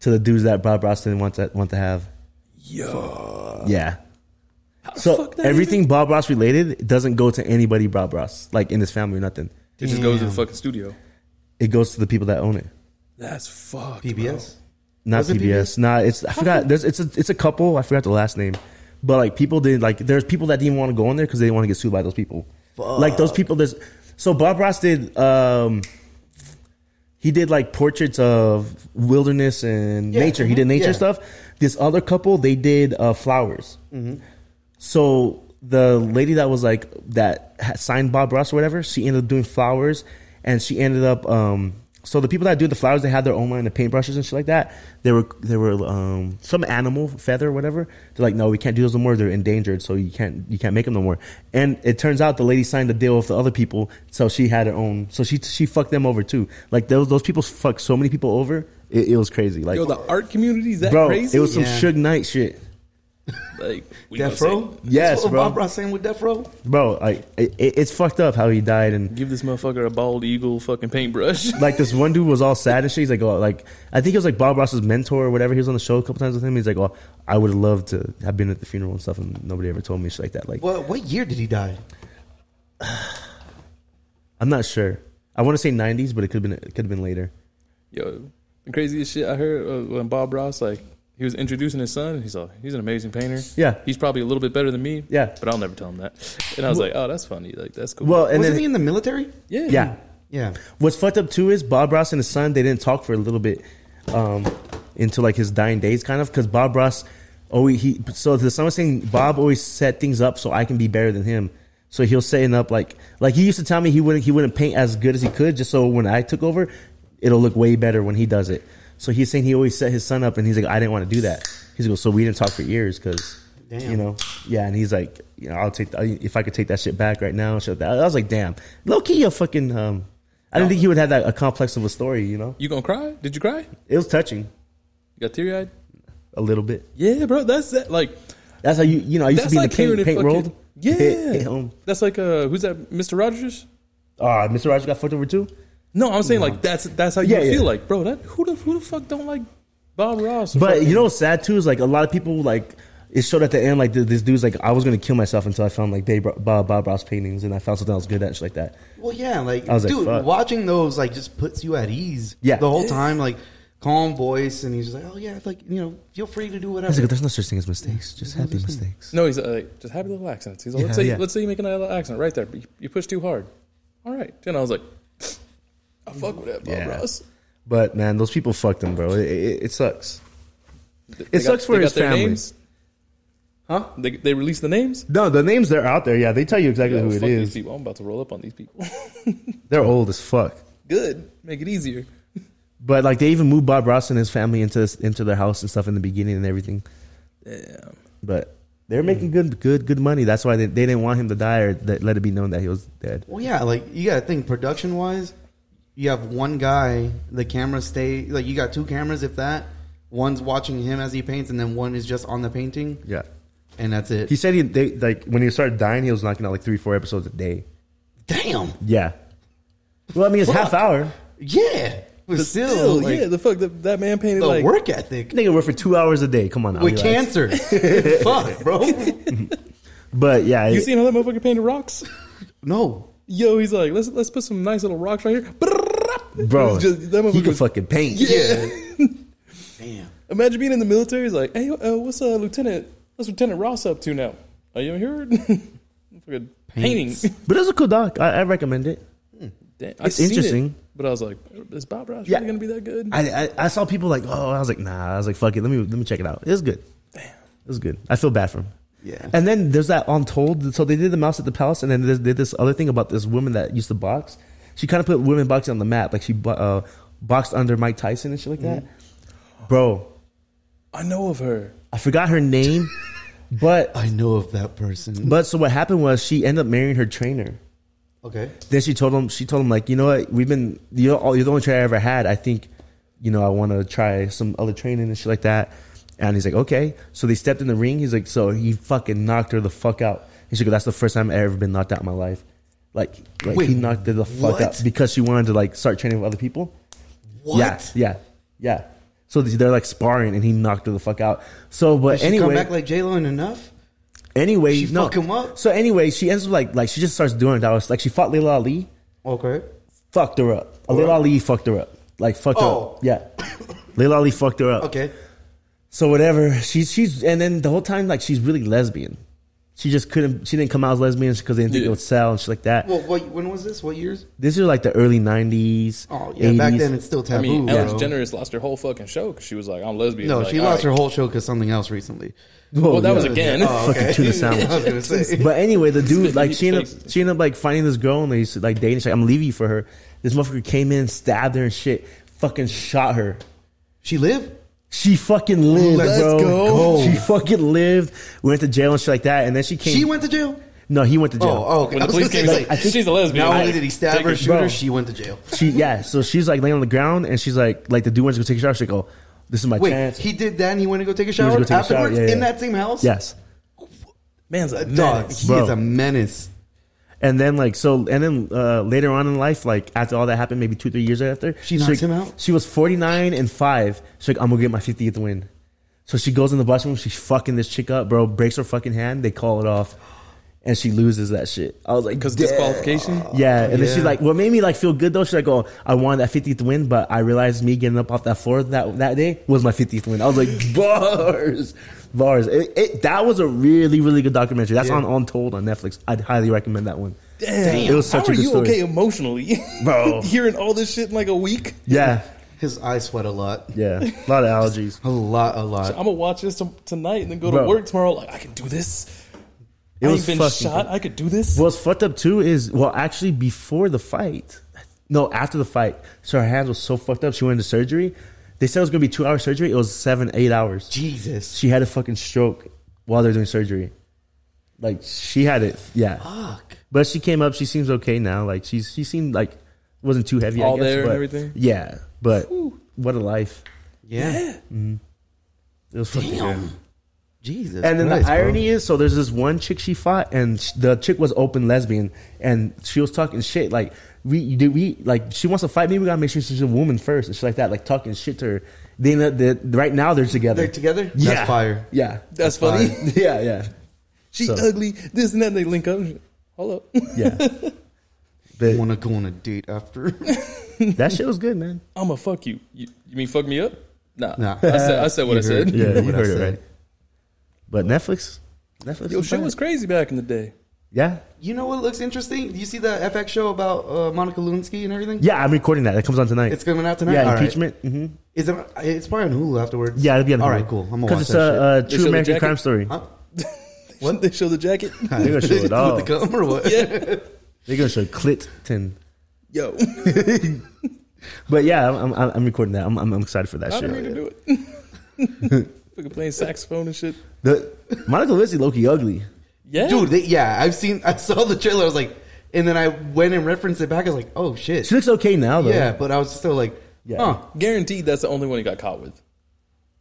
[SPEAKER 2] to the dudes that Bob Ross didn't want to want to have.
[SPEAKER 4] Yo.
[SPEAKER 2] Yeah. So
[SPEAKER 4] fuck that
[SPEAKER 2] everything Bob Ross related doesn't go to anybody Bob Ross, like in his family or nothing.
[SPEAKER 4] It just goes to the
[SPEAKER 3] Damn.
[SPEAKER 4] fucking studio.
[SPEAKER 2] It goes to the people that own it,
[SPEAKER 4] That's fucked.
[SPEAKER 3] PBS.
[SPEAKER 2] not
[SPEAKER 3] Was it
[SPEAKER 2] PBS. Nah, it's I forgot. There's it's a it's a couple. I forgot the last name, but like people did like there's people that didn't want to go in there because they didn't want to get sued by those people. Like those people. There's so Bob Ross did. um he did like portraits of wilderness and
[SPEAKER 3] Yeah,
[SPEAKER 2] nature. He did
[SPEAKER 3] mhm,
[SPEAKER 2] nature
[SPEAKER 3] yeah.
[SPEAKER 2] stuff. This other couple, they did uh, flowers. So the lady that was like that had signed Bob Ross or whatever, she ended up doing flowers, and she ended up. Um, so the people that do the flowers, they had their own line of paintbrushes and shit like that. They were they were um, some animal feather or whatever. They're like, no, we can't do those no more. They're endangered, so you can't you can't make them no more. And it turns out the lady signed a deal with the other people, so she had her own. So she she fucked them over too. Like those those people fucked so many people over. It, it was crazy. Like
[SPEAKER 4] Yo, the art community is that
[SPEAKER 2] bro,
[SPEAKER 4] crazy?
[SPEAKER 2] it was some
[SPEAKER 3] Yeah.
[SPEAKER 2] Suge Knight shit.
[SPEAKER 4] Like we
[SPEAKER 3] Death
[SPEAKER 4] gonna
[SPEAKER 3] Row?
[SPEAKER 4] say,
[SPEAKER 2] Yes,
[SPEAKER 3] That's what
[SPEAKER 2] bro.
[SPEAKER 3] Bob Ross saying with Death Row?
[SPEAKER 2] bro. Like it, it- it's fucked up how he died and.
[SPEAKER 4] Give this motherfucker a bald eagle fucking paintbrush.
[SPEAKER 2] Like this one dude was all sad and shit. He's like, oh, like I think it was like Bob Ross's mentor or whatever. He was on the show a couple times with him. He's like, oh, I would have loved to have been at the funeral and stuff, and nobody ever told me shit like that. Like,
[SPEAKER 3] What what year did he die?
[SPEAKER 2] I'm not sure. I want to say 90s, but it could have been it could have been later.
[SPEAKER 4] Yo, the craziest shit I heard uh, when Bob Ross like he was introducing his son. He's like, he's an amazing painter.
[SPEAKER 2] Yeah.
[SPEAKER 4] he's probably a little bit better than me.
[SPEAKER 2] Yeah.
[SPEAKER 4] but I'll never tell him that. And I was like, oh, that's funny. Like that's cool.
[SPEAKER 2] Well, and
[SPEAKER 3] Wasn't
[SPEAKER 2] then
[SPEAKER 3] he in the military?
[SPEAKER 4] yeah,
[SPEAKER 2] yeah,
[SPEAKER 3] Yeah.
[SPEAKER 2] What's fucked up too is Bob Ross and his son. They didn't talk for a little bit um, into like his dying days, kind of, because Bob Ross always he. So the son was saying Bob always set things up so I can be better than him. So he'll setting up like like he used to tell me he wouldn't he wouldn't paint as good as he could just so when I took over, it'll look way better when he does it. So he's saying he always set his son up, and he's like, I didn't want to do that. He's like, so we didn't talk for years because.
[SPEAKER 3] Damn.
[SPEAKER 2] You know, yeah, and he's like, you know, I'll take th- if I could take that shit back right now. Shit, I was like, damn, low key, a fucking um, I didn't think he would have that a complex of a story, you know?
[SPEAKER 4] You gonna cry? Did you cry? You
[SPEAKER 2] It was touching
[SPEAKER 4] got teary eyed?
[SPEAKER 2] a little bit.
[SPEAKER 4] Yeah, bro. That's that. Like
[SPEAKER 2] That's how you you know, I used
[SPEAKER 4] that's
[SPEAKER 2] to be
[SPEAKER 4] like
[SPEAKER 2] in the
[SPEAKER 4] hearing
[SPEAKER 2] paint, paint
[SPEAKER 4] it
[SPEAKER 2] rolled.
[SPEAKER 4] fucking, Yeah,
[SPEAKER 2] Hit, hit home.
[SPEAKER 4] that's like uh, who's that? Mr. Rogers?
[SPEAKER 2] Ah, Mr. Rogers got fucked over too?
[SPEAKER 4] No, I'm saying like that's that's how you
[SPEAKER 2] Yeah,
[SPEAKER 4] feel
[SPEAKER 2] yeah.
[SPEAKER 4] like, bro. That who the who the fuck don't like Bob Ross? or
[SPEAKER 2] But
[SPEAKER 4] fucking-
[SPEAKER 2] you know what's sad too is like a lot of people like it showed at the end like th- this dude's like I was gonna kill myself until I found like Babe, Bob, Bob Ross paintings and I found something I was good at shit like that.
[SPEAKER 3] Well, yeah, like
[SPEAKER 2] I was like,
[SPEAKER 3] dude,
[SPEAKER 2] fuck.
[SPEAKER 3] watching those like just puts you at ease.
[SPEAKER 2] Yeah.
[SPEAKER 3] the whole time, like calm voice, and he's just like, oh yeah, like you know, feel free to
[SPEAKER 2] I
[SPEAKER 3] do
[SPEAKER 2] was
[SPEAKER 3] whatever.
[SPEAKER 2] like, there's no such thing as mistakes, just happy mistakes.
[SPEAKER 4] no, he's uh, like just happy little accents. He's like,
[SPEAKER 2] Yeah,
[SPEAKER 4] let's say
[SPEAKER 2] yeah.
[SPEAKER 4] let's say you make an little accent right there, but you, you push too hard. All right, and I was like, I fuck with that Bob
[SPEAKER 2] Yeah.
[SPEAKER 4] Ross.
[SPEAKER 2] But man, those people fucked him, bro. It, it, it sucks. It
[SPEAKER 4] They got-
[SPEAKER 2] sucks for
[SPEAKER 4] they got
[SPEAKER 2] his
[SPEAKER 4] their
[SPEAKER 2] family.
[SPEAKER 4] names.
[SPEAKER 3] Huh?
[SPEAKER 4] They they release the names.
[SPEAKER 2] No, the names they're out there. Yeah, they tell you exactly
[SPEAKER 4] Yo,
[SPEAKER 2] who it
[SPEAKER 4] fuck these
[SPEAKER 2] is.
[SPEAKER 4] people. I'm about to roll up on these people. <laughs>
[SPEAKER 2] They're old as fuck.
[SPEAKER 4] Good, make it easier.
[SPEAKER 2] But like they even moved Bob Ross and his family into this, into their house and stuff in the beginning and everything.
[SPEAKER 4] Damn.
[SPEAKER 2] But they're making good good good money. That's why they, they didn't want him to die or that let it be known that he was dead.
[SPEAKER 3] Well, yeah, like you got to think production wise, you have one guy, the camera stay like you got two cameras if that. One's watching him as he paints, and then one is just on the painting,
[SPEAKER 2] Yeah,
[SPEAKER 3] and that's it.
[SPEAKER 2] he said he they like when he started dying, he was knocking out like three four episodes a day.
[SPEAKER 3] Damn.
[SPEAKER 2] Yeah. Well, I mean it's half hour.
[SPEAKER 3] Yeah. But
[SPEAKER 4] But
[SPEAKER 3] still,
[SPEAKER 4] still,
[SPEAKER 3] like,
[SPEAKER 4] yeah,
[SPEAKER 3] the,
[SPEAKER 4] the fuck that, that man painted like
[SPEAKER 3] work ethic
[SPEAKER 2] Nigga worked for two hours a day. Come on, now,
[SPEAKER 3] with
[SPEAKER 2] relax.
[SPEAKER 3] cancer.
[SPEAKER 2] <laughs>
[SPEAKER 3] Fuck, bro.
[SPEAKER 2] But yeah,
[SPEAKER 4] You
[SPEAKER 2] it-
[SPEAKER 4] seen how that motherfucker painted rocks? <laughs>
[SPEAKER 3] No.
[SPEAKER 4] Yo, he's like, let's let's put some nice little rocks right here, Brrrrap.
[SPEAKER 2] bro,
[SPEAKER 4] It's just- that
[SPEAKER 2] he
[SPEAKER 4] motherfucker
[SPEAKER 2] could
[SPEAKER 4] was-
[SPEAKER 2] fucking paint.
[SPEAKER 3] Yeah. Damn.
[SPEAKER 4] Imagine being in the military. He's like, hey, uh, what's uh, Lieutenant? What's Lieutenant Ross up to now? Are you heard? <laughs> Fucking painting. <laughs>
[SPEAKER 3] Paints.
[SPEAKER 2] But it's a cool doc. I, I recommend it.
[SPEAKER 4] Damn, I
[SPEAKER 2] It's
[SPEAKER 4] seen it,
[SPEAKER 2] interesting.
[SPEAKER 4] but I was like, is Bob Ross
[SPEAKER 2] Yeah.
[SPEAKER 4] really gonna be that good?
[SPEAKER 2] I, I I saw people like, oh, I was like, nah. I was like, fuck it. Let me let me check it out. It's good. Damn, it was good. I feel bad for him.
[SPEAKER 3] Yeah.
[SPEAKER 2] And then there's that untold. So they did the mouse at the palace, and then they did this other thing about this woman that used to box. She kind of put women boxing on the map, like she bo- uh, boxed under Mike Tyson and shit like that. Bro,
[SPEAKER 4] I know of her.
[SPEAKER 2] I forgot her name, but
[SPEAKER 3] I know of that person.
[SPEAKER 2] but so what happened was she ended up marrying her trainer.
[SPEAKER 3] Okay.
[SPEAKER 2] Then she told him she told him like, you know what, we've been you know all, you're the only trainer I ever had. I think, you know, I want to try some other training and shit like that. And he's like, okay. So they stepped in the ring. He's like, so he fucking knocked her the fuck out. And she goes, that's the first time I ever been knocked out in my life. Like, like he
[SPEAKER 3] Wait,
[SPEAKER 2] knocked her the fuck
[SPEAKER 3] what?
[SPEAKER 2] out because she wanted to like start training with other people.
[SPEAKER 3] What?
[SPEAKER 2] Yeah, yeah, yeah. So they're like sparring, and he knocked her the fuck out. So, but
[SPEAKER 3] Did she
[SPEAKER 2] anyway,
[SPEAKER 3] come back like J Lo and enough?
[SPEAKER 2] anyway,
[SPEAKER 3] She
[SPEAKER 2] no.
[SPEAKER 3] fuck him up?
[SPEAKER 2] So anyway, she ends up like like she just starts doing it. I was like, she fought Leila Ali
[SPEAKER 3] Okay.
[SPEAKER 2] fucked her up. Oh, Lil Ali fucked her up. Like fucked
[SPEAKER 3] Oh.
[SPEAKER 2] her up.
[SPEAKER 3] <laughs>
[SPEAKER 2] Yeah. Lil Ali fucked her up.
[SPEAKER 3] Okay.
[SPEAKER 2] So whatever. She's she's and then the whole time like she's really lesbian. She just couldn't. She didn't come out as lesbian because they didn't think
[SPEAKER 4] Yeah.
[SPEAKER 2] it would sell and shit like that.
[SPEAKER 3] Well, what, when was this? What years?
[SPEAKER 2] this is like the early nineties.
[SPEAKER 3] Oh yeah, back then it's still
[SPEAKER 4] I
[SPEAKER 3] taboo.
[SPEAKER 4] mean, Ellen
[SPEAKER 3] bro.
[SPEAKER 4] DeGeneres lost her whole fucking show because she was like, I'm lesbian.
[SPEAKER 3] No,
[SPEAKER 4] Like,
[SPEAKER 3] she
[SPEAKER 4] all
[SPEAKER 3] lost her
[SPEAKER 4] right.
[SPEAKER 3] whole show because something else recently.
[SPEAKER 4] Well, that was again.
[SPEAKER 3] Oh, okay.
[SPEAKER 2] Fucking tuna sandwich.
[SPEAKER 3] <laughs> I was gonna
[SPEAKER 2] <laughs>
[SPEAKER 3] say.
[SPEAKER 2] But anyway, the dude like she ended
[SPEAKER 4] Faces.
[SPEAKER 2] up she ended up like finding this girl and they used to, like dating. She's like, I'm leaving you for her. This motherfucker came in, stabbed her and shit, fucking shot her.
[SPEAKER 3] She lived.
[SPEAKER 2] She fucking lived,
[SPEAKER 3] Let's
[SPEAKER 2] bro.
[SPEAKER 3] go.
[SPEAKER 2] She fucking lived. Went to jail and shit like that, and then she came.
[SPEAKER 3] She went to jail.
[SPEAKER 2] No, he went to jail.
[SPEAKER 3] Oh, oh, okay.
[SPEAKER 4] When
[SPEAKER 3] I
[SPEAKER 4] the
[SPEAKER 3] was
[SPEAKER 4] police
[SPEAKER 3] gonna
[SPEAKER 4] came,
[SPEAKER 3] say,
[SPEAKER 4] like, she's a lesbian.
[SPEAKER 3] Not
[SPEAKER 4] I-
[SPEAKER 3] only did he stab
[SPEAKER 4] take
[SPEAKER 3] her,
[SPEAKER 4] it,
[SPEAKER 3] shoot her,
[SPEAKER 2] bro.
[SPEAKER 3] she went to jail.
[SPEAKER 2] She yeah. So she's like laying on the ground, and she's like, like the dude wants to go take a shower. She go, This is my
[SPEAKER 3] Wait,
[SPEAKER 2] chance.
[SPEAKER 3] he did that and he went to go take a
[SPEAKER 2] went
[SPEAKER 3] shower
[SPEAKER 2] to go take a shower,
[SPEAKER 3] afterwards
[SPEAKER 2] yeah,
[SPEAKER 3] in
[SPEAKER 2] yeah.
[SPEAKER 3] that same house?
[SPEAKER 2] yes.
[SPEAKER 4] Man's a
[SPEAKER 3] Dog,
[SPEAKER 4] menace.
[SPEAKER 3] he
[SPEAKER 2] Bro.
[SPEAKER 3] is a menace.
[SPEAKER 2] And then like so, and then uh, later on in life, like after all that happened, maybe two three years after,
[SPEAKER 3] She knocks him out?
[SPEAKER 2] She was forty nine and five. She's like, I'm gonna get my fiftieth win. So she goes in the bathroom. She's fucking this chick up, bro. Breaks her fucking hand. They call it off, and she loses that shit. I was like,
[SPEAKER 4] Because
[SPEAKER 2] "Damn."
[SPEAKER 4] disqualification.
[SPEAKER 2] Yeah, and then she's
[SPEAKER 3] Yeah.
[SPEAKER 2] like, "What made me like feel good though?" She's like, "Oh, I wanted that fiftieth win, but I realized me getting up off that floor that that day was my fiftieth win." I was like, <laughs> "Bars, bars." It, it, that was a really, really good documentary. That's
[SPEAKER 3] Yeah.
[SPEAKER 2] on Untold on Netflix. I'd highly recommend that one.
[SPEAKER 4] Damn.
[SPEAKER 2] It was such a
[SPEAKER 4] How are
[SPEAKER 2] good
[SPEAKER 4] you
[SPEAKER 2] story.
[SPEAKER 4] okay emotionally? <laughs>
[SPEAKER 2] Bro.
[SPEAKER 4] Hearing all this shit in like a week.
[SPEAKER 2] Yeah,
[SPEAKER 3] His eyes sweat a lot.
[SPEAKER 2] yeah, a lot of allergies.
[SPEAKER 3] A lot, a lot.
[SPEAKER 4] I'm gonna watch this t- tonight and then go to
[SPEAKER 2] Bro.
[SPEAKER 4] work tomorrow. Like I can do this.
[SPEAKER 2] It
[SPEAKER 4] I
[SPEAKER 2] was
[SPEAKER 4] ain't been
[SPEAKER 2] fucking
[SPEAKER 4] shot.
[SPEAKER 2] good.
[SPEAKER 4] I could do this.
[SPEAKER 2] What's fucked up too is well, actually, before the fight, no, after the fight, so her hands was so fucked up. She went into surgery. They said it was gonna be two hour surgery. It was seven, eight hours.
[SPEAKER 3] Jesus.
[SPEAKER 2] She had a fucking stroke while they're doing surgery. Like she had it, yeah.
[SPEAKER 3] Fuck.
[SPEAKER 2] But she came up. She seems okay now. Like she's she seemed like wasn't too heavy. I
[SPEAKER 4] All
[SPEAKER 2] guess,
[SPEAKER 4] there and
[SPEAKER 2] but-
[SPEAKER 4] everything?
[SPEAKER 2] Yeah, but what a life.
[SPEAKER 3] Yeah.
[SPEAKER 2] It was fucking good.
[SPEAKER 3] Jesus.
[SPEAKER 2] And then
[SPEAKER 3] Christ,
[SPEAKER 2] the
[SPEAKER 3] bro.
[SPEAKER 2] irony is, so there's this one chick she fought, and sh- the chick was open lesbian, and she was talking shit like we you did we like she wants to fight me. We gotta make sure she's a woman first, and shit like that, like talking shit to her. Then the, the, right now they're together.
[SPEAKER 3] They're together?
[SPEAKER 2] Yeah.
[SPEAKER 3] That's fire.
[SPEAKER 2] Yeah.
[SPEAKER 4] That's funny.
[SPEAKER 3] fine.
[SPEAKER 2] <laughs> yeah. Yeah.
[SPEAKER 4] <laughs> She
[SPEAKER 2] So-
[SPEAKER 4] ugly. This and that. And they link up. Hold up. <laughs>
[SPEAKER 2] Yeah.
[SPEAKER 3] I
[SPEAKER 2] But
[SPEAKER 3] want to go on a date
[SPEAKER 2] <laughs>
[SPEAKER 3] after.
[SPEAKER 2] that shit was good, man.
[SPEAKER 4] I'm gonna fuck you. you. You mean fuck me up? Nah.
[SPEAKER 3] Nah.
[SPEAKER 4] I said. I said what
[SPEAKER 3] You
[SPEAKER 4] I said.
[SPEAKER 3] heard-
[SPEAKER 2] Yeah,
[SPEAKER 3] know
[SPEAKER 2] you
[SPEAKER 3] what I
[SPEAKER 2] heard it
[SPEAKER 3] said.
[SPEAKER 2] right. But Netflix, Netflix,
[SPEAKER 4] Yo,
[SPEAKER 2] is
[SPEAKER 4] shit
[SPEAKER 2] fine.
[SPEAKER 4] was crazy back in the day.
[SPEAKER 2] yeah,
[SPEAKER 3] You know what looks interesting? Do you see that FX show about uh, Monica Lewinsky and everything?
[SPEAKER 2] yeah. I'm recording that. That comes on tonight.
[SPEAKER 3] It's coming out tonight?
[SPEAKER 2] Yeah,
[SPEAKER 3] All right.
[SPEAKER 2] impeachment. hmm
[SPEAKER 3] Is it, it's probably on Hulu afterwards.
[SPEAKER 2] Yeah, it'll be on.
[SPEAKER 3] All
[SPEAKER 2] Hulu.
[SPEAKER 3] right, cool. I'm going to watch
[SPEAKER 2] Because it's
[SPEAKER 3] that
[SPEAKER 2] a, a
[SPEAKER 4] They show
[SPEAKER 2] true
[SPEAKER 4] the
[SPEAKER 2] American
[SPEAKER 4] jacket?
[SPEAKER 2] crime story. <laughs>
[SPEAKER 3] shit. Huh?
[SPEAKER 4] When they show the jacket.
[SPEAKER 2] They're
[SPEAKER 3] <laughs>
[SPEAKER 2] gonna show it all.
[SPEAKER 3] With the gum
[SPEAKER 2] <laughs>
[SPEAKER 3] or what?
[SPEAKER 2] They're gonna show Clinton.
[SPEAKER 4] Yo.
[SPEAKER 2] But yeah, I'm, I'm, I'm recording that. I'm, I'm, I'm excited for that
[SPEAKER 4] I
[SPEAKER 2] shit.
[SPEAKER 4] don't need to do it. <laughs> Fucking playing saxophone and shit.
[SPEAKER 2] The, Monica Lewinsky, Loki, ugly.
[SPEAKER 4] Yeah.
[SPEAKER 3] Dude, they, yeah, I've seen, I saw the trailer. I was like, and then I went and referenced it back. I was like, oh shit.
[SPEAKER 2] She looks okay now though.
[SPEAKER 3] Yeah, but I was still like,
[SPEAKER 2] Yeah.
[SPEAKER 3] huh.
[SPEAKER 4] Guaranteed that's the only one he got caught with.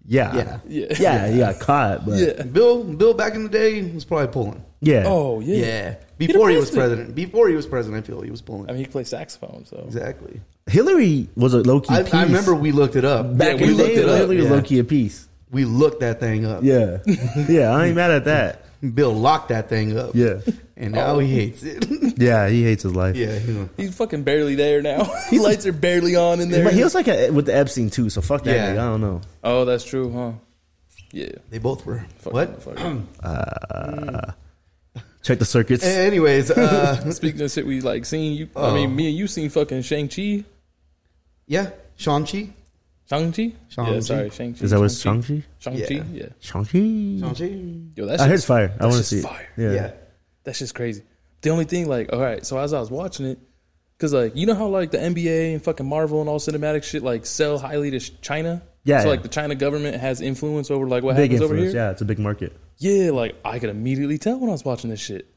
[SPEAKER 2] yeah,
[SPEAKER 3] Yeah.
[SPEAKER 4] Yeah.
[SPEAKER 2] yeah. You got caught, but yeah.
[SPEAKER 4] Yeah.
[SPEAKER 3] Bill, Bill back in the day was probably pulling.
[SPEAKER 4] Oh, yeah.
[SPEAKER 3] Before he was president.
[SPEAKER 4] president.
[SPEAKER 3] Before he was president, I feel he was pulling.
[SPEAKER 4] I mean, he plays saxophone, so.
[SPEAKER 3] exactly.
[SPEAKER 2] Hillary was a Loki.
[SPEAKER 3] I, I remember we looked it up.
[SPEAKER 2] back
[SPEAKER 4] Yeah,
[SPEAKER 2] in
[SPEAKER 4] we
[SPEAKER 2] the
[SPEAKER 4] looked
[SPEAKER 2] day.
[SPEAKER 4] it up,
[SPEAKER 2] Hillary was
[SPEAKER 3] yeah.
[SPEAKER 2] Loki a piece.
[SPEAKER 3] We looked that thing up.
[SPEAKER 2] Yeah, yeah. I ain't mad at that.
[SPEAKER 3] Bill locked that thing up.
[SPEAKER 2] Yeah.
[SPEAKER 3] And
[SPEAKER 4] Oh.
[SPEAKER 3] now he hates
[SPEAKER 4] <laughs>
[SPEAKER 3] it.
[SPEAKER 2] Yeah, he hates his life.
[SPEAKER 3] yeah. he was-
[SPEAKER 4] He's fucking barely there now. <laughs> Lights are barely on in there.
[SPEAKER 2] But he was like a, with the Epstein too, so fuck that.
[SPEAKER 3] Yeah.
[SPEAKER 2] nigga. I don't know.
[SPEAKER 4] oh, that's true, huh? Yeah.
[SPEAKER 3] They both were.
[SPEAKER 4] Fuck
[SPEAKER 3] what?
[SPEAKER 4] motherfucker.
[SPEAKER 2] Check the circuits.
[SPEAKER 3] A- Anyways,
[SPEAKER 4] <laughs>
[SPEAKER 3] uh,
[SPEAKER 4] Speaking of shit, we like seen you. I
[SPEAKER 3] Oh.
[SPEAKER 4] mean, me and you seen fucking Shang Chi,
[SPEAKER 3] yeah, Shang-Chi.
[SPEAKER 4] Shang Chi. Yeah,
[SPEAKER 3] Shang-Chi.
[SPEAKER 4] sorry, Shang Chi.
[SPEAKER 2] Is that what it's Shang-Chi?
[SPEAKER 4] Shang Chi.
[SPEAKER 3] Yeah.
[SPEAKER 4] Yeah.
[SPEAKER 2] Shang-Chi.
[SPEAKER 3] Shang-Chi.
[SPEAKER 4] Yo, that's
[SPEAKER 2] I heard it's fire. I want to see it.
[SPEAKER 4] Fire.
[SPEAKER 2] Yeah.
[SPEAKER 3] Yeah.
[SPEAKER 4] That's just crazy. The only thing, like, all right, so as I was watching it, because, like, you know how, like, the NBA and fucking Marvel and all cinematic shit, like, sell highly to sh- China?
[SPEAKER 2] Yeah,
[SPEAKER 4] So,
[SPEAKER 2] yeah.
[SPEAKER 4] like, the China government has influence over, like, what
[SPEAKER 2] Big
[SPEAKER 4] happens over
[SPEAKER 2] influence.
[SPEAKER 4] here?
[SPEAKER 2] Yeah, it's a big market.
[SPEAKER 4] Yeah, like, I could immediately tell when I was watching this shit.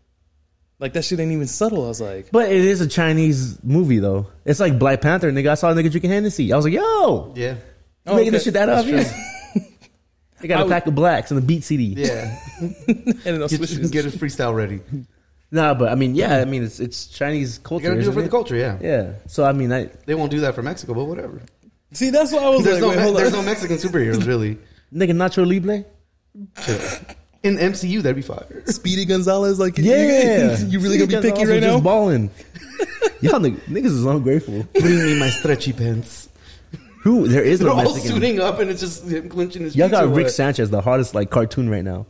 [SPEAKER 4] Like, that shit ain't even subtle. I was like, <laughs>
[SPEAKER 2] But it is a Chinese movie though. It's like Black Panther, nigga. I saw a nigga drinking Hennessy. I was like, yo,
[SPEAKER 3] Yeah.
[SPEAKER 2] you making this
[SPEAKER 4] okay.
[SPEAKER 2] shit that up.
[SPEAKER 4] That's true.
[SPEAKER 2] Yeah. <laughs> they got
[SPEAKER 4] I
[SPEAKER 2] a
[SPEAKER 4] would-
[SPEAKER 2] pack of blacks in the Beat City.
[SPEAKER 3] Yeah.
[SPEAKER 4] <laughs> and then I'll
[SPEAKER 3] Get,
[SPEAKER 4] switch this.
[SPEAKER 3] get his freestyle
[SPEAKER 4] <laughs>
[SPEAKER 3] ready. You
[SPEAKER 2] Nah, but I mean, yeah, I mean, it's it's Chinese culture.
[SPEAKER 3] gotta do it
[SPEAKER 2] isn't
[SPEAKER 3] for the culture, yeah.
[SPEAKER 2] Yeah. So I mean, I,
[SPEAKER 3] They won't do that for Mexico, but whatever.
[SPEAKER 4] See, that's why I was
[SPEAKER 3] There's,
[SPEAKER 4] like,
[SPEAKER 3] no,
[SPEAKER 4] wait,
[SPEAKER 3] Me-
[SPEAKER 4] hold
[SPEAKER 3] there's no
[SPEAKER 4] on.
[SPEAKER 3] Mexican superheroes, really.
[SPEAKER 4] <laughs>
[SPEAKER 2] nigga, Nacho Libre.
[SPEAKER 3] In MCU, that'd be fire.
[SPEAKER 4] Speedy Gonzalez, like, you-
[SPEAKER 2] Yeah.
[SPEAKER 4] you, really gonna be picky right now?
[SPEAKER 2] Just balling. <laughs> Y'all nigg- niggas is ungrateful.
[SPEAKER 3] Bring me my stretchy pants.
[SPEAKER 2] Who? There is
[SPEAKER 3] They're
[SPEAKER 2] no
[SPEAKER 3] all
[SPEAKER 2] Mexican.
[SPEAKER 3] suiting up, and it's just him clinching his.
[SPEAKER 2] Y'all
[SPEAKER 3] cheeks or
[SPEAKER 2] got Rick
[SPEAKER 3] what?
[SPEAKER 2] Sanchez, the hottest like cartoon right now.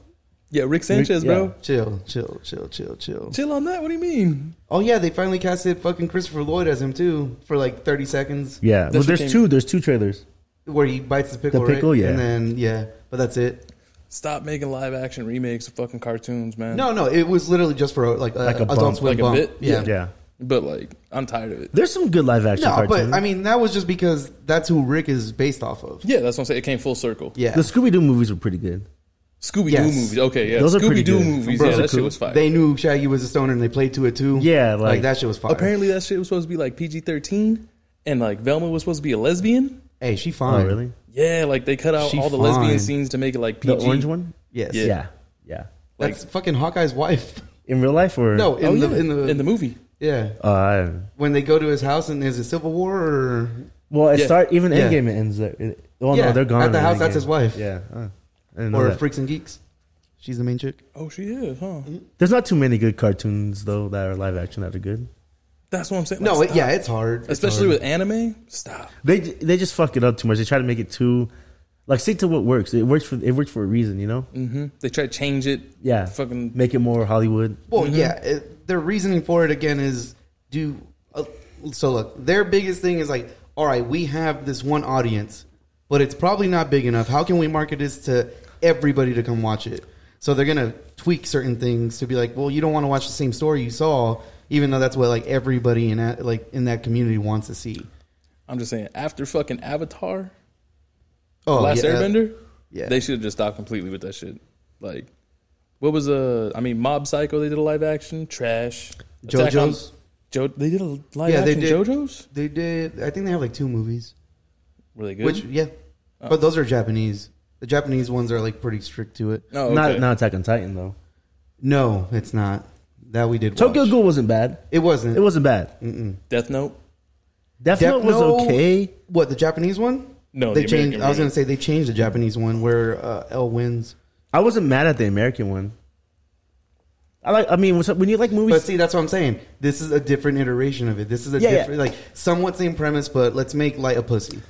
[SPEAKER 4] yeah, Rick Sanchez,
[SPEAKER 2] Rick-
[SPEAKER 4] bro.
[SPEAKER 2] yeah.
[SPEAKER 3] Chill, chill, chill, chill, chill.
[SPEAKER 4] Chill on that. What do you mean?
[SPEAKER 3] Oh yeah, they finally casted fucking Christopher Lloyd as him too for like thirty seconds.
[SPEAKER 2] Yeah. Well,
[SPEAKER 4] shit
[SPEAKER 2] there's
[SPEAKER 4] came-
[SPEAKER 2] two. There's two trailers.
[SPEAKER 3] where he bites the pickle.
[SPEAKER 2] The pickle,
[SPEAKER 3] right?
[SPEAKER 2] yeah.
[SPEAKER 3] and then yeah, but that's it.
[SPEAKER 4] Stop making live action remakes of fucking cartoons, man.
[SPEAKER 3] No, no, it was literally just for like, a,
[SPEAKER 2] Like a
[SPEAKER 3] adult
[SPEAKER 2] bump.
[SPEAKER 3] swim
[SPEAKER 4] Like a
[SPEAKER 3] bump.
[SPEAKER 4] bit?
[SPEAKER 3] Yeah.
[SPEAKER 2] Yeah.
[SPEAKER 4] But like, I'm tired of it.
[SPEAKER 2] There's some good live action.
[SPEAKER 3] No,
[SPEAKER 2] cartoons.
[SPEAKER 3] but I mean that was just because that's who Rick is based off of.
[SPEAKER 4] Yeah, that's what I'm saying. It came full circle.
[SPEAKER 3] Yeah,
[SPEAKER 2] The Scooby Doo movies were pretty good.
[SPEAKER 4] Scooby Doo
[SPEAKER 3] Yes.
[SPEAKER 4] movies. Okay, yeah.
[SPEAKER 2] Those are pretty
[SPEAKER 4] Scooby Doo
[SPEAKER 2] good.
[SPEAKER 4] movies.
[SPEAKER 2] Bro,
[SPEAKER 4] yeah,
[SPEAKER 2] those are
[SPEAKER 4] that shit
[SPEAKER 2] cool.
[SPEAKER 4] was fire.
[SPEAKER 3] they knew Shaggy was a stoner and they played to it too.
[SPEAKER 2] Yeah, like-
[SPEAKER 3] that shit was fire.
[SPEAKER 4] Apparently, that shit was supposed to be like PG 13, and like Velma was supposed to be a lesbian.
[SPEAKER 3] Hey, she
[SPEAKER 2] Oh,
[SPEAKER 3] fine.
[SPEAKER 2] really?
[SPEAKER 4] Yeah, like they cut out
[SPEAKER 3] She
[SPEAKER 4] all the
[SPEAKER 3] fine.
[SPEAKER 4] lesbian scenes to make it like PG.
[SPEAKER 2] The orange one?
[SPEAKER 3] Yes.
[SPEAKER 4] Yeah.
[SPEAKER 2] Yeah. Yeah.
[SPEAKER 3] That's fucking Hawkeye's wife. <laughs>
[SPEAKER 2] In real life or
[SPEAKER 3] No, in,
[SPEAKER 4] Oh,
[SPEAKER 3] the,
[SPEAKER 4] yeah,
[SPEAKER 3] in the
[SPEAKER 4] in the movie.
[SPEAKER 3] yeah.
[SPEAKER 2] Uh, I-
[SPEAKER 3] When they go to his house and is it Civil War or
[SPEAKER 2] well, it
[SPEAKER 4] Yeah.
[SPEAKER 2] start even
[SPEAKER 3] Yeah.
[SPEAKER 2] Endgame it ends there. It- Well,
[SPEAKER 3] Yeah,
[SPEAKER 2] no, they're gone.
[SPEAKER 3] at the
[SPEAKER 2] in
[SPEAKER 3] house, that's
[SPEAKER 2] Endgame.
[SPEAKER 3] his wife.
[SPEAKER 2] Yeah, uh, I didn't know
[SPEAKER 3] or
[SPEAKER 2] that.
[SPEAKER 3] Freaks and Geeks? She's the main chick.
[SPEAKER 4] Oh, she is, huh?
[SPEAKER 2] There's not too many good cartoons though that are live action that are good.
[SPEAKER 4] That's what I'm saying.
[SPEAKER 3] No,
[SPEAKER 4] Like,
[SPEAKER 3] it, yeah,
[SPEAKER 4] stop.
[SPEAKER 3] it's hard.
[SPEAKER 4] especially with anime. Stop.
[SPEAKER 2] They j- they just fuck it up too much. They try to make it too like stick to what works. It works for it works for a reason, you know.
[SPEAKER 3] Mm,
[SPEAKER 4] hmm They try to change it.
[SPEAKER 2] Yeah,
[SPEAKER 4] Fucking.
[SPEAKER 2] make it more Hollywood.
[SPEAKER 3] Well,
[SPEAKER 4] Mm-hmm.
[SPEAKER 3] yeah, it, their reasoning for it again is do uh, so. Look, their biggest thing is like, all right, we have this one audience, but it's probably not big enough. How can we market this to everybody to come watch it? So they're gonna tweak certain things to be like, well, you don't want to watch the same story you saw, even though that's what like everybody in that like in that community wants to see.
[SPEAKER 4] I'm just saying. After fucking Avatar,
[SPEAKER 3] Oh,
[SPEAKER 4] Last
[SPEAKER 3] yeah,
[SPEAKER 4] Airbender,
[SPEAKER 3] yeah.
[SPEAKER 4] they should have just stopped completely with that shit. Like, what was uh, I mean, Mob Psycho? They did a live action trash. Attack on-
[SPEAKER 3] JoJo's?
[SPEAKER 4] Jo- they did a
[SPEAKER 2] Oh,
[SPEAKER 4] live
[SPEAKER 3] Yeah, they
[SPEAKER 4] action
[SPEAKER 3] did.
[SPEAKER 4] JoJo's.
[SPEAKER 3] They did. I think they have like two movies.
[SPEAKER 4] Were they good? Oh.
[SPEAKER 3] Which yeah, but those are Japanese. The Japanese ones are like pretty strict to it.
[SPEAKER 4] no, Oh, okay.
[SPEAKER 2] Not not Attack on Titan though.
[SPEAKER 3] No, it's not. That we did.
[SPEAKER 2] Tokyo
[SPEAKER 3] watch.
[SPEAKER 2] Ghoul wasn't bad.
[SPEAKER 3] It wasn't.
[SPEAKER 2] It wasn't bad.
[SPEAKER 4] Death Note.
[SPEAKER 2] Death,
[SPEAKER 3] Death
[SPEAKER 2] Note was
[SPEAKER 3] Note-
[SPEAKER 2] okay.
[SPEAKER 3] What the Japanese one?
[SPEAKER 4] No,
[SPEAKER 3] they
[SPEAKER 4] the
[SPEAKER 3] changed.
[SPEAKER 4] American
[SPEAKER 3] I was
[SPEAKER 4] version.
[SPEAKER 3] gonna say they changed the Japanese one where uh, L wins.
[SPEAKER 2] I wasn't mad at the American one. I like. I mean, what's up- when you like
[SPEAKER 3] But
[SPEAKER 2] movies,
[SPEAKER 3] see, that's what I'm saying. This is a different iteration of it. This is a
[SPEAKER 2] Yeah, yeah.
[SPEAKER 3] different, like somewhat same premise, but let's make light
[SPEAKER 2] <laughs>
[SPEAKER 3] a pussy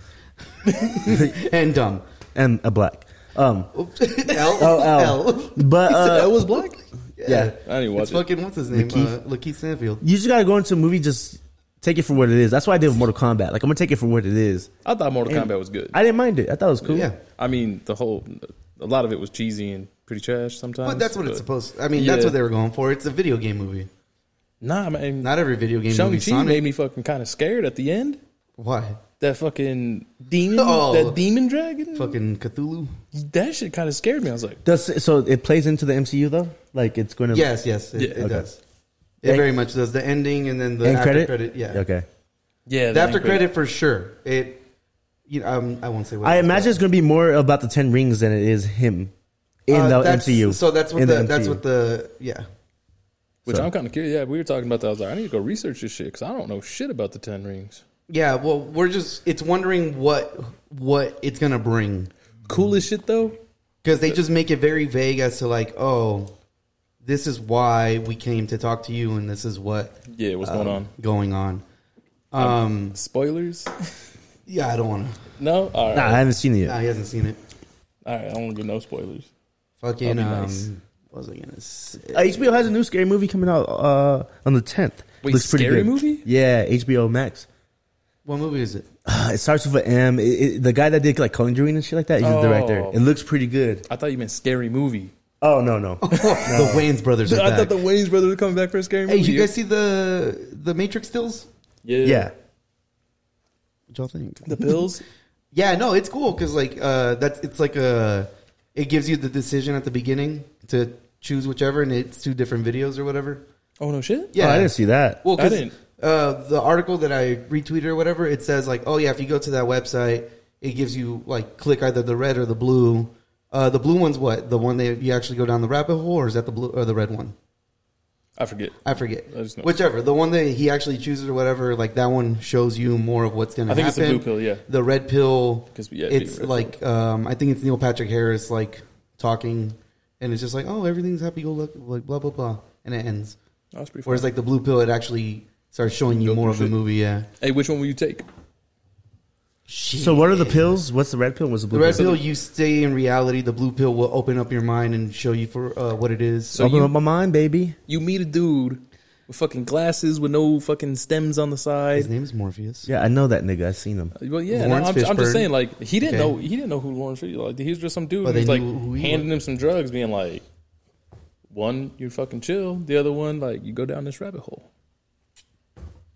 [SPEAKER 3] <laughs> and dumb.
[SPEAKER 2] and a black. Um,
[SPEAKER 3] L L.
[SPEAKER 2] <laughs> oh, L.
[SPEAKER 3] <laughs>
[SPEAKER 2] but uh,
[SPEAKER 3] was black. Yeah.
[SPEAKER 4] I didn't watch
[SPEAKER 3] It's
[SPEAKER 4] it.
[SPEAKER 3] fucking what's his name?
[SPEAKER 2] Lakeith?
[SPEAKER 3] Uh, Lakeith Stanfield.
[SPEAKER 2] you just gotta go into a movie just take it for what it is. That's why I did with Mortal Kombat. Like I'm gonna take it for what it is.
[SPEAKER 4] I thought Mortal Kombat was good. I,
[SPEAKER 2] I didn't mind it. I thought it was cool.
[SPEAKER 4] Oh,
[SPEAKER 3] Yeah.
[SPEAKER 4] mean, the whole, a lot of it was cheesy and pretty trash sometimes.
[SPEAKER 3] But that's what it's supposed. I mean,
[SPEAKER 4] Yeah.
[SPEAKER 3] that's what they were going for. It's a video game movie.
[SPEAKER 4] Nah, man.
[SPEAKER 3] Not every video game
[SPEAKER 4] Shang
[SPEAKER 3] movie.
[SPEAKER 4] Chi
[SPEAKER 3] Sonic.
[SPEAKER 4] made me fucking kind of scared at the end.
[SPEAKER 3] Why?
[SPEAKER 4] That fucking <laughs> demon,
[SPEAKER 3] Oh.
[SPEAKER 4] that demon dragon,
[SPEAKER 3] Fucking Cthulhu.
[SPEAKER 4] that shit kind of scared me. I was like,
[SPEAKER 2] Does so it plays into the MCU though? Like it's going to
[SPEAKER 3] Yes, yes, it,
[SPEAKER 4] Yeah.
[SPEAKER 3] it
[SPEAKER 4] Okay.
[SPEAKER 3] does. It very much does. The ending and then the
[SPEAKER 2] end
[SPEAKER 3] after
[SPEAKER 2] credit.
[SPEAKER 3] credit. yeah.
[SPEAKER 2] Okay.
[SPEAKER 4] yeah,
[SPEAKER 3] The
[SPEAKER 4] that
[SPEAKER 3] after
[SPEAKER 4] ain't good.
[SPEAKER 3] credit for sure. It, you know, um, I won't say what.
[SPEAKER 2] I
[SPEAKER 3] it's
[SPEAKER 2] imagine it's going to be more about the Ten Rings than it is him in
[SPEAKER 3] called. Uh,
[SPEAKER 2] the
[SPEAKER 3] that's-
[SPEAKER 2] MCU.
[SPEAKER 3] So that's what
[SPEAKER 2] In
[SPEAKER 3] the, that's
[SPEAKER 2] MCU.
[SPEAKER 3] what the yeah.
[SPEAKER 4] Which
[SPEAKER 2] So-
[SPEAKER 4] I'm kind of curious. Yeah, we were talking about that. I was like, I need to go research this shit because I don't know shit about the Ten Rings.
[SPEAKER 3] Yeah, well, we're just it's wondering what what it's gonna bring
[SPEAKER 4] Coolest shit though.
[SPEAKER 3] because they just make it very vague as to like, oh, this is why we came to talk to you, and this is what
[SPEAKER 4] Yeah, what's
[SPEAKER 3] Uh,
[SPEAKER 4] going on?
[SPEAKER 3] going on. Um,
[SPEAKER 4] Spoilers? <laughs>
[SPEAKER 3] yeah, I don't want to.
[SPEAKER 4] no. All right,
[SPEAKER 2] Nah, I haven't seen it yet.
[SPEAKER 3] Nah, he hasn't seen it.
[SPEAKER 4] all right. I don't give no spoilers.
[SPEAKER 3] Fucking
[SPEAKER 4] That'd be
[SPEAKER 3] um,
[SPEAKER 4] nice.
[SPEAKER 3] what was I gonna say?
[SPEAKER 2] Uh, HBO has a new scary movie coming out uh, on the tenth.
[SPEAKER 4] Wait, scary movie?
[SPEAKER 2] Yeah, HBO Max. <sighs>
[SPEAKER 3] What movie
[SPEAKER 4] <laughs>
[SPEAKER 3] is it?
[SPEAKER 2] Uh, it starts with an M. It, it, the guy that did like Conjuring and shit like that, he's the director.
[SPEAKER 4] Oh.
[SPEAKER 2] It looks pretty good.
[SPEAKER 4] I thought you meant scary movie.
[SPEAKER 2] Oh no
[SPEAKER 3] <laughs>
[SPEAKER 2] no.
[SPEAKER 3] The Wayans brothers. Are
[SPEAKER 4] I
[SPEAKER 3] back.
[SPEAKER 4] thought the Wayne's brother was coming back for a scary
[SPEAKER 3] hey,
[SPEAKER 4] movie.
[SPEAKER 3] did you guys see the the Matrix stills?
[SPEAKER 4] yeah.
[SPEAKER 2] yeah.
[SPEAKER 3] What y'all think?
[SPEAKER 4] The pills.
[SPEAKER 3] Yeah, no, it's cool because like uh, that's it's like a it gives you the decision at the beginning to choose whichever, and it's two different videos or whatever.
[SPEAKER 4] Oh no shit.
[SPEAKER 2] Oh, I didn't see that.
[SPEAKER 3] Well,
[SPEAKER 4] I
[SPEAKER 3] 'cause,
[SPEAKER 4] didn't.
[SPEAKER 3] Uh, the article that I retweeted or whatever, it says like, oh yeah, if you go to that website, it gives you like click either the red or the blue. Uh, the blue one's what? The one that you actually go down the rabbit hole, or is that the blue or the red one?
[SPEAKER 4] I forget.
[SPEAKER 3] I forget.
[SPEAKER 4] I just know-
[SPEAKER 3] Whichever. The one that he actually chooses or whatever, like that one shows you more of what's going to
[SPEAKER 4] I
[SPEAKER 3] happen.
[SPEAKER 4] think it's the blue pill, yeah.
[SPEAKER 3] The red pill,
[SPEAKER 4] 'Cause, yeah, it'd be
[SPEAKER 3] it's
[SPEAKER 4] red
[SPEAKER 3] like, um, I think it's Neil Patrick Harris, like, talking, and it's just like, oh, everything's happy go lucky, like, blah, blah, blah, and it ends.
[SPEAKER 4] That was pretty. Fun.
[SPEAKER 3] Whereas, like, the blue pill, it actually starts showing you
[SPEAKER 4] Go
[SPEAKER 3] more
[SPEAKER 4] through
[SPEAKER 3] of the
[SPEAKER 4] shit.
[SPEAKER 3] movie, yeah.
[SPEAKER 4] Hey, which one will you take?
[SPEAKER 2] So what are the pills? What's the red pill? and What's the
[SPEAKER 3] The
[SPEAKER 2] blue
[SPEAKER 3] red
[SPEAKER 2] pill?
[SPEAKER 3] pill, you stay in reality. The blue pill will open up your mind and show you for uh, what it is.
[SPEAKER 4] So
[SPEAKER 2] Open
[SPEAKER 4] you-
[SPEAKER 2] up my mind, baby.
[SPEAKER 4] You meet a dude with fucking glasses with no fucking stems on the side.
[SPEAKER 3] His name is Morpheus.
[SPEAKER 2] Yeah, I know that nigga. I've seen him.
[SPEAKER 4] Well, yeah, no, I'm,
[SPEAKER 3] Lawrence
[SPEAKER 4] I'm just
[SPEAKER 3] Fishburne.
[SPEAKER 4] saying, like he didn't
[SPEAKER 3] Okay.
[SPEAKER 4] know he didn't know who Lauren Fishburne. Like he was just some dude
[SPEAKER 3] But
[SPEAKER 4] who was
[SPEAKER 3] they
[SPEAKER 4] like
[SPEAKER 3] knew who he
[SPEAKER 4] handing him some drugs, being like, one you're fucking chill, the other one like you go down this rabbit hole.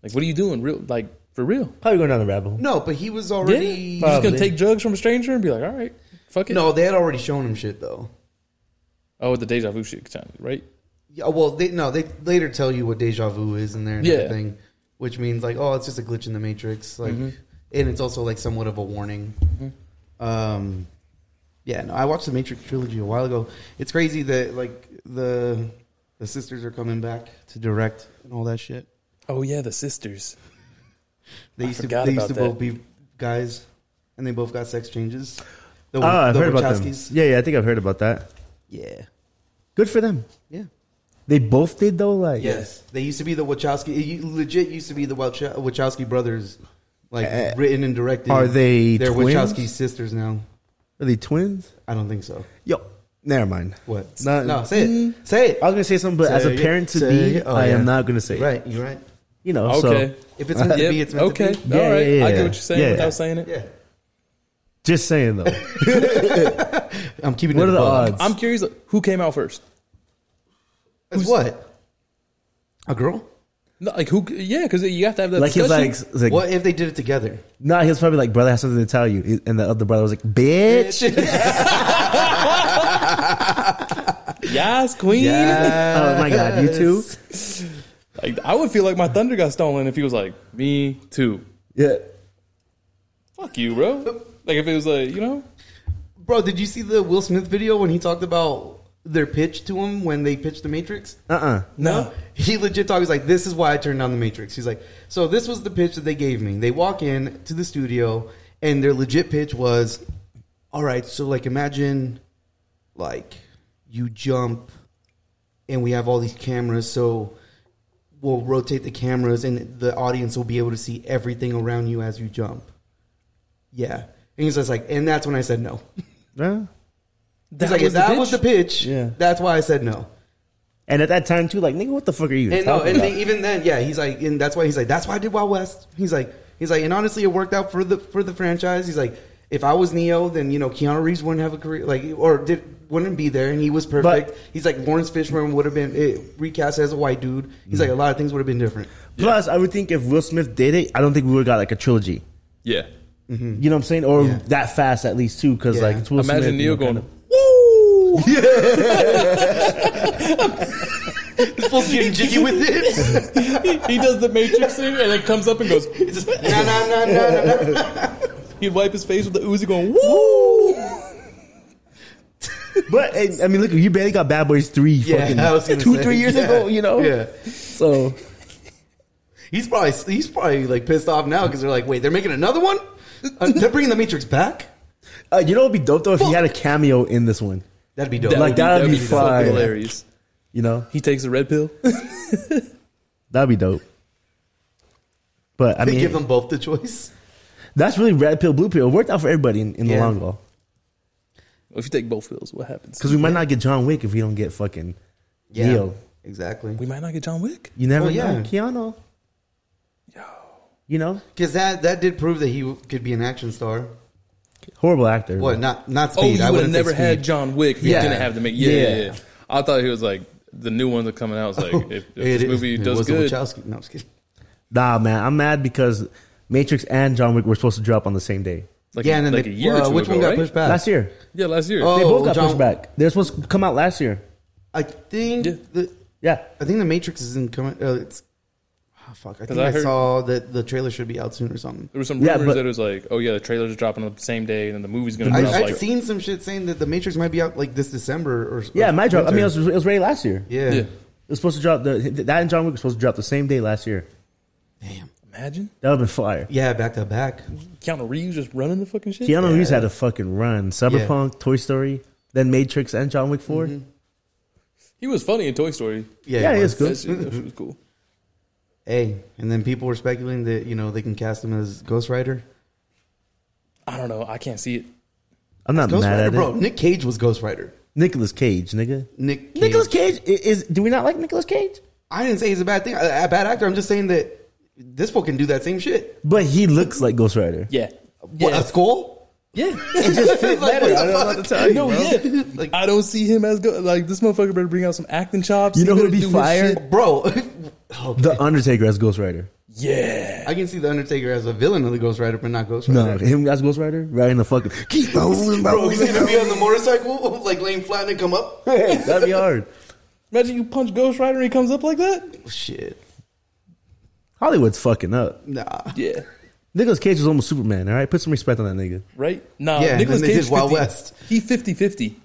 [SPEAKER 4] Like, what are you doing, real? Like for real?
[SPEAKER 2] Probably going down the rabbit hole.
[SPEAKER 3] No, but he was
[SPEAKER 4] Yeah,
[SPEAKER 3] already.
[SPEAKER 4] you just gonna
[SPEAKER 2] Probably.
[SPEAKER 4] take drugs from a stranger and be like, all right, fuck it.
[SPEAKER 3] No, they had already shown him shit, though.
[SPEAKER 4] Oh, with the deja vu shit, kind of, right?
[SPEAKER 3] Yeah, well, they no, they later tell you what deja vu is in there and
[SPEAKER 4] Yeah. Mm-hmm.
[SPEAKER 3] everything, which means like, oh, it's just a glitch in the matrix. Like, and it's also like somewhat of a warning. Um, yeah, no, I watched the Matrix trilogy a while ago. It's crazy that like the the sisters are coming back to direct and all that shit.
[SPEAKER 4] Oh yeah, the sisters.
[SPEAKER 3] They used to
[SPEAKER 4] forgot
[SPEAKER 3] they used
[SPEAKER 4] about
[SPEAKER 3] to
[SPEAKER 4] that.
[SPEAKER 3] both be guys, and they both got sex changes. The,
[SPEAKER 2] Ah, I've
[SPEAKER 3] the
[SPEAKER 2] heard about them.
[SPEAKER 3] Wachowskis.
[SPEAKER 2] Yeah, yeah, I think I've heard about that.
[SPEAKER 3] Yeah,
[SPEAKER 2] Good for them.
[SPEAKER 3] yeah.
[SPEAKER 2] They both did though. Like,
[SPEAKER 3] Yes, they used to be the Wachowski. It u- legit used to be the Wachow- Wachowski brothers, like
[SPEAKER 2] Uh,
[SPEAKER 3] written and directed.
[SPEAKER 2] are they
[SPEAKER 3] They're
[SPEAKER 2] twins?
[SPEAKER 3] Wachowski sisters now.
[SPEAKER 2] are they twins?
[SPEAKER 3] I don't think so.
[SPEAKER 2] Yo, never mind.
[SPEAKER 3] What?
[SPEAKER 2] Not- Mm.
[SPEAKER 3] no, say it. Say it.
[SPEAKER 2] I was gonna say something, but as
[SPEAKER 3] Say
[SPEAKER 2] a
[SPEAKER 3] it.
[SPEAKER 2] parent to
[SPEAKER 3] Say
[SPEAKER 2] be,
[SPEAKER 3] it. Oh,
[SPEAKER 2] I
[SPEAKER 3] yeah.
[SPEAKER 2] am not gonna say. it. Uh,
[SPEAKER 3] Right, you're right.
[SPEAKER 2] You know.
[SPEAKER 4] Okay.
[SPEAKER 2] So
[SPEAKER 3] If it's meant to
[SPEAKER 4] Yep.
[SPEAKER 3] be, it's meant
[SPEAKER 4] Okay.
[SPEAKER 3] to
[SPEAKER 2] Yeah,
[SPEAKER 4] All right.
[SPEAKER 2] yeah, yeah,
[SPEAKER 4] I get
[SPEAKER 2] yeah.
[SPEAKER 4] what you're saying
[SPEAKER 2] Yeah.
[SPEAKER 4] without saying it.
[SPEAKER 3] be. Yeah,
[SPEAKER 2] just saying though.
[SPEAKER 3] I'm keeping.
[SPEAKER 2] What
[SPEAKER 3] it
[SPEAKER 2] are the
[SPEAKER 3] above.
[SPEAKER 2] odds?
[SPEAKER 4] I'm curious, like, who came out first?
[SPEAKER 3] It's what? A girl?
[SPEAKER 4] No, like who? Yeah, because you have to have that.
[SPEAKER 2] like he's
[SPEAKER 4] discussion.
[SPEAKER 2] like, it's like
[SPEAKER 3] What if they did it together?
[SPEAKER 2] nah, he was probably like, brother, I have something to tell you, and the other brother was like, bitch. <laughs>
[SPEAKER 4] yes, queen.
[SPEAKER 2] Oh my god, you too.
[SPEAKER 4] Like I would feel like my thunder got stolen if he was like, me too.
[SPEAKER 2] Yeah.
[SPEAKER 4] Fuck you, bro. Like if it was like, you know,
[SPEAKER 3] Bro, did you see the Will Smith video when he talked about their pitch to him when they pitched The Matrix?
[SPEAKER 2] Uh. uh
[SPEAKER 4] no.
[SPEAKER 3] He legit talks like, "This is why I turned down the Matrix." He's like, "So this was the pitch that they gave me." They walk in to the studio, and their legit pitch was, "All right, so like imagine, like you jump, and we have all these cameras, so we'll rotate the cameras, and the audience will be able to see everything around you as you jump." Yeah, and he's just like, and that's when I said no. He's like, if that was the pitch,
[SPEAKER 2] Yeah.
[SPEAKER 3] that's why I said no.
[SPEAKER 2] And at that time too, like nigga, what the fuck are you?
[SPEAKER 3] And no,
[SPEAKER 2] talking
[SPEAKER 3] and
[SPEAKER 2] about?
[SPEAKER 3] they- even then, yeah, he's like, and that's why he's like, that's why I did Wild West. He's like, he's like, and honestly, it worked out for the for the franchise. He's like, if I was Neo, then you know Keanu Reeves wouldn't have a career, like, or did wouldn't be there, and he was perfect. he's like Lawrence Fishburne would have been eh, recast as a white dude. He's like, a lot of things would have
[SPEAKER 2] <laughs>
[SPEAKER 3] been different.
[SPEAKER 2] Plus, I would think if Will Smith did it, I don't think we would have got like a trilogy.
[SPEAKER 4] Yeah.
[SPEAKER 2] You know what I'm saying? Or
[SPEAKER 3] Yeah.
[SPEAKER 2] that fast at least too, because
[SPEAKER 3] Yeah.
[SPEAKER 2] like it's Will Smith.
[SPEAKER 4] Imagine
[SPEAKER 2] you
[SPEAKER 4] Neil
[SPEAKER 2] know,
[SPEAKER 4] going,
[SPEAKER 2] kind of-
[SPEAKER 4] woo. <laughs>
[SPEAKER 3] Full getting jiggy with it.
[SPEAKER 4] he does the Matrix thing and then comes up and goes.
[SPEAKER 3] nah, nah, nah, nah,
[SPEAKER 2] <laughs>
[SPEAKER 3] nah, nah.
[SPEAKER 4] He'd wipe his face with the Uzi, going woo.
[SPEAKER 2] But hey, I mean, look, you barely got Bad Boys Three,
[SPEAKER 3] Yeah,
[SPEAKER 2] fucking
[SPEAKER 3] I was gonna
[SPEAKER 2] two,
[SPEAKER 3] say.
[SPEAKER 2] three years
[SPEAKER 3] Yeah.
[SPEAKER 2] ago. You know,
[SPEAKER 3] Yeah,
[SPEAKER 2] So
[SPEAKER 3] he's probably he's probably like pissed off now because they're like, wait, they're making another one. Uh, they're bringing the Matrix back.
[SPEAKER 2] uh, you know, it'd be dope though if he had a cameo in this one.
[SPEAKER 3] That'd be dope.
[SPEAKER 2] Like,
[SPEAKER 4] would
[SPEAKER 2] that'd
[SPEAKER 4] that'd
[SPEAKER 2] be
[SPEAKER 4] fucking
[SPEAKER 2] fire.
[SPEAKER 4] hilarious.
[SPEAKER 2] You know,
[SPEAKER 4] He takes a red pill.
[SPEAKER 2] that'd be dope. But I
[SPEAKER 3] they
[SPEAKER 2] mean,
[SPEAKER 3] give them both the choice.
[SPEAKER 2] that's really red pill, blue pill. It worked out for everybody in, in the
[SPEAKER 3] Yeah.
[SPEAKER 2] long haul
[SPEAKER 4] if you take both pills, what happens?
[SPEAKER 2] because we might not get John Wick if we don't get fucking Neo.
[SPEAKER 3] Exactly.
[SPEAKER 4] We might not get John Wick.
[SPEAKER 2] You never
[SPEAKER 3] Well, yeah.
[SPEAKER 2] know, Keanu. You know,
[SPEAKER 3] Because that that did prove that he w- could be an action star.
[SPEAKER 2] horrible actor.
[SPEAKER 3] What? Not not
[SPEAKER 4] Oh,
[SPEAKER 3] speed.
[SPEAKER 4] you
[SPEAKER 3] I
[SPEAKER 4] would have
[SPEAKER 3] wouldn't say
[SPEAKER 4] never had
[SPEAKER 3] speed.
[SPEAKER 4] John Wick if
[SPEAKER 3] Yeah. Oh,
[SPEAKER 4] you didn't have the Matrix. Yeah, yeah.
[SPEAKER 2] Yeah.
[SPEAKER 4] yeah. I thought he was like the new ones are coming out. It's like
[SPEAKER 3] <laughs>
[SPEAKER 4] if, if
[SPEAKER 3] It-
[SPEAKER 4] this movie
[SPEAKER 3] it
[SPEAKER 4] does
[SPEAKER 3] was a
[SPEAKER 4] good,
[SPEAKER 3] Wachowski. No, I'm just kidding.
[SPEAKER 2] Nah, man, I'm mad because Matrix and John Wick were supposed to drop on the same day
[SPEAKER 4] like
[SPEAKER 3] yeah,
[SPEAKER 4] a,
[SPEAKER 3] and then
[SPEAKER 4] like
[SPEAKER 3] they,
[SPEAKER 4] a year or
[SPEAKER 3] uh,
[SPEAKER 4] two
[SPEAKER 3] which
[SPEAKER 4] ago,
[SPEAKER 3] one got
[SPEAKER 4] right?
[SPEAKER 3] pushed back?
[SPEAKER 2] last year.
[SPEAKER 4] Yeah, last year.
[SPEAKER 2] They
[SPEAKER 3] Oh,
[SPEAKER 2] both got
[SPEAKER 3] John-
[SPEAKER 2] pushed back. They're supposed to come out last year.
[SPEAKER 3] I think
[SPEAKER 4] Yeah.
[SPEAKER 3] the
[SPEAKER 2] Yeah,
[SPEAKER 3] I think the Matrix isn't coming. Uh, it's oh, fuck. I think
[SPEAKER 4] I
[SPEAKER 3] I,
[SPEAKER 4] heard-
[SPEAKER 3] saw that the trailer should be out soon or something.
[SPEAKER 4] There were some rumors
[SPEAKER 2] Yeah, but-
[SPEAKER 4] that it was like, oh yeah, the trailers are dropping on the same day, and then the movie's gonna
[SPEAKER 3] I,
[SPEAKER 4] drop.
[SPEAKER 3] I've
[SPEAKER 4] like,
[SPEAKER 3] seen some shit saying that the Matrix might be out like this December or or
[SPEAKER 2] yeah, my drop. I mean, it
[SPEAKER 3] winter.
[SPEAKER 2] was, it was ready last year.
[SPEAKER 3] yeah.
[SPEAKER 4] yeah.
[SPEAKER 2] It was supposed to drop the that and John Wick was supposed to drop the same day last year.
[SPEAKER 3] Damn.
[SPEAKER 4] Imagine
[SPEAKER 2] That would have been fire.
[SPEAKER 3] Yeah, back to back.
[SPEAKER 4] Keanu Reeves just running the fucking shit.
[SPEAKER 2] Keanu
[SPEAKER 3] Yeah.
[SPEAKER 2] Reeves had a fucking run. Cyberpunk, Toy Story, then Matrix and John Wick 4
[SPEAKER 3] Mm-hmm.
[SPEAKER 4] He was funny in Toy Story.
[SPEAKER 3] Yeah,
[SPEAKER 2] Yeah,
[SPEAKER 3] it
[SPEAKER 2] it
[SPEAKER 3] was.
[SPEAKER 2] is
[SPEAKER 4] That
[SPEAKER 2] good.
[SPEAKER 4] shit, that shit was cool.
[SPEAKER 3] Hey, and then people were speculating that you know they can cast him as Ghost Rider.
[SPEAKER 4] I don't know. I can't see it.
[SPEAKER 2] I'm not
[SPEAKER 3] Ghost
[SPEAKER 2] mad
[SPEAKER 3] Rider,
[SPEAKER 2] at
[SPEAKER 3] bro.
[SPEAKER 2] bro.
[SPEAKER 3] Nick Cage was Ghost Rider.
[SPEAKER 2] Nicholas Cage, nigga.
[SPEAKER 3] Nick Cage.
[SPEAKER 2] Nicholas Cage i- is. Do we not like Nicholas Cage?
[SPEAKER 3] I didn't say he's a bad thing, a a bad actor. I'm just saying that this fool can do that same shit.
[SPEAKER 2] But he looks like Ghost Rider.
[SPEAKER 4] Yeah.
[SPEAKER 3] What a skull?
[SPEAKER 4] Yeah. <laughs>
[SPEAKER 2] It
[SPEAKER 3] <laughs>
[SPEAKER 2] just fit
[SPEAKER 3] Like,
[SPEAKER 2] better.
[SPEAKER 3] what the
[SPEAKER 2] I don't know
[SPEAKER 3] fuck?
[SPEAKER 2] what to tell you.
[SPEAKER 4] no,
[SPEAKER 2] bro.
[SPEAKER 4] yeah.
[SPEAKER 3] <laughs> Like-
[SPEAKER 4] I don't see him as good. Like this motherfucker better bring out some acting chops.
[SPEAKER 2] You know
[SPEAKER 4] He
[SPEAKER 2] who'd
[SPEAKER 4] better
[SPEAKER 2] be
[SPEAKER 4] do his
[SPEAKER 2] fire?
[SPEAKER 4] shit.
[SPEAKER 3] Bro, <laughs> okay.
[SPEAKER 2] The Undertaker as Ghost Rider.
[SPEAKER 4] Yeah.
[SPEAKER 3] I can see the Undertaker as a villain of the Ghost Rider, but not Ghost Rider.
[SPEAKER 2] No, him as Ghost Rider, riding the fucking. Keep rolling,
[SPEAKER 3] Bro, he's gonna be
[SPEAKER 2] rolling.
[SPEAKER 3] on the motorcycle, <laughs> like laying flat and then come
[SPEAKER 2] <laughs>
[SPEAKER 3] up.
[SPEAKER 2] That'd be hard.
[SPEAKER 4] Imagine you punch Ghost Rider and he
[SPEAKER 2] Oh,
[SPEAKER 4] comes up like that.
[SPEAKER 3] Shit,
[SPEAKER 2] Hollywood's fucking up.
[SPEAKER 3] nah.
[SPEAKER 4] Yeah.
[SPEAKER 2] Nicholas Cage was almost Superman. All right, put some respect on that nigga.
[SPEAKER 4] right? Nah,
[SPEAKER 3] Yeah, and
[SPEAKER 4] Nicholas
[SPEAKER 3] then they
[SPEAKER 4] Cage.
[SPEAKER 3] did Wild
[SPEAKER 4] 50
[SPEAKER 3] West.
[SPEAKER 4] He 50 50.
[SPEAKER 3] do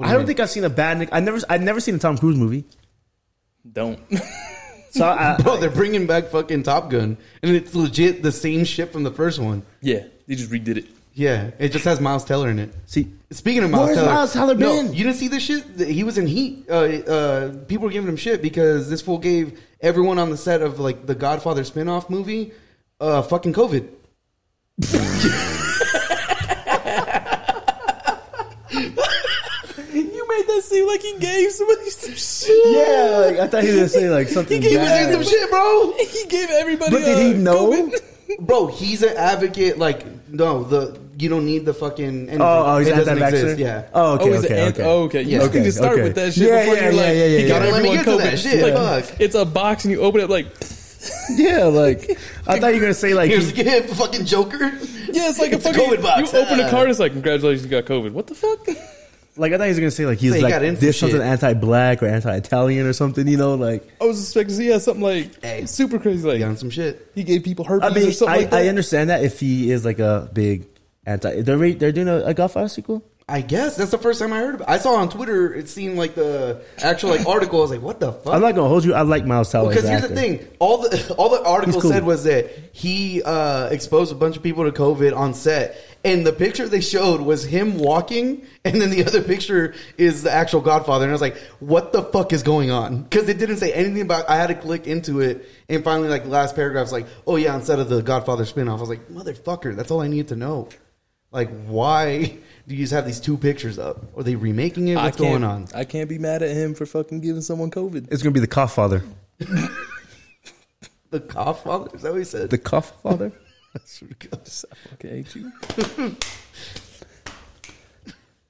[SPEAKER 2] I
[SPEAKER 3] you
[SPEAKER 2] don't
[SPEAKER 3] mean?
[SPEAKER 2] think I've seen a bad Nick. I never, I never seen a Tom Cruise movie.
[SPEAKER 4] Don't. <laughs>
[SPEAKER 2] So I,
[SPEAKER 3] Bro, they're bringing back fucking Top Gun, and it's legit the same shit from the first one.
[SPEAKER 4] yeah, they just redid it.
[SPEAKER 3] Yeah, it just has Miles Teller in it.
[SPEAKER 2] <laughs> see,
[SPEAKER 3] Speaking of Miles
[SPEAKER 2] Where's
[SPEAKER 3] Teller,
[SPEAKER 2] Miles Teller
[SPEAKER 3] no,
[SPEAKER 2] been?
[SPEAKER 3] you didn't see this shit. Th- He was in Heat. Uh, uh, people were giving him shit because this fool gave everyone on the set of like the Godfather spin-off movie, uh, fucking COVID.
[SPEAKER 4] You made that seem like he gave somebody some shit.
[SPEAKER 2] yeah, like, I thought he was gonna say like something.
[SPEAKER 4] He
[SPEAKER 3] He was in
[SPEAKER 2] bad.
[SPEAKER 3] some shit, bro.
[SPEAKER 4] He gave everybody. uh,
[SPEAKER 2] But did he know?
[SPEAKER 3] <laughs> Bro, he's an advocate. Like, no, the you don't need the fucking. Anything.
[SPEAKER 2] Oh, oh, he's not
[SPEAKER 3] It
[SPEAKER 2] that
[SPEAKER 3] doesn't
[SPEAKER 2] vaccinated.
[SPEAKER 3] exist, Yeah.
[SPEAKER 2] Oh, okay,
[SPEAKER 4] oh, he's
[SPEAKER 2] okay,
[SPEAKER 4] an
[SPEAKER 2] okay.
[SPEAKER 4] anth- oh, okay. You
[SPEAKER 3] Yeah.
[SPEAKER 4] just need to start
[SPEAKER 2] Okay,
[SPEAKER 4] with that
[SPEAKER 2] okay.
[SPEAKER 4] shit
[SPEAKER 2] Yeah,
[SPEAKER 4] before
[SPEAKER 2] yeah,
[SPEAKER 4] you're
[SPEAKER 2] yeah,
[SPEAKER 4] like,
[SPEAKER 2] yeah,
[SPEAKER 4] he
[SPEAKER 2] yeah,
[SPEAKER 4] got
[SPEAKER 3] yeah. Let me
[SPEAKER 4] everyone
[SPEAKER 3] get to that
[SPEAKER 4] COVID.
[SPEAKER 3] shit,
[SPEAKER 4] Like,
[SPEAKER 3] fuck.
[SPEAKER 4] It's a box and you open it up like, <laughs>
[SPEAKER 2] Yeah, like I thought you were gonna say like
[SPEAKER 3] <laughs> Here's
[SPEAKER 2] he,
[SPEAKER 3] the gift, <laughs> fucking Joker.
[SPEAKER 4] yeah, it's like a
[SPEAKER 3] It's a
[SPEAKER 4] fucking.
[SPEAKER 3] COVID box.
[SPEAKER 4] You open a
[SPEAKER 3] Ah.
[SPEAKER 4] card, it's like, congratulations, you got COVID. What the fuck? <laughs>
[SPEAKER 2] like I thought he was gonna say like he was
[SPEAKER 3] Say he
[SPEAKER 2] like
[SPEAKER 3] got into
[SPEAKER 2] did something
[SPEAKER 3] shit.
[SPEAKER 2] anti-black or anti-Italian or something. You know, like
[SPEAKER 4] I was expecting to see something like
[SPEAKER 3] Hey.
[SPEAKER 4] super crazy, like
[SPEAKER 3] He got some shit.
[SPEAKER 4] he gave people herpes
[SPEAKER 2] I mean,
[SPEAKER 4] or something
[SPEAKER 2] I,
[SPEAKER 4] like that.
[SPEAKER 2] I understand that if he is like a big anti, they're re- they're doing a, a Godfather sequel.
[SPEAKER 3] I guess that's the first time I heard about. I saw on Twitter. It seemed like the actual like article. I was like, "What the fuck?"
[SPEAKER 2] I'm not gonna hold you. I like Miles Teller.
[SPEAKER 3] because
[SPEAKER 2] as an
[SPEAKER 3] here's the
[SPEAKER 2] actor.
[SPEAKER 3] thing: all the <laughs> all the article
[SPEAKER 2] He's cool.
[SPEAKER 3] said was that he uh, exposed a bunch of people to COVID on set, and the picture they showed was him walking, and then the other picture is the actual Godfather. And I was like, "What the fuck is going on?" Because it didn't say anything about. I had to click into it, and finally, like last paragraph's like, "Oh yeah," instead of the Godfather spinoff, I was like, "Motherfucker, that's all I need to know." Like, why do you just have these two pictures up? Are they remaking it?
[SPEAKER 4] I
[SPEAKER 3] What's
[SPEAKER 4] can't-
[SPEAKER 3] going on?
[SPEAKER 4] I can't be mad at him for fucking giving someone COVID.
[SPEAKER 2] It's gonna be the cough father.
[SPEAKER 3] The Godfather? Is that what he said? <laughs>
[SPEAKER 2] The cough father.
[SPEAKER 4] I fucking hate you.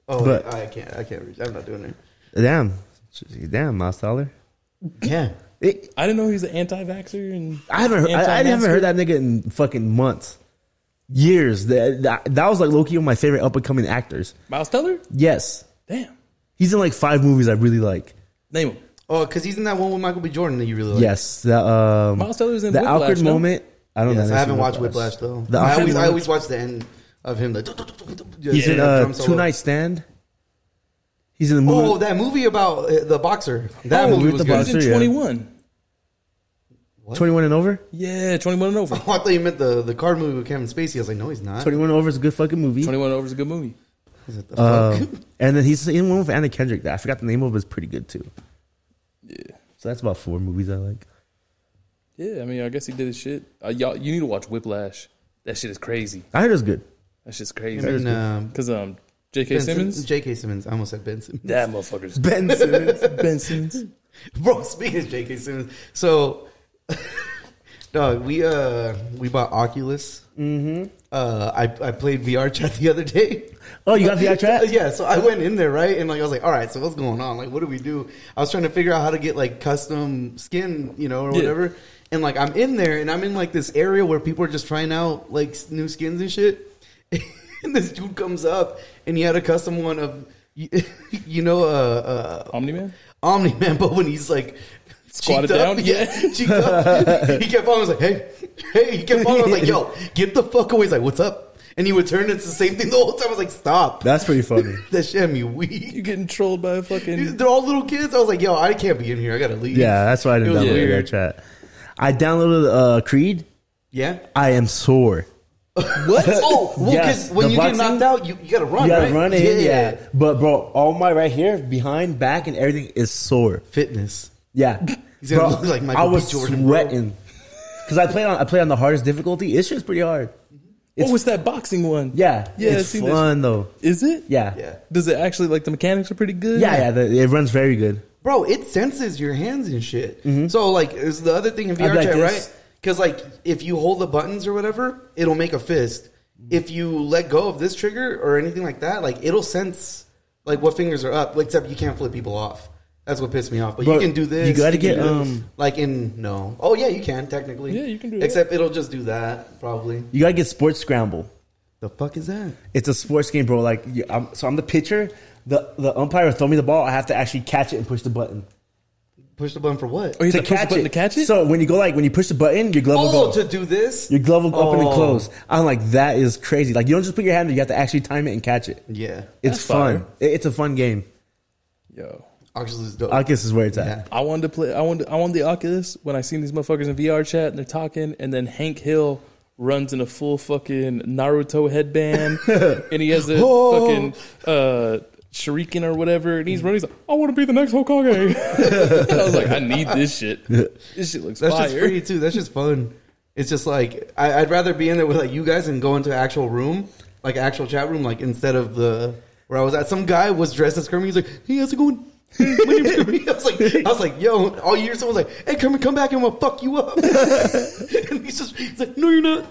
[SPEAKER 3] Oh,
[SPEAKER 2] But-
[SPEAKER 3] I can't. I can't reach. I'm not doing it.
[SPEAKER 2] Damn, damn, Miles Teller.
[SPEAKER 3] Yeah.
[SPEAKER 2] It,
[SPEAKER 4] I didn't know he was an anti-vaxxer and
[SPEAKER 2] I haven't. Heard, I, I haven't heard that nigga in fucking months, years. That that, that was like Loki, one of my favorite up and coming actors.
[SPEAKER 4] Miles Teller.
[SPEAKER 2] Yes,
[SPEAKER 4] Damn,
[SPEAKER 2] he's in like five movies I really like.
[SPEAKER 4] name him.
[SPEAKER 3] <clears throat> Oh, because he's in that one with Michael B. Jordan that you really like.
[SPEAKER 2] Yes, the um,
[SPEAKER 4] Miles Teller's in
[SPEAKER 2] the
[SPEAKER 4] Whiplash,
[SPEAKER 2] awkward
[SPEAKER 4] no?
[SPEAKER 2] moment. I don't
[SPEAKER 3] Yes,
[SPEAKER 2] know.
[SPEAKER 3] I haven't watched Whiplash though.
[SPEAKER 2] The
[SPEAKER 3] I
[SPEAKER 2] awkward
[SPEAKER 3] always, I
[SPEAKER 2] moment.
[SPEAKER 3] always watch the end of him. Like, yeah,
[SPEAKER 2] He's in uh, Two Night Stand. He's in the movie.
[SPEAKER 3] Oh, that movie about uh, the boxer. That
[SPEAKER 2] Oh,
[SPEAKER 3] movie
[SPEAKER 2] with
[SPEAKER 3] was
[SPEAKER 2] the
[SPEAKER 3] good.
[SPEAKER 2] boxer.
[SPEAKER 4] He's in
[SPEAKER 2] yeah.
[SPEAKER 4] 21.
[SPEAKER 2] 21 and over?
[SPEAKER 4] Yeah, 21 and over.
[SPEAKER 3] Oh, <laughs> I thought you meant the, the card movie with Kevin Spacey. I was like, no, he's not.
[SPEAKER 2] 21 and over is a good fucking movie.
[SPEAKER 4] 21 and over is a good movie.
[SPEAKER 3] Is it the <laughs> fuck?
[SPEAKER 2] Um, and then he's in one with Anna Kendrick that I forgot the name of is pretty good too.
[SPEAKER 4] Yeah.
[SPEAKER 2] So that's about four movies I like.
[SPEAKER 4] Yeah, I mean, I guess he did his shit. Uh, y'all, you need to watch Whiplash. That shit is crazy.
[SPEAKER 2] I heard it was good.
[SPEAKER 4] That shit's crazy.
[SPEAKER 3] And, um,
[SPEAKER 4] Because um, J.K.
[SPEAKER 3] Ben
[SPEAKER 4] Simmons.
[SPEAKER 3] J.K. Simmons. I almost said Ben Simmons.
[SPEAKER 4] that
[SPEAKER 2] <laughs>
[SPEAKER 4] motherfucker's
[SPEAKER 2] Ben Simmons.
[SPEAKER 4] <laughs> Ben Simmons.
[SPEAKER 3] <laughs> Bro, speaking of J.K. Simmons, so <laughs> dog, we uh we bought Oculus. Mm-hmm. Uh, I I played VR chat the other day.
[SPEAKER 2] Oh, you got the chat?
[SPEAKER 3] <laughs> yeah, so I went in there right, and like I was like, all right, so what's going on? Like, what do we do? I was trying to figure out how to get like custom skin, you know, or
[SPEAKER 4] Yeah.
[SPEAKER 3] whatever. And like I'm in there, and I'm in like this area where people are just trying out like s- new skins and shit. <laughs> and this dude comes up, and he had a custom one of. You, <laughs> you know, uh, uh,
[SPEAKER 4] Omni Man.
[SPEAKER 3] Omni Man, <laughs> but when he's like
[SPEAKER 4] Squatted
[SPEAKER 3] cheeked up,
[SPEAKER 4] down?
[SPEAKER 3] yeah, <laughs> cheeked up, he kept on. I was like, hey, hey, he kept on. I was like, yo, get the fuck away. He's like, what's up? And he would turn. It's the same thing the whole time. I was like, stop.
[SPEAKER 2] <laughs> That's pretty funny.
[SPEAKER 3] That shit had me weak.
[SPEAKER 4] <laughs> You getting trolled by a fucking.
[SPEAKER 3] They're all little kids. I was like, yo, I can't be in here. I gotta leave.
[SPEAKER 2] Yeah, that's why I didn't
[SPEAKER 3] It was
[SPEAKER 2] download
[SPEAKER 3] weird.
[SPEAKER 2] the chat. I downloaded uh, Creed. <laughs>
[SPEAKER 3] Yeah.
[SPEAKER 2] I am sore.
[SPEAKER 3] What? Oh, well, because
[SPEAKER 2] Yes,
[SPEAKER 3] when
[SPEAKER 2] the
[SPEAKER 3] you
[SPEAKER 2] boxing-
[SPEAKER 3] get knocked out, you, you gotta run.
[SPEAKER 2] You gotta
[SPEAKER 3] right?
[SPEAKER 2] run in, yeah. But bro, all my right here, behind, back, and everything is sore.
[SPEAKER 3] Fitness.
[SPEAKER 2] Yeah,
[SPEAKER 3] <laughs> He's gonna look like Michael
[SPEAKER 2] I
[SPEAKER 3] B.
[SPEAKER 2] was
[SPEAKER 3] Jordan, bro.
[SPEAKER 2] sweating because I played on I played on the hardest difficulty. It's just pretty hard.
[SPEAKER 4] What was that boxing one?
[SPEAKER 2] Yeah,
[SPEAKER 4] Yeah, I've
[SPEAKER 2] it's
[SPEAKER 4] seen
[SPEAKER 2] fun though.
[SPEAKER 4] Is it?
[SPEAKER 2] Yeah,
[SPEAKER 3] Yeah.
[SPEAKER 4] Does it actually like the mechanics are pretty good?
[SPEAKER 2] yeah, yeah. The, it runs very good.
[SPEAKER 3] bro, it senses your hands and shit. So like, is the other thing in
[SPEAKER 2] Mm-hmm. I'd
[SPEAKER 3] VR
[SPEAKER 2] like
[SPEAKER 3] chat,
[SPEAKER 2] this.
[SPEAKER 3] right? Because like, if you hold the buttons or whatever, it'll make a fist.
[SPEAKER 2] Mm-hmm.
[SPEAKER 3] If you let go of this trigger or anything like that, like it'll sense like what fingers are up. Except you can't flip people off. That's what pissed me off. But
[SPEAKER 2] Bro,
[SPEAKER 3] you can do this.
[SPEAKER 2] you gotta
[SPEAKER 3] can
[SPEAKER 2] get,
[SPEAKER 3] do this.
[SPEAKER 2] um,
[SPEAKER 3] like in no. Oh yeah, you can technically.
[SPEAKER 4] Yeah, you can do that.
[SPEAKER 3] Except it'll just do that probably.
[SPEAKER 2] You gotta get Sports Scramble.
[SPEAKER 3] The fuck is that?
[SPEAKER 2] It's a sports game, bro. Like, you, I'm, so I'm the pitcher. The the umpire will throw me the ball. I have to actually catch it and push the button.
[SPEAKER 3] Push the button for what?
[SPEAKER 4] Oh, you
[SPEAKER 2] to
[SPEAKER 4] have to, push
[SPEAKER 2] catch
[SPEAKER 4] the button
[SPEAKER 2] it.
[SPEAKER 4] to catch it.
[SPEAKER 2] So when you go like when you push the button, your glove will
[SPEAKER 3] Oh,
[SPEAKER 2] go.
[SPEAKER 3] to do this?
[SPEAKER 2] your glove will go up and then
[SPEAKER 3] Oh.
[SPEAKER 2] close. I'm like, that is crazy. Like you don't just put your hand; there, you have to actually time it and catch it.
[SPEAKER 3] Yeah.
[SPEAKER 2] It's
[SPEAKER 4] That's fire.
[SPEAKER 2] fun. It- it's a fun game.
[SPEAKER 4] Yo,
[SPEAKER 3] Oculus is dope.
[SPEAKER 2] Oculus is where it's at.
[SPEAKER 3] Yeah.
[SPEAKER 4] I wanted to play. I wanted. I wanted the Oculus when I seen these motherfuckers in VR chat and they're talking, and then Hank Hill runs in a full fucking
[SPEAKER 2] <laughs>
[SPEAKER 4] Naruto headband, and he has a
[SPEAKER 3] Oh.
[SPEAKER 4] fucking uh, shuriken or whatever, and he's running. He's like, I want to be the next Hokage. <laughs> I was like, I need this shit. This shit looks
[SPEAKER 3] That's just
[SPEAKER 4] fire.
[SPEAKER 3] free too. That's just fun. It's just like I, I'd rather be in there with like you guys and go into an actual room, like actual chat room, like instead of the where I was at. Some guy was dressed as Kermit. He's like, "Hey, how's it going?" My name's Kermit. <laughs> I was like, I was like, yo, all year someone's like, hey, Kermit, come back and we'll fuck you up. <laughs> and he's just, he's like, no, you're not.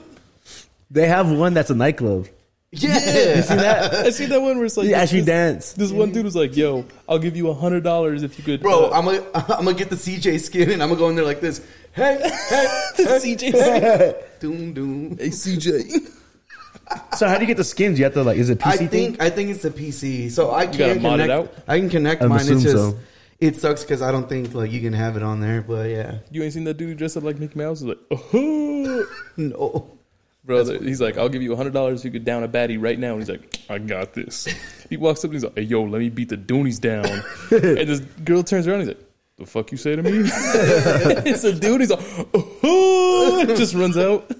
[SPEAKER 2] They have one that's a nightclub.
[SPEAKER 3] Yeah.
[SPEAKER 2] You see that?
[SPEAKER 4] <laughs> I see that one where it's like
[SPEAKER 2] you
[SPEAKER 4] this-
[SPEAKER 2] actually
[SPEAKER 4] this-
[SPEAKER 2] dance.
[SPEAKER 4] This one dude was like, "Yo, I'll give you a hundred dollars if you could."
[SPEAKER 3] Bro,
[SPEAKER 4] uh,
[SPEAKER 3] I'm gonna, I'm gonna get the CJ skin and I'm gonna go in there like this. Hey, hey,
[SPEAKER 4] <laughs> The
[SPEAKER 3] hey,
[SPEAKER 2] <laughs>
[SPEAKER 4] CJ
[SPEAKER 3] hey. doom, doom.
[SPEAKER 4] hey CJ,
[SPEAKER 2] So how do you get the skins? You have to like, is it PC
[SPEAKER 3] I
[SPEAKER 2] thing?
[SPEAKER 3] think I think it's the PC. So I can
[SPEAKER 4] gotta mod it
[SPEAKER 3] connect.
[SPEAKER 4] out?
[SPEAKER 3] I can connect
[SPEAKER 2] I'd
[SPEAKER 3] mine. It's
[SPEAKER 2] assume
[SPEAKER 3] just
[SPEAKER 2] so.
[SPEAKER 3] it sucks because I don't think like you can have it on there. But yeah, <laughs>
[SPEAKER 4] you ain't seen that dude who dressed up like Mickey Mouse? He's like,
[SPEAKER 2] <laughs>
[SPEAKER 4] "Oh."
[SPEAKER 3] no.
[SPEAKER 4] Bro, he's like, I'll give you hundred dollars if you could down a baddie right now. And he's like, I
[SPEAKER 2] <laughs>
[SPEAKER 4] got this. He walks up and he's like, Hey, yo, let me beat the Doonies down. and this girl turns around. and he's like, The fuck you say
[SPEAKER 2] <laughs>
[SPEAKER 4] to me? <laughs> it's a dude. He's like, oh, <laughs> just runs out.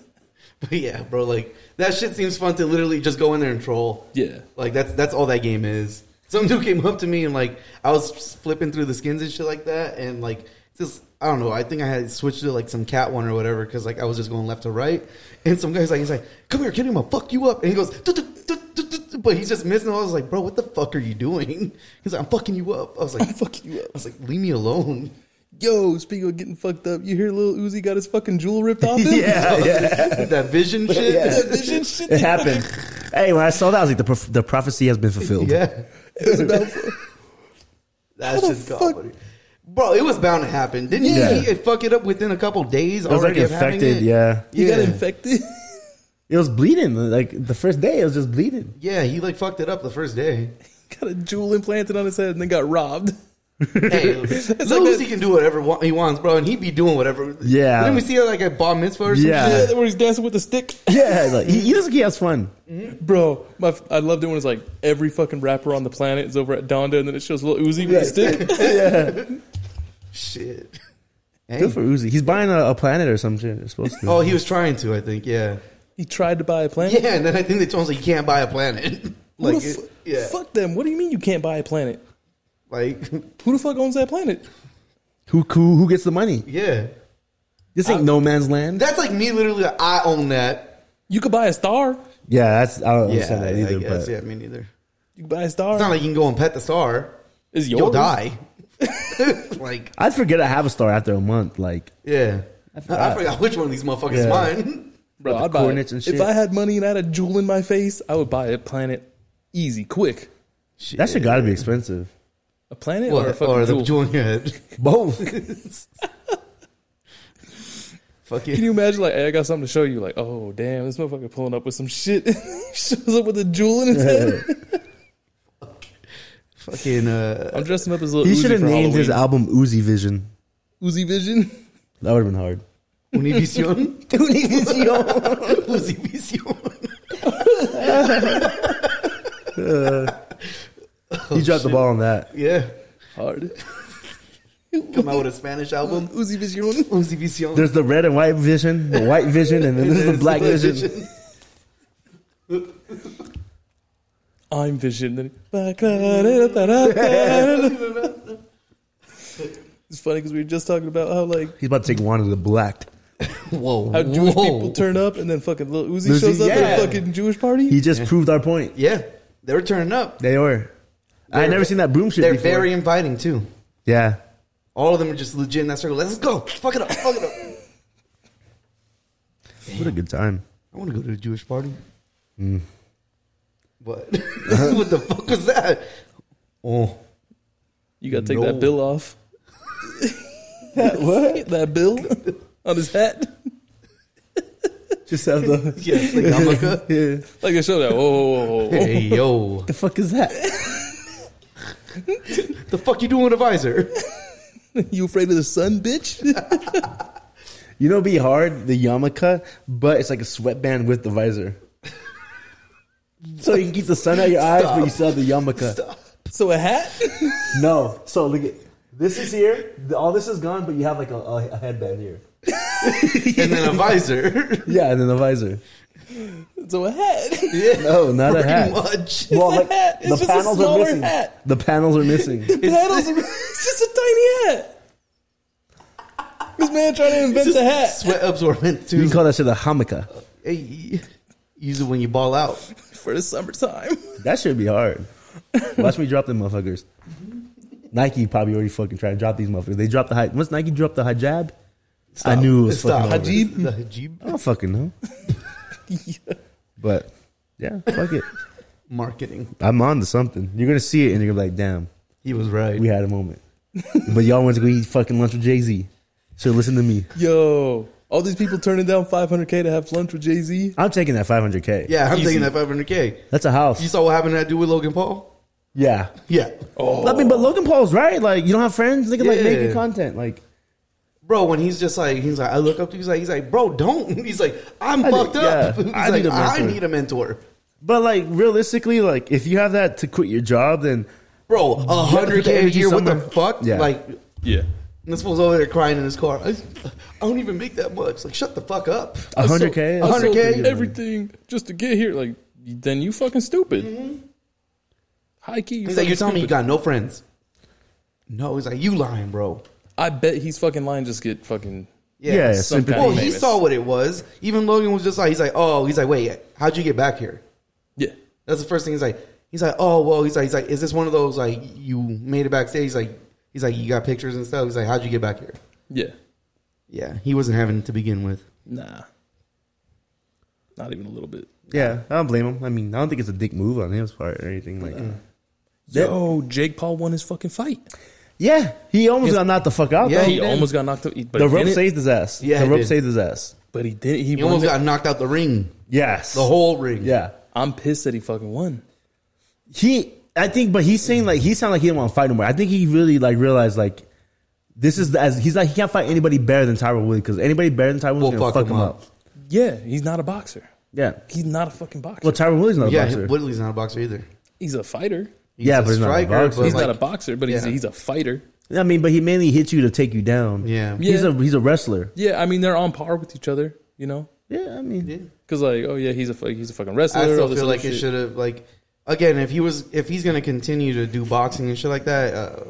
[SPEAKER 3] But yeah, bro, like that shit seems fun to literally just go in there and troll.
[SPEAKER 4] Yeah.
[SPEAKER 3] Like that's that's all that game is. <laughs> Some dude came up to me and like I was flipping through the skins and shit like that, and like it's just I don't know. I think I had switched to like some cat one or whatever because like I was just going left to right, and some guy's like he's like, "Come here, kid, I'm gonna fuck you up," and he goes, "Tut, tut, tut, tut, tut," but he's just missing. I was like, "Bro, what the fuck are you doing?" <laughs> He's like, "I'm fucking you up." I was like,
[SPEAKER 4] fucking you up.
[SPEAKER 3] I was like, "Leave me alone." <laughs>
[SPEAKER 4] Yo, speaking of getting fucked up, you hear Lil Uzi got his fucking jewel
[SPEAKER 2] <laughs>
[SPEAKER 4] ripped off him?
[SPEAKER 2] yeah, yeah.
[SPEAKER 3] that vision shit. <laughs>
[SPEAKER 2] Yeah.
[SPEAKER 4] <laughs> That vision shit.
[SPEAKER 2] It happened. Hey, when I saw that, I was like, the, prof- the prophecy has been fulfilled. <laughs>
[SPEAKER 3] Yeah. <laughs> That's
[SPEAKER 4] How the
[SPEAKER 3] just
[SPEAKER 4] fuck-
[SPEAKER 3] comedy. Bro, it was bound to happen. Didn't
[SPEAKER 2] Yeah.
[SPEAKER 3] he it fuck it up within a couple days?
[SPEAKER 2] It was like
[SPEAKER 3] already of having
[SPEAKER 2] infected.
[SPEAKER 3] it?
[SPEAKER 2] Yeah.
[SPEAKER 4] <laughs> He got
[SPEAKER 3] Yeah.
[SPEAKER 4] infected. <laughs>
[SPEAKER 2] It was bleeding. Like the first day, it was just bleeding.
[SPEAKER 3] <laughs> Yeah, he like fucked it up the
[SPEAKER 2] <laughs>
[SPEAKER 3] first day.
[SPEAKER 4] got a jewel implanted on his head and then got robbed.
[SPEAKER 3] Hey, Lil
[SPEAKER 4] like a-
[SPEAKER 3] Uzi can do whatever wa- he wants, bro, and he be doing whatever.
[SPEAKER 2] Yeah.
[SPEAKER 3] Didn't we see like a bomb mitzvah or
[SPEAKER 2] Yeah.
[SPEAKER 3] something?
[SPEAKER 4] Yeah, <laughs> where he's dancing with the stick.
[SPEAKER 2] Yeah, <laughs> like, he, he looks like he has fun.
[SPEAKER 4] Bro, my, f- I loved it when it's like every fucking rapper on the planet is over at Donda, and then it shows little Uzi with
[SPEAKER 2] Yeah.
[SPEAKER 4] a stick. <laughs>
[SPEAKER 3] Shit.
[SPEAKER 2] Good
[SPEAKER 3] Hey.
[SPEAKER 2] for Uzi. He's buying a, a planet or some shit. It's supposed to.
[SPEAKER 3] Oh, he was trying to, I think. Yeah.
[SPEAKER 4] He tried to buy a planet.
[SPEAKER 3] Yeah, and then I think they told him like, you can't buy a planet. <laughs>
[SPEAKER 4] Who
[SPEAKER 3] like,
[SPEAKER 4] the
[SPEAKER 3] it-
[SPEAKER 4] fu-
[SPEAKER 3] yeah.
[SPEAKER 4] Fuck them. What do you mean you can't buy a planet?
[SPEAKER 3] Like, <laughs>
[SPEAKER 4] Who the fuck owns that planet?
[SPEAKER 2] Who, who who gets the money?
[SPEAKER 3] yeah.
[SPEAKER 2] This
[SPEAKER 3] Uh,
[SPEAKER 2] ain't no man's land.
[SPEAKER 3] That's like me. Literally, I own that.
[SPEAKER 4] You could buy a star.
[SPEAKER 2] Yeah, that's I don't
[SPEAKER 3] Yeah,
[SPEAKER 2] understand that
[SPEAKER 3] I-
[SPEAKER 2] either.
[SPEAKER 3] I guess.
[SPEAKER 2] but
[SPEAKER 3] Yeah, me neither.
[SPEAKER 4] You could buy a
[SPEAKER 3] It's not
[SPEAKER 4] star.
[SPEAKER 3] like you can go and pet the star.
[SPEAKER 4] It's yours.
[SPEAKER 3] You'll
[SPEAKER 4] <laughs>
[SPEAKER 3] die. like,
[SPEAKER 2] I'd forget I have a star after a month. Like
[SPEAKER 3] yeah. I forgot,
[SPEAKER 2] forgot.
[SPEAKER 3] which one of these motherfuckers is
[SPEAKER 2] Yeah.
[SPEAKER 3] mine.
[SPEAKER 4] Bro, I'd buy
[SPEAKER 2] coordinates
[SPEAKER 4] it.
[SPEAKER 2] and
[SPEAKER 4] If
[SPEAKER 2] shit.
[SPEAKER 4] I had money and I had a jewel in my face, I would buy a planet easy, quick.
[SPEAKER 2] that shit got to be expensive.
[SPEAKER 4] A planet or a
[SPEAKER 3] What,
[SPEAKER 4] fucking
[SPEAKER 3] or the
[SPEAKER 4] jewel?
[SPEAKER 3] jewel in
[SPEAKER 4] <laughs>
[SPEAKER 3] your head.
[SPEAKER 2] <laughs>
[SPEAKER 3] <laughs>
[SPEAKER 2] Both.
[SPEAKER 3] Fuck
[SPEAKER 4] Can
[SPEAKER 3] it.
[SPEAKER 4] you imagine? Like, hey, I got something to show you. Like, oh damn, this motherfucker pulling up with some shit. <laughs> He shows up with a jewel in his head.
[SPEAKER 3] Fucking, uh,
[SPEAKER 4] I'm dressing up as little.
[SPEAKER 2] he
[SPEAKER 4] Uzi
[SPEAKER 2] should have
[SPEAKER 4] for
[SPEAKER 2] named his
[SPEAKER 4] Halloween.
[SPEAKER 2] album Uzi Vision.
[SPEAKER 4] Uzi Vision.
[SPEAKER 2] That would have been hard.
[SPEAKER 4] <laughs>
[SPEAKER 3] Univision?
[SPEAKER 2] Univision.
[SPEAKER 3] Univision. Oh,
[SPEAKER 2] he dropped the ball on that.
[SPEAKER 3] yeah.
[SPEAKER 4] Hard.
[SPEAKER 3] Come out with a Spanish album.
[SPEAKER 4] Uzi Vision.
[SPEAKER 3] Univision.
[SPEAKER 2] There's the red and white vision, the
[SPEAKER 3] <laughs>
[SPEAKER 2] white vision, and then there's the black vision.
[SPEAKER 4] I'm Vision. it's funny because we were just talking about how like
[SPEAKER 2] He's about to take one of the black.
[SPEAKER 3] Whoa.
[SPEAKER 4] how Jewish
[SPEAKER 3] Whoa.
[SPEAKER 4] people turn up and then fucking little Uzi
[SPEAKER 2] Uzi,
[SPEAKER 4] shows up
[SPEAKER 2] yeah.
[SPEAKER 4] at a fucking Jewish party.
[SPEAKER 2] He just proved our point.
[SPEAKER 3] Yeah. They were turning up.
[SPEAKER 2] They were. I
[SPEAKER 3] They're-
[SPEAKER 2] had never seen that broom shit
[SPEAKER 3] They're
[SPEAKER 2] before.
[SPEAKER 3] very inviting, too.
[SPEAKER 2] yeah.
[SPEAKER 3] All of them are just legit in that circle. Let's go. Fuck it up. Fuck it up.
[SPEAKER 2] What a good time.
[SPEAKER 3] I want to go to a Jewish party.
[SPEAKER 2] Mm.
[SPEAKER 3] What? <laughs> what the fuck was that? Oh,
[SPEAKER 4] you gotta take
[SPEAKER 3] No.
[SPEAKER 4] that bill off. <laughs> that what? That bill on his hat.
[SPEAKER 2] Just have the
[SPEAKER 3] yeah, it's like yarmulke.
[SPEAKER 2] <laughs> yeah.
[SPEAKER 4] Like they show that. Whoa, whoa, whoa, whoa.
[SPEAKER 3] Hey yo, <laughs>
[SPEAKER 2] The fuck is that? <laughs>
[SPEAKER 3] the fuck you doing with a visor?
[SPEAKER 4] <laughs> you afraid of the sun, bitch? <laughs>
[SPEAKER 2] You know, it'd be hard the yarmulke, but it's like a sweatband with the visor. so you can keep the sun out of your eyes, but you still have the yarmulke.
[SPEAKER 4] so a hat?
[SPEAKER 2] No, so look at this is here. the- All this is gone, but you have like a, a, a headband here.
[SPEAKER 3] and then
[SPEAKER 2] <laughs>
[SPEAKER 3] a visor.
[SPEAKER 2] Yeah, and then the visor.
[SPEAKER 4] so a hat? <laughs>
[SPEAKER 3] yeah, <laughs>
[SPEAKER 2] No, Oh, not a hat.
[SPEAKER 3] much.
[SPEAKER 2] <laughs> Well,
[SPEAKER 4] a
[SPEAKER 2] like,
[SPEAKER 4] hat. It's
[SPEAKER 2] the
[SPEAKER 4] just a
[SPEAKER 2] panels are
[SPEAKER 4] smaller
[SPEAKER 2] missing.
[SPEAKER 4] hat.
[SPEAKER 2] The panels are
[SPEAKER 4] <laughs>
[SPEAKER 2] missing.
[SPEAKER 4] Paddles
[SPEAKER 3] <laughs>
[SPEAKER 4] are- it's just a tiny hat. This man trying to invent the hat.
[SPEAKER 3] Sweat absorbent
[SPEAKER 2] you
[SPEAKER 3] too.
[SPEAKER 2] can call that shit a hamaka.
[SPEAKER 3] hey, use it when you ball out.
[SPEAKER 4] For the
[SPEAKER 3] <laughs>
[SPEAKER 4] summertime.
[SPEAKER 2] That should be hard. Watch me drop them motherfuckers.
[SPEAKER 3] Mm-hmm.
[SPEAKER 2] Nike probably already fucking tried to drop these motherfuckers. They dropped the high. Once Nike dropped the hijab, I knew it was
[SPEAKER 3] Stop. <laughs>
[SPEAKER 2] fucking over.
[SPEAKER 4] Hajib?
[SPEAKER 3] The hajib
[SPEAKER 2] I don't fucking know. But yeah, fuck it.
[SPEAKER 3] marketing.
[SPEAKER 2] I'm on to something. You're gonna see it and you're gonna be like, damn,
[SPEAKER 3] He was right.
[SPEAKER 2] we had a
[SPEAKER 3] <laughs>
[SPEAKER 2] moment. but y'all went to go eat fucking lunch with Jay Z. So listen to me.
[SPEAKER 4] Yo, all these people turning down 500K to have lunch with Jay Z.
[SPEAKER 2] I'm taking that 500k.
[SPEAKER 3] yeah, I'm
[SPEAKER 4] Easy.
[SPEAKER 3] taking that 500k.
[SPEAKER 2] that's a
[SPEAKER 3] You
[SPEAKER 2] house.
[SPEAKER 3] saw what happened to that dude with Logan Paul?
[SPEAKER 2] Yeah.
[SPEAKER 3] Yeah,
[SPEAKER 2] I mean, but Logan Paul's right. Like, you don't have friends. They can like make your
[SPEAKER 3] Yeah.
[SPEAKER 2] content. Like,
[SPEAKER 3] bro. When he's just like, he's like, I look up to. He's like, he's like, bro, don't. <laughs> He's like, I'm
[SPEAKER 2] I need-
[SPEAKER 3] fucked up. <laughs>
[SPEAKER 2] yeah,
[SPEAKER 3] he's
[SPEAKER 2] I
[SPEAKER 3] like,
[SPEAKER 2] need a
[SPEAKER 3] I
[SPEAKER 2] mentor.
[SPEAKER 3] need a mentor,
[SPEAKER 2] but like realistically, like if you have that to quit your job, then
[SPEAKER 3] bro. A
[SPEAKER 2] have to put
[SPEAKER 3] hundred
[SPEAKER 2] the
[SPEAKER 3] k a
[SPEAKER 2] energy
[SPEAKER 3] year. What the
[SPEAKER 2] somewhere.
[SPEAKER 3] fuck?
[SPEAKER 2] Yeah.
[SPEAKER 3] Like,
[SPEAKER 4] Yeah.
[SPEAKER 3] this fool's over there crying in his car. I, I don't even make that much. Like, shut the fuck up.
[SPEAKER 2] Uh, 100k.
[SPEAKER 4] I
[SPEAKER 2] is-
[SPEAKER 4] sold
[SPEAKER 3] 100K?
[SPEAKER 4] Everything just to get here. Like, then you fucking stupid. High key. you
[SPEAKER 3] He's like,
[SPEAKER 4] fucking
[SPEAKER 3] Mm-hmm. you're telling me you
[SPEAKER 4] stupid.
[SPEAKER 3] got no friends? No, he's like, you lying, bro.
[SPEAKER 4] I bet he's fucking lying. Just get fucking.
[SPEAKER 2] yeah,
[SPEAKER 4] Some
[SPEAKER 2] sympathy.
[SPEAKER 4] kind
[SPEAKER 3] Well,
[SPEAKER 4] of-
[SPEAKER 3] Oh, he
[SPEAKER 4] famous.
[SPEAKER 3] saw what it was. Even Logan was just like, he's like, oh, he's like, wait, how'd you get back here?
[SPEAKER 4] Yeah.
[SPEAKER 3] That's the first thing he's like. He's like, oh, well, he's like, he's like, is this one of those like you made it backstage? He's like, he's like, you got pictures and stuff. He's like, how'd you get back here?
[SPEAKER 4] Yeah.
[SPEAKER 3] Yeah, he wasn't having it to begin with.
[SPEAKER 4] Nah. Not even a little bit.
[SPEAKER 2] Yeah, I don't blame him. I mean, I don't think it's a dick move on his part or anything like. that.
[SPEAKER 4] Yo, Jake Paul won his fucking fight.
[SPEAKER 2] Yeah, he almost got knocked the fuck out.
[SPEAKER 3] Yeah,
[SPEAKER 2] though.
[SPEAKER 4] He
[SPEAKER 3] did.
[SPEAKER 4] almost got knocked out. But
[SPEAKER 2] the
[SPEAKER 4] he
[SPEAKER 2] rope
[SPEAKER 4] didn't.
[SPEAKER 2] saved his ass.
[SPEAKER 3] Yeah,
[SPEAKER 2] the
[SPEAKER 3] it
[SPEAKER 2] rope
[SPEAKER 3] did.
[SPEAKER 2] saved his ass.
[SPEAKER 4] But he didn't.
[SPEAKER 3] He
[SPEAKER 4] He, won.
[SPEAKER 3] almost
[SPEAKER 4] it.
[SPEAKER 3] got knocked out the ring,
[SPEAKER 2] Yes,
[SPEAKER 3] the whole ring.
[SPEAKER 2] yeah.
[SPEAKER 4] I'm pissed that he fucking won.
[SPEAKER 2] He, I think, but he's saying like he sounded like he didn't want to fight no more. I think he really like realized like this is the, as he's like he can't fight anybody better than Tyron Woodley because anybody better than Tyron Woodley's
[SPEAKER 3] Will
[SPEAKER 2] gonna fuck, him up.
[SPEAKER 4] Yeah, he's not a boxer.
[SPEAKER 2] Yeah.
[SPEAKER 4] He's not a fucking boxer.
[SPEAKER 2] Well, Tyron Woodley's not a
[SPEAKER 3] Yeah,
[SPEAKER 2] boxer.
[SPEAKER 3] Woodley's not a boxer either.
[SPEAKER 4] he's a fighter.
[SPEAKER 3] He's
[SPEAKER 2] Yeah,
[SPEAKER 3] a
[SPEAKER 2] but he's not a boxer.
[SPEAKER 3] but,
[SPEAKER 4] He's
[SPEAKER 3] like,
[SPEAKER 4] not a boxer, but he's
[SPEAKER 3] yeah.
[SPEAKER 4] he's a fighter.
[SPEAKER 2] I mean, but he mainly hits you to take you down.
[SPEAKER 3] Yeah.
[SPEAKER 2] he's
[SPEAKER 4] Yeah.
[SPEAKER 2] a he's a wrestler.
[SPEAKER 4] Yeah, I mean they're on par with each other. You know,
[SPEAKER 2] Yeah, I mean,
[SPEAKER 3] Yeah.
[SPEAKER 4] because like, oh yeah, he's a fu- he's a fucking wrestler.
[SPEAKER 3] I
[SPEAKER 4] all
[SPEAKER 3] still
[SPEAKER 4] this
[SPEAKER 3] feel
[SPEAKER 4] other
[SPEAKER 3] like it
[SPEAKER 4] shit.
[SPEAKER 3] should have like again if he was if he's gonna continue to do boxing and shit like that, uh,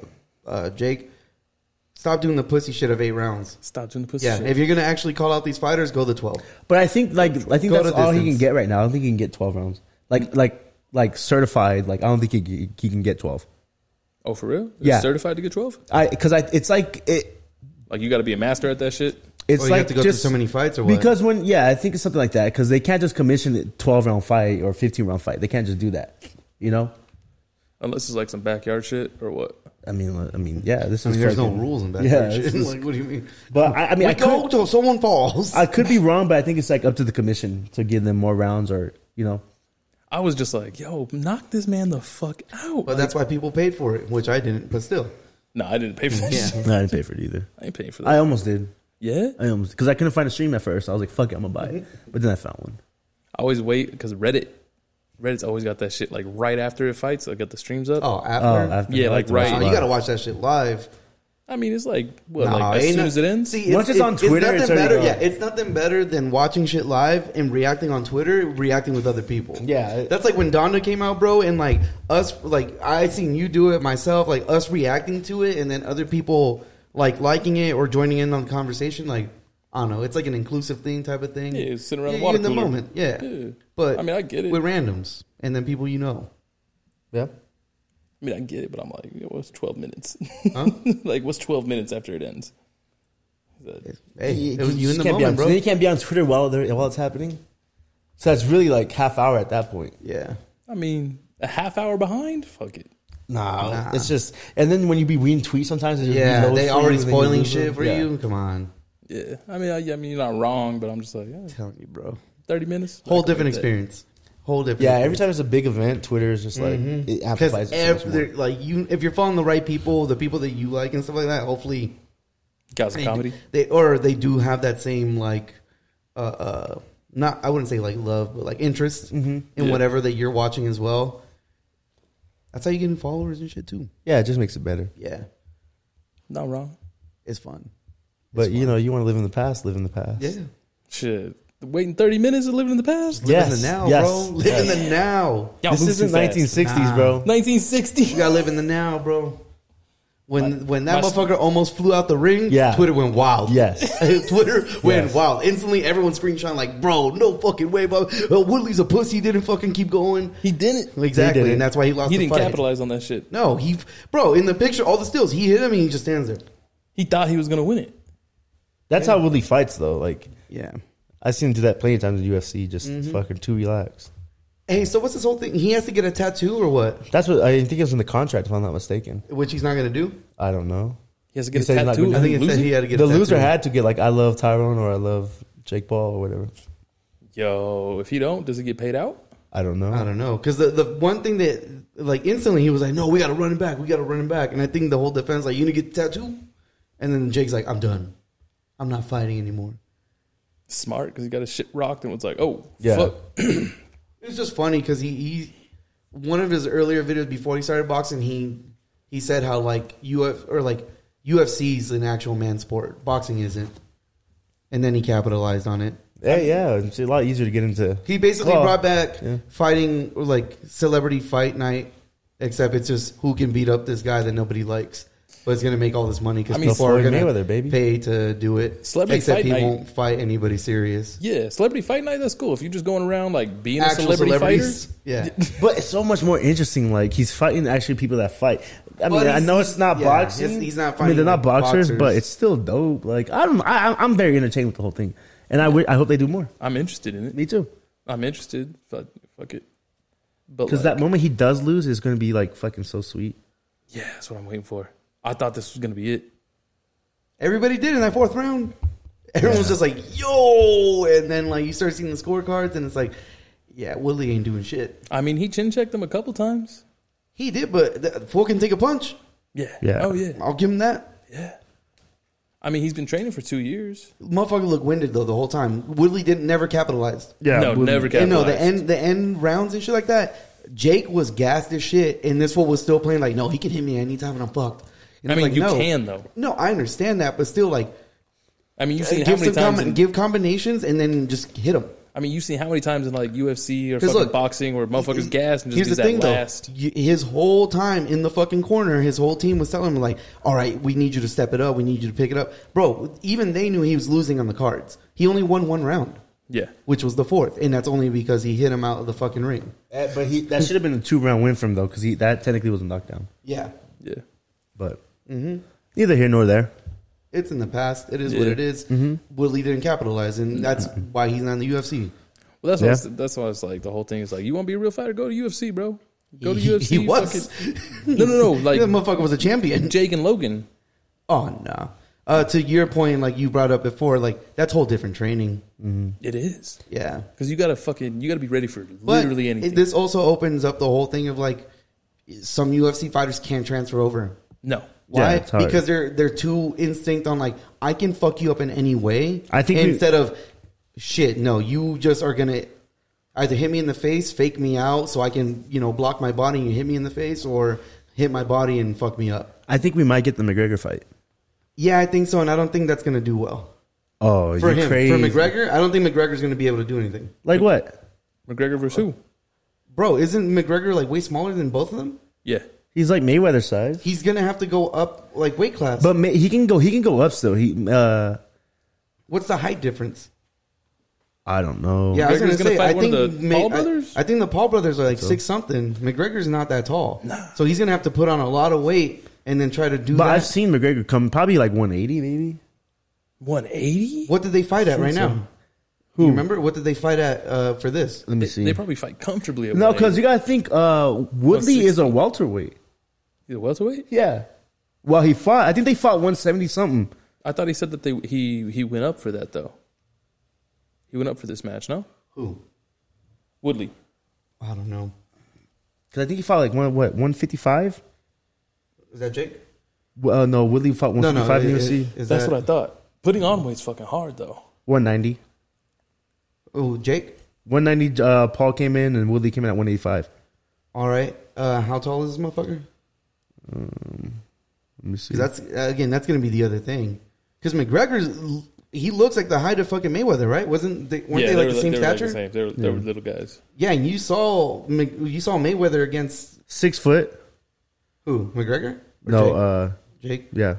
[SPEAKER 3] uh, Jake, stop doing the pussy shit of eight rounds.
[SPEAKER 4] stop doing the pussy.
[SPEAKER 3] Yeah,
[SPEAKER 4] shit.
[SPEAKER 3] if you're gonna actually call out these fighters, go the twelve.
[SPEAKER 2] But I think like I think
[SPEAKER 3] Go to
[SPEAKER 2] that's all he
[SPEAKER 3] distance. Mm.
[SPEAKER 2] can get right now. I don't think he can get twelve rounds. Like like like certified. Like I don't think he can- he can get twelve.
[SPEAKER 4] oh for real? Is
[SPEAKER 2] Yeah.
[SPEAKER 4] certified to get twelve.
[SPEAKER 2] I because I it's like it.
[SPEAKER 4] Like you got to be a master at that shit.
[SPEAKER 2] It's
[SPEAKER 3] Oh, you
[SPEAKER 2] like
[SPEAKER 3] have to go through
[SPEAKER 2] just
[SPEAKER 3] so many fights or what?
[SPEAKER 2] because when yeah I think it's something like that because they can't just commission a twelve round fight or fifteen round fight. They can't just do that. You know.
[SPEAKER 4] Unless it's like some backyard shit or what?
[SPEAKER 2] I mean li- I mean yeah this
[SPEAKER 3] I mean,
[SPEAKER 2] is
[SPEAKER 3] there's no
[SPEAKER 2] fucking-
[SPEAKER 3] rules in
[SPEAKER 2] <laughs>
[SPEAKER 3] that.
[SPEAKER 2] Yeah,
[SPEAKER 3] Yeah,
[SPEAKER 2] this is-
[SPEAKER 3] <laughs> like, what do you mean?
[SPEAKER 2] But I, I mean I
[SPEAKER 3] we go
[SPEAKER 2] could
[SPEAKER 3] till someone falls.
[SPEAKER 2] I could be wrong, but I think it's like up to the commission to give them more rounds or you know.
[SPEAKER 4] I was just like, yo, knock this man the fuck out.
[SPEAKER 3] but that's why people paid for it, which I didn't. But still,
[SPEAKER 4] no, I didn't pay for that. shit.
[SPEAKER 2] I didn't pay for it either.
[SPEAKER 4] I ain't paying for that.
[SPEAKER 2] I almost did.
[SPEAKER 4] yeah,
[SPEAKER 2] I almost because I couldn't find a stream at first. I was like, "Fuck it, I'm gonna buy it," but then I found one.
[SPEAKER 4] I always wait because Reddit, Reddit's always got that shit like right after it fights. I got the streams up.
[SPEAKER 3] oh, after,
[SPEAKER 2] Oh, after
[SPEAKER 4] Yeah,
[SPEAKER 2] I
[SPEAKER 4] like,
[SPEAKER 2] to watch
[SPEAKER 4] right.
[SPEAKER 3] Oh,
[SPEAKER 2] it
[SPEAKER 3] you
[SPEAKER 2] live.
[SPEAKER 3] gotta watch that shit live.
[SPEAKER 4] I mean, it's like what,
[SPEAKER 3] Nah,
[SPEAKER 4] like as
[SPEAKER 3] ain't
[SPEAKER 4] soon
[SPEAKER 3] no-
[SPEAKER 4] as it ends.
[SPEAKER 3] See,
[SPEAKER 2] Once it's on Twitter,
[SPEAKER 3] nothing
[SPEAKER 2] it's already
[SPEAKER 3] better.
[SPEAKER 2] gone.
[SPEAKER 3] Yeah, it's nothing better than watching shit live and reacting on Twitter, reacting with other people.
[SPEAKER 2] Yeah, it-
[SPEAKER 3] that's like when Donda came out, bro, and like us, like I seen you do it myself, like us reacting to it, and then other people like liking it or joining in on the conversation. Like I don't know, it's like an inclusive thing type of thing.
[SPEAKER 4] Yeah, sit around the
[SPEAKER 3] Yeah,
[SPEAKER 4] water
[SPEAKER 3] in the
[SPEAKER 4] cooler.
[SPEAKER 3] moment. Yeah.
[SPEAKER 4] Yeah.
[SPEAKER 3] but
[SPEAKER 4] I mean, I get it.
[SPEAKER 3] with randoms and then people you know.
[SPEAKER 2] Yeah.
[SPEAKER 4] I mean, I get it, but I'm like, yo, what's 12 minutes? <laughs> like, what's 12 minutes after it ends? That-
[SPEAKER 3] Hey,
[SPEAKER 2] You-
[SPEAKER 3] it was you,
[SPEAKER 2] just
[SPEAKER 3] in the
[SPEAKER 2] can't be
[SPEAKER 3] moment,
[SPEAKER 2] on-
[SPEAKER 3] bro.
[SPEAKER 2] Then you can't be on Twitter while they're- while it's happening. So that's really like half hour at that point.
[SPEAKER 3] Yeah,
[SPEAKER 4] I mean, a half hour behind? Fuck it.
[SPEAKER 2] Nah,
[SPEAKER 3] Nah.
[SPEAKER 2] it's just and then when you be reading tweets sometimes, it's just
[SPEAKER 3] yeah,
[SPEAKER 2] low for
[SPEAKER 3] they
[SPEAKER 2] you,
[SPEAKER 3] already
[SPEAKER 2] then you
[SPEAKER 3] spoiling
[SPEAKER 2] lose them.
[SPEAKER 3] shit for
[SPEAKER 2] Yeah.
[SPEAKER 3] you. Come on,
[SPEAKER 4] Yeah. I mean, I, I mean, you're not wrong, but I'm just like, yeah,
[SPEAKER 3] telling you, bro.
[SPEAKER 4] 30 minutes?
[SPEAKER 3] Whole
[SPEAKER 4] I can
[SPEAKER 3] different
[SPEAKER 4] wait that.
[SPEAKER 3] experience. whole different.
[SPEAKER 2] Yeah, every time there's a big event, Twitter is just like it amplifies it
[SPEAKER 3] Mm-hmm. because
[SPEAKER 2] so much more.
[SPEAKER 3] every like you, if you're following the right people, the people that you like and stuff like that, hopefully
[SPEAKER 4] Guys,
[SPEAKER 3] they,
[SPEAKER 4] comedy.
[SPEAKER 3] they or they do have that same like, uh, uh not I wouldn't say like love, but like interest in
[SPEAKER 4] Yeah.
[SPEAKER 3] whatever that you're watching as well. That's how you get followers and shit too.
[SPEAKER 2] Yeah, it just makes it better.
[SPEAKER 3] Yeah,
[SPEAKER 4] Not wrong.
[SPEAKER 3] it's fun.
[SPEAKER 2] But you know, you want to live in the past, live in the past.
[SPEAKER 3] Yeah,
[SPEAKER 4] Shit. Waiting 30 minutes and living in the past?
[SPEAKER 2] Yes,
[SPEAKER 3] live in the now,
[SPEAKER 2] yes,
[SPEAKER 3] bro. Live in the now.
[SPEAKER 4] Y'all
[SPEAKER 2] This
[SPEAKER 4] move
[SPEAKER 2] isn't
[SPEAKER 4] too fast.
[SPEAKER 2] 1960s, bro.
[SPEAKER 4] 1960.
[SPEAKER 3] You gotta live in the now, bro. When when that
[SPEAKER 4] my-
[SPEAKER 3] motherfucker almost flew out the ring,
[SPEAKER 2] Yeah.
[SPEAKER 3] Twitter went wild.
[SPEAKER 2] Yes.
[SPEAKER 3] <laughs> Twitter went
[SPEAKER 2] Yes.
[SPEAKER 3] wild. Instantly, everyone screenshot like, "Bro, no fucking way, bro. Uh, Woodley's a pussy. Didn't fucking keep going."
[SPEAKER 4] He didn't.
[SPEAKER 2] He
[SPEAKER 3] Exactly,
[SPEAKER 2] didn't.
[SPEAKER 3] and that's why he lost.
[SPEAKER 4] He
[SPEAKER 3] the
[SPEAKER 4] didn't
[SPEAKER 3] fight.
[SPEAKER 4] capitalize on that shit.
[SPEAKER 3] No, he, bro. In the picture, all the stills, he hit him, and he just stands there.
[SPEAKER 4] He thought he was going to win it.
[SPEAKER 2] That's how Woodley fights, though. Like
[SPEAKER 3] Yeah.
[SPEAKER 2] I've seen him do that plenty of times in UFC. Just
[SPEAKER 3] Mm-hmm.
[SPEAKER 2] fucking too relaxed.
[SPEAKER 3] Hey, so what's this whole thing? He has to get a tattoo or what?
[SPEAKER 2] That's what I think it was in the contract, if I'm not mistaken.
[SPEAKER 3] Which he's not gonna do.
[SPEAKER 2] I don't know.
[SPEAKER 4] He has to
[SPEAKER 2] He
[SPEAKER 4] get
[SPEAKER 2] said
[SPEAKER 4] a
[SPEAKER 2] he's not
[SPEAKER 4] tattoo.
[SPEAKER 2] gonna-
[SPEAKER 3] I think
[SPEAKER 4] and
[SPEAKER 3] it said
[SPEAKER 4] lose
[SPEAKER 3] he had to get
[SPEAKER 2] the
[SPEAKER 3] a tattoo.
[SPEAKER 2] loser had to get like I love Tyrone or I love Jake Paul or whatever.
[SPEAKER 4] Yo, if he don't, does he get paid out?
[SPEAKER 2] I don't know.
[SPEAKER 3] I don't know because the the one thing that like instantly he was like, "No, we got to run him back. We got to run him back." And I think the whole defense like, "You gonna get the tattoo?" And then Jake's like, "I'm done. I'm not fighting anymore."
[SPEAKER 4] Smart, because he got his shit rocked and was like, oh,
[SPEAKER 2] Yeah.
[SPEAKER 4] fuck.
[SPEAKER 3] It's just funny because he, he one of his earlier videos before he started boxing, he he said how like Uf or like UFC is an actual man sport, boxing isn't. And then he capitalized on it.
[SPEAKER 2] Yeah, yeah, it's a lot easier to get into.
[SPEAKER 3] He basically
[SPEAKER 2] Well,
[SPEAKER 3] brought back
[SPEAKER 2] yeah.
[SPEAKER 3] fighting like celebrity fight night, except it's just who can beat up this guy that nobody likes, but it's gonna make all this money because
[SPEAKER 4] I mean,
[SPEAKER 3] people are
[SPEAKER 2] Floyd
[SPEAKER 3] gonna
[SPEAKER 2] Mayweather, baby.
[SPEAKER 3] pay to do it.
[SPEAKER 4] Celebrity
[SPEAKER 3] except
[SPEAKER 4] fight
[SPEAKER 3] he
[SPEAKER 4] night.
[SPEAKER 3] won't fight anybody serious.
[SPEAKER 4] Yeah, celebrity fight night, that's cool. If you're just going around like being
[SPEAKER 3] Actual
[SPEAKER 4] a celebrity fighter,
[SPEAKER 3] celebrities, yeah.
[SPEAKER 2] But it's so much more interesting. Like he's fighting actually people that fight. I mean, I
[SPEAKER 3] he's-
[SPEAKER 2] know it's not
[SPEAKER 3] yeah,
[SPEAKER 2] boxing.
[SPEAKER 3] he's- he's not
[SPEAKER 2] I mean, they're
[SPEAKER 3] fighting
[SPEAKER 2] not boxers, but
[SPEAKER 3] boxers.
[SPEAKER 2] it's still dope. Like I'm, I, I'm very entertained with the whole thing, and I, wi- I hope they do more.
[SPEAKER 4] I'm interested in it.
[SPEAKER 2] Me too,
[SPEAKER 4] I'm interested. Fuck, fuck it. But
[SPEAKER 2] because
[SPEAKER 4] like,
[SPEAKER 2] that moment he does lose is going to be like fucking so sweet.
[SPEAKER 4] yeah, that's what I'm waiting for. I thought this was going to be it.
[SPEAKER 3] Everybody did in that fourth round. Everyone was just like, "Yo!" And then like you start seeing the scorecards, and it's like, "Yeah, Woodley ain't doing shit."
[SPEAKER 4] I mean, he chin checked him a couple times.
[SPEAKER 3] He did, but the fool can take a punch.
[SPEAKER 4] Yeah.
[SPEAKER 2] Yeah.
[SPEAKER 4] Oh, yeah.
[SPEAKER 3] I'll give him that.
[SPEAKER 4] Yeah. I mean, he's been training for two years.
[SPEAKER 3] Motherfucker looked winded though the whole time. Woodley didn't never capitalized.
[SPEAKER 2] Yeah,
[SPEAKER 4] no,
[SPEAKER 2] Woodley.
[SPEAKER 4] never
[SPEAKER 3] And no,
[SPEAKER 4] capitalized.
[SPEAKER 3] the end the end rounds and shit like that. Jake was gassed as shit, and this fool was still playing like, no, he can hit me anytime, and I'm fucked. And
[SPEAKER 4] I
[SPEAKER 3] it's
[SPEAKER 4] mean,
[SPEAKER 3] like,
[SPEAKER 4] you
[SPEAKER 3] no.
[SPEAKER 4] can, though.
[SPEAKER 3] No, I understand that, but still, like,
[SPEAKER 4] I mean, you've seen how
[SPEAKER 3] Uh, give
[SPEAKER 4] many
[SPEAKER 3] some
[SPEAKER 4] times.
[SPEAKER 3] com-
[SPEAKER 4] in-
[SPEAKER 3] give combinations, and then just hit him.
[SPEAKER 4] I mean, you've seen how many times in like UFC or
[SPEAKER 3] 'Cause
[SPEAKER 4] fucking
[SPEAKER 3] look,
[SPEAKER 4] boxing where motherfuckers gas and just gets that last.
[SPEAKER 3] though, You- his whole time in the fucking corner, his whole team was telling him like, "All right, we need you to step it up. We need you to pick it up, bro." Even they knew he was losing on the cards. He only won one round,
[SPEAKER 4] Yeah.
[SPEAKER 3] which was the fourth, and that's only because he hit him out of the fucking ring.
[SPEAKER 2] Uh, But he that should have been a two round win for him though, because he that technically was a knockdown.
[SPEAKER 3] Yeah,
[SPEAKER 4] Yeah.
[SPEAKER 2] But Mm-hmm. neither here nor there.
[SPEAKER 3] it's in the past. It is what
[SPEAKER 4] Yeah. Mm-hmm.
[SPEAKER 3] it is. Woodley didn't capitalize, and that's why he's not in the UFC.
[SPEAKER 4] Well, that's why
[SPEAKER 2] Yeah.
[SPEAKER 4] it's- that's why it's like the whole thing is like you want to be a real fighter, go to UFC, bro. Go to
[SPEAKER 3] He-
[SPEAKER 4] UFC.
[SPEAKER 3] He was. <laughs>
[SPEAKER 4] fucking- no, no, no. Like
[SPEAKER 3] that motherfucker was a champion.
[SPEAKER 4] Jake and Logan.
[SPEAKER 3] Oh no. Uh, to your point, like you brought up before, like that's whole different training.
[SPEAKER 4] It is
[SPEAKER 3] Yeah.
[SPEAKER 4] because you gotta fucking you gotta be ready for
[SPEAKER 3] But
[SPEAKER 4] literally anything.
[SPEAKER 3] It, this also opens up the whole thing of like some UFC fighters can't transfer over.
[SPEAKER 4] no.
[SPEAKER 2] Yeah,
[SPEAKER 3] Why?
[SPEAKER 2] it's hard.
[SPEAKER 3] because they're they're too instinct on like I can fuck you up in any way.
[SPEAKER 2] I think we-
[SPEAKER 3] instead of shit, no, you just are gonna either hit me in the face, fake me out, so I can you know block my body and you hit me in the face, or hit my body and fuck me up.
[SPEAKER 2] I think we might get the McGregor fight.
[SPEAKER 3] Yeah, I think so, and I don't think that's gonna do well
[SPEAKER 2] Oh,
[SPEAKER 3] for
[SPEAKER 2] you
[SPEAKER 3] him.
[SPEAKER 2] crazy?
[SPEAKER 3] For McGregor, I don't think McGregor's gonna be able to do anything.
[SPEAKER 2] Like what?
[SPEAKER 4] McGregor versus who?
[SPEAKER 3] Bro, isn't McGregor like way smaller than both of them?
[SPEAKER 4] Yeah.
[SPEAKER 2] He's like Mayweather size.
[SPEAKER 3] He's gonna have to go up like weight class.
[SPEAKER 2] But ma- he can go. He can go up still. He. uh
[SPEAKER 3] What's the height difference?
[SPEAKER 2] I don't know.
[SPEAKER 3] Yeah, I was
[SPEAKER 4] McGregor's
[SPEAKER 3] gonna
[SPEAKER 4] gonna
[SPEAKER 3] say.
[SPEAKER 4] fight
[SPEAKER 3] I
[SPEAKER 4] one
[SPEAKER 3] think
[SPEAKER 4] of the
[SPEAKER 3] Ma-
[SPEAKER 4] Paul
[SPEAKER 3] I-
[SPEAKER 4] brothers?
[SPEAKER 3] I, think the Paul brothers are like six something. McGregor's not that tall, so he's gonna have to put on a lot of weight and then try to do
[SPEAKER 2] but
[SPEAKER 3] that.
[SPEAKER 2] I've seen McGregor come probably like 180, maybe.
[SPEAKER 4] One eighty.
[SPEAKER 3] what did they fight at right
[SPEAKER 2] so.
[SPEAKER 3] now? You remember what did they fight at uh, for this?
[SPEAKER 2] Let me see.
[SPEAKER 4] They probably fight comfortably. At
[SPEAKER 2] no, because you gotta think. uh Woodley is
[SPEAKER 4] 160.
[SPEAKER 2] a welterweight.
[SPEAKER 4] he's a welterweight.
[SPEAKER 2] Yeah. Well, he fought. I think they fought 170 something.
[SPEAKER 4] I thought he said that they he he went up for that though. He went up for this match. No,
[SPEAKER 3] Who?
[SPEAKER 4] Woodley.
[SPEAKER 3] I don't know.
[SPEAKER 2] Because I think he fought like one what one fifty five.
[SPEAKER 3] Is that Jake?
[SPEAKER 2] Well, uh, no, Woodley fought one
[SPEAKER 3] No, no.
[SPEAKER 2] fifty five in
[SPEAKER 3] i-
[SPEAKER 2] UFC.
[SPEAKER 3] i- Is
[SPEAKER 4] That's
[SPEAKER 3] that,
[SPEAKER 4] what I thought. Putting on weight's fucking hard though.
[SPEAKER 2] One ninety.
[SPEAKER 3] Oh, Jake.
[SPEAKER 2] One ninety. Uh, Paul came in and Woodley came in at one eighty five.
[SPEAKER 3] All right. Uh, how tall is this motherfucker?
[SPEAKER 2] Let me see.
[SPEAKER 3] 'Cause that's uh, again, that's gonna be the other thing. Because McGregor's, he looks like the height of fucking Mayweather, right? Wasn't they, weren't they like the same
[SPEAKER 4] they
[SPEAKER 3] stature?
[SPEAKER 4] Were like the same. They were, they were little guys.
[SPEAKER 3] Yeah, and you saw Mc- you saw Mayweather against
[SPEAKER 2] Six foot.
[SPEAKER 3] who? McGregor? Or
[SPEAKER 2] No.
[SPEAKER 3] Jake?
[SPEAKER 2] Uh,
[SPEAKER 3] Jake.
[SPEAKER 2] yeah.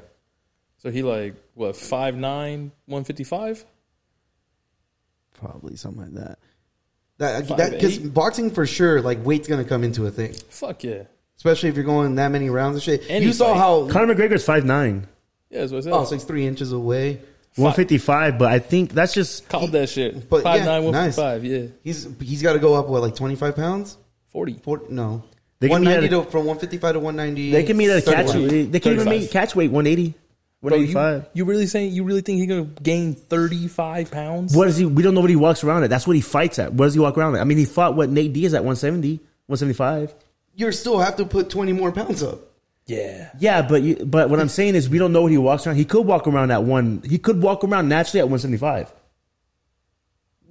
[SPEAKER 4] So he like what 5'9", 155?
[SPEAKER 3] probably something like that. That
[SPEAKER 4] Five,
[SPEAKER 3] because
[SPEAKER 4] eight?
[SPEAKER 3] boxing for sure, like weight's gonna come into a thing,
[SPEAKER 4] Fuck yeah.
[SPEAKER 3] especially if you're going that many rounds and shit.
[SPEAKER 4] Any
[SPEAKER 3] you saw
[SPEAKER 4] fight.
[SPEAKER 3] how
[SPEAKER 2] Conor McGregor's five nine.
[SPEAKER 4] Yeah, that's what I said.
[SPEAKER 3] oh, so he's three inches away.
[SPEAKER 2] One fifty five. But I think that's just
[SPEAKER 4] Called that shit.
[SPEAKER 3] But,
[SPEAKER 4] But
[SPEAKER 3] yeah,
[SPEAKER 4] 5'9", 155, yeah.
[SPEAKER 3] He's he's got to go up what like twenty five pounds?
[SPEAKER 4] 40.
[SPEAKER 3] Four, no,
[SPEAKER 2] They can
[SPEAKER 3] one
[SPEAKER 2] meet at
[SPEAKER 3] ninety
[SPEAKER 2] a-
[SPEAKER 3] to from one fifty five to one ninety.
[SPEAKER 2] they can meet at a catch. They can even
[SPEAKER 4] 35.
[SPEAKER 2] meet catch weight one eighty. One
[SPEAKER 4] Bro,
[SPEAKER 2] eighty
[SPEAKER 4] you,
[SPEAKER 2] five.
[SPEAKER 4] you really saying you really think he's gonna gain thirty five pounds?
[SPEAKER 2] What is he? We don't know what he walks around at. That's what he fights at. What does he walk around at? I mean, he fought what Nate Diaz at 170, 175.
[SPEAKER 3] You still have to put twenty more pounds up.
[SPEAKER 4] Yeah.
[SPEAKER 2] Yeah, but you, but what I'm saying is we don't know what he walks around. He could walk around at one. He could walk around naturally at 175,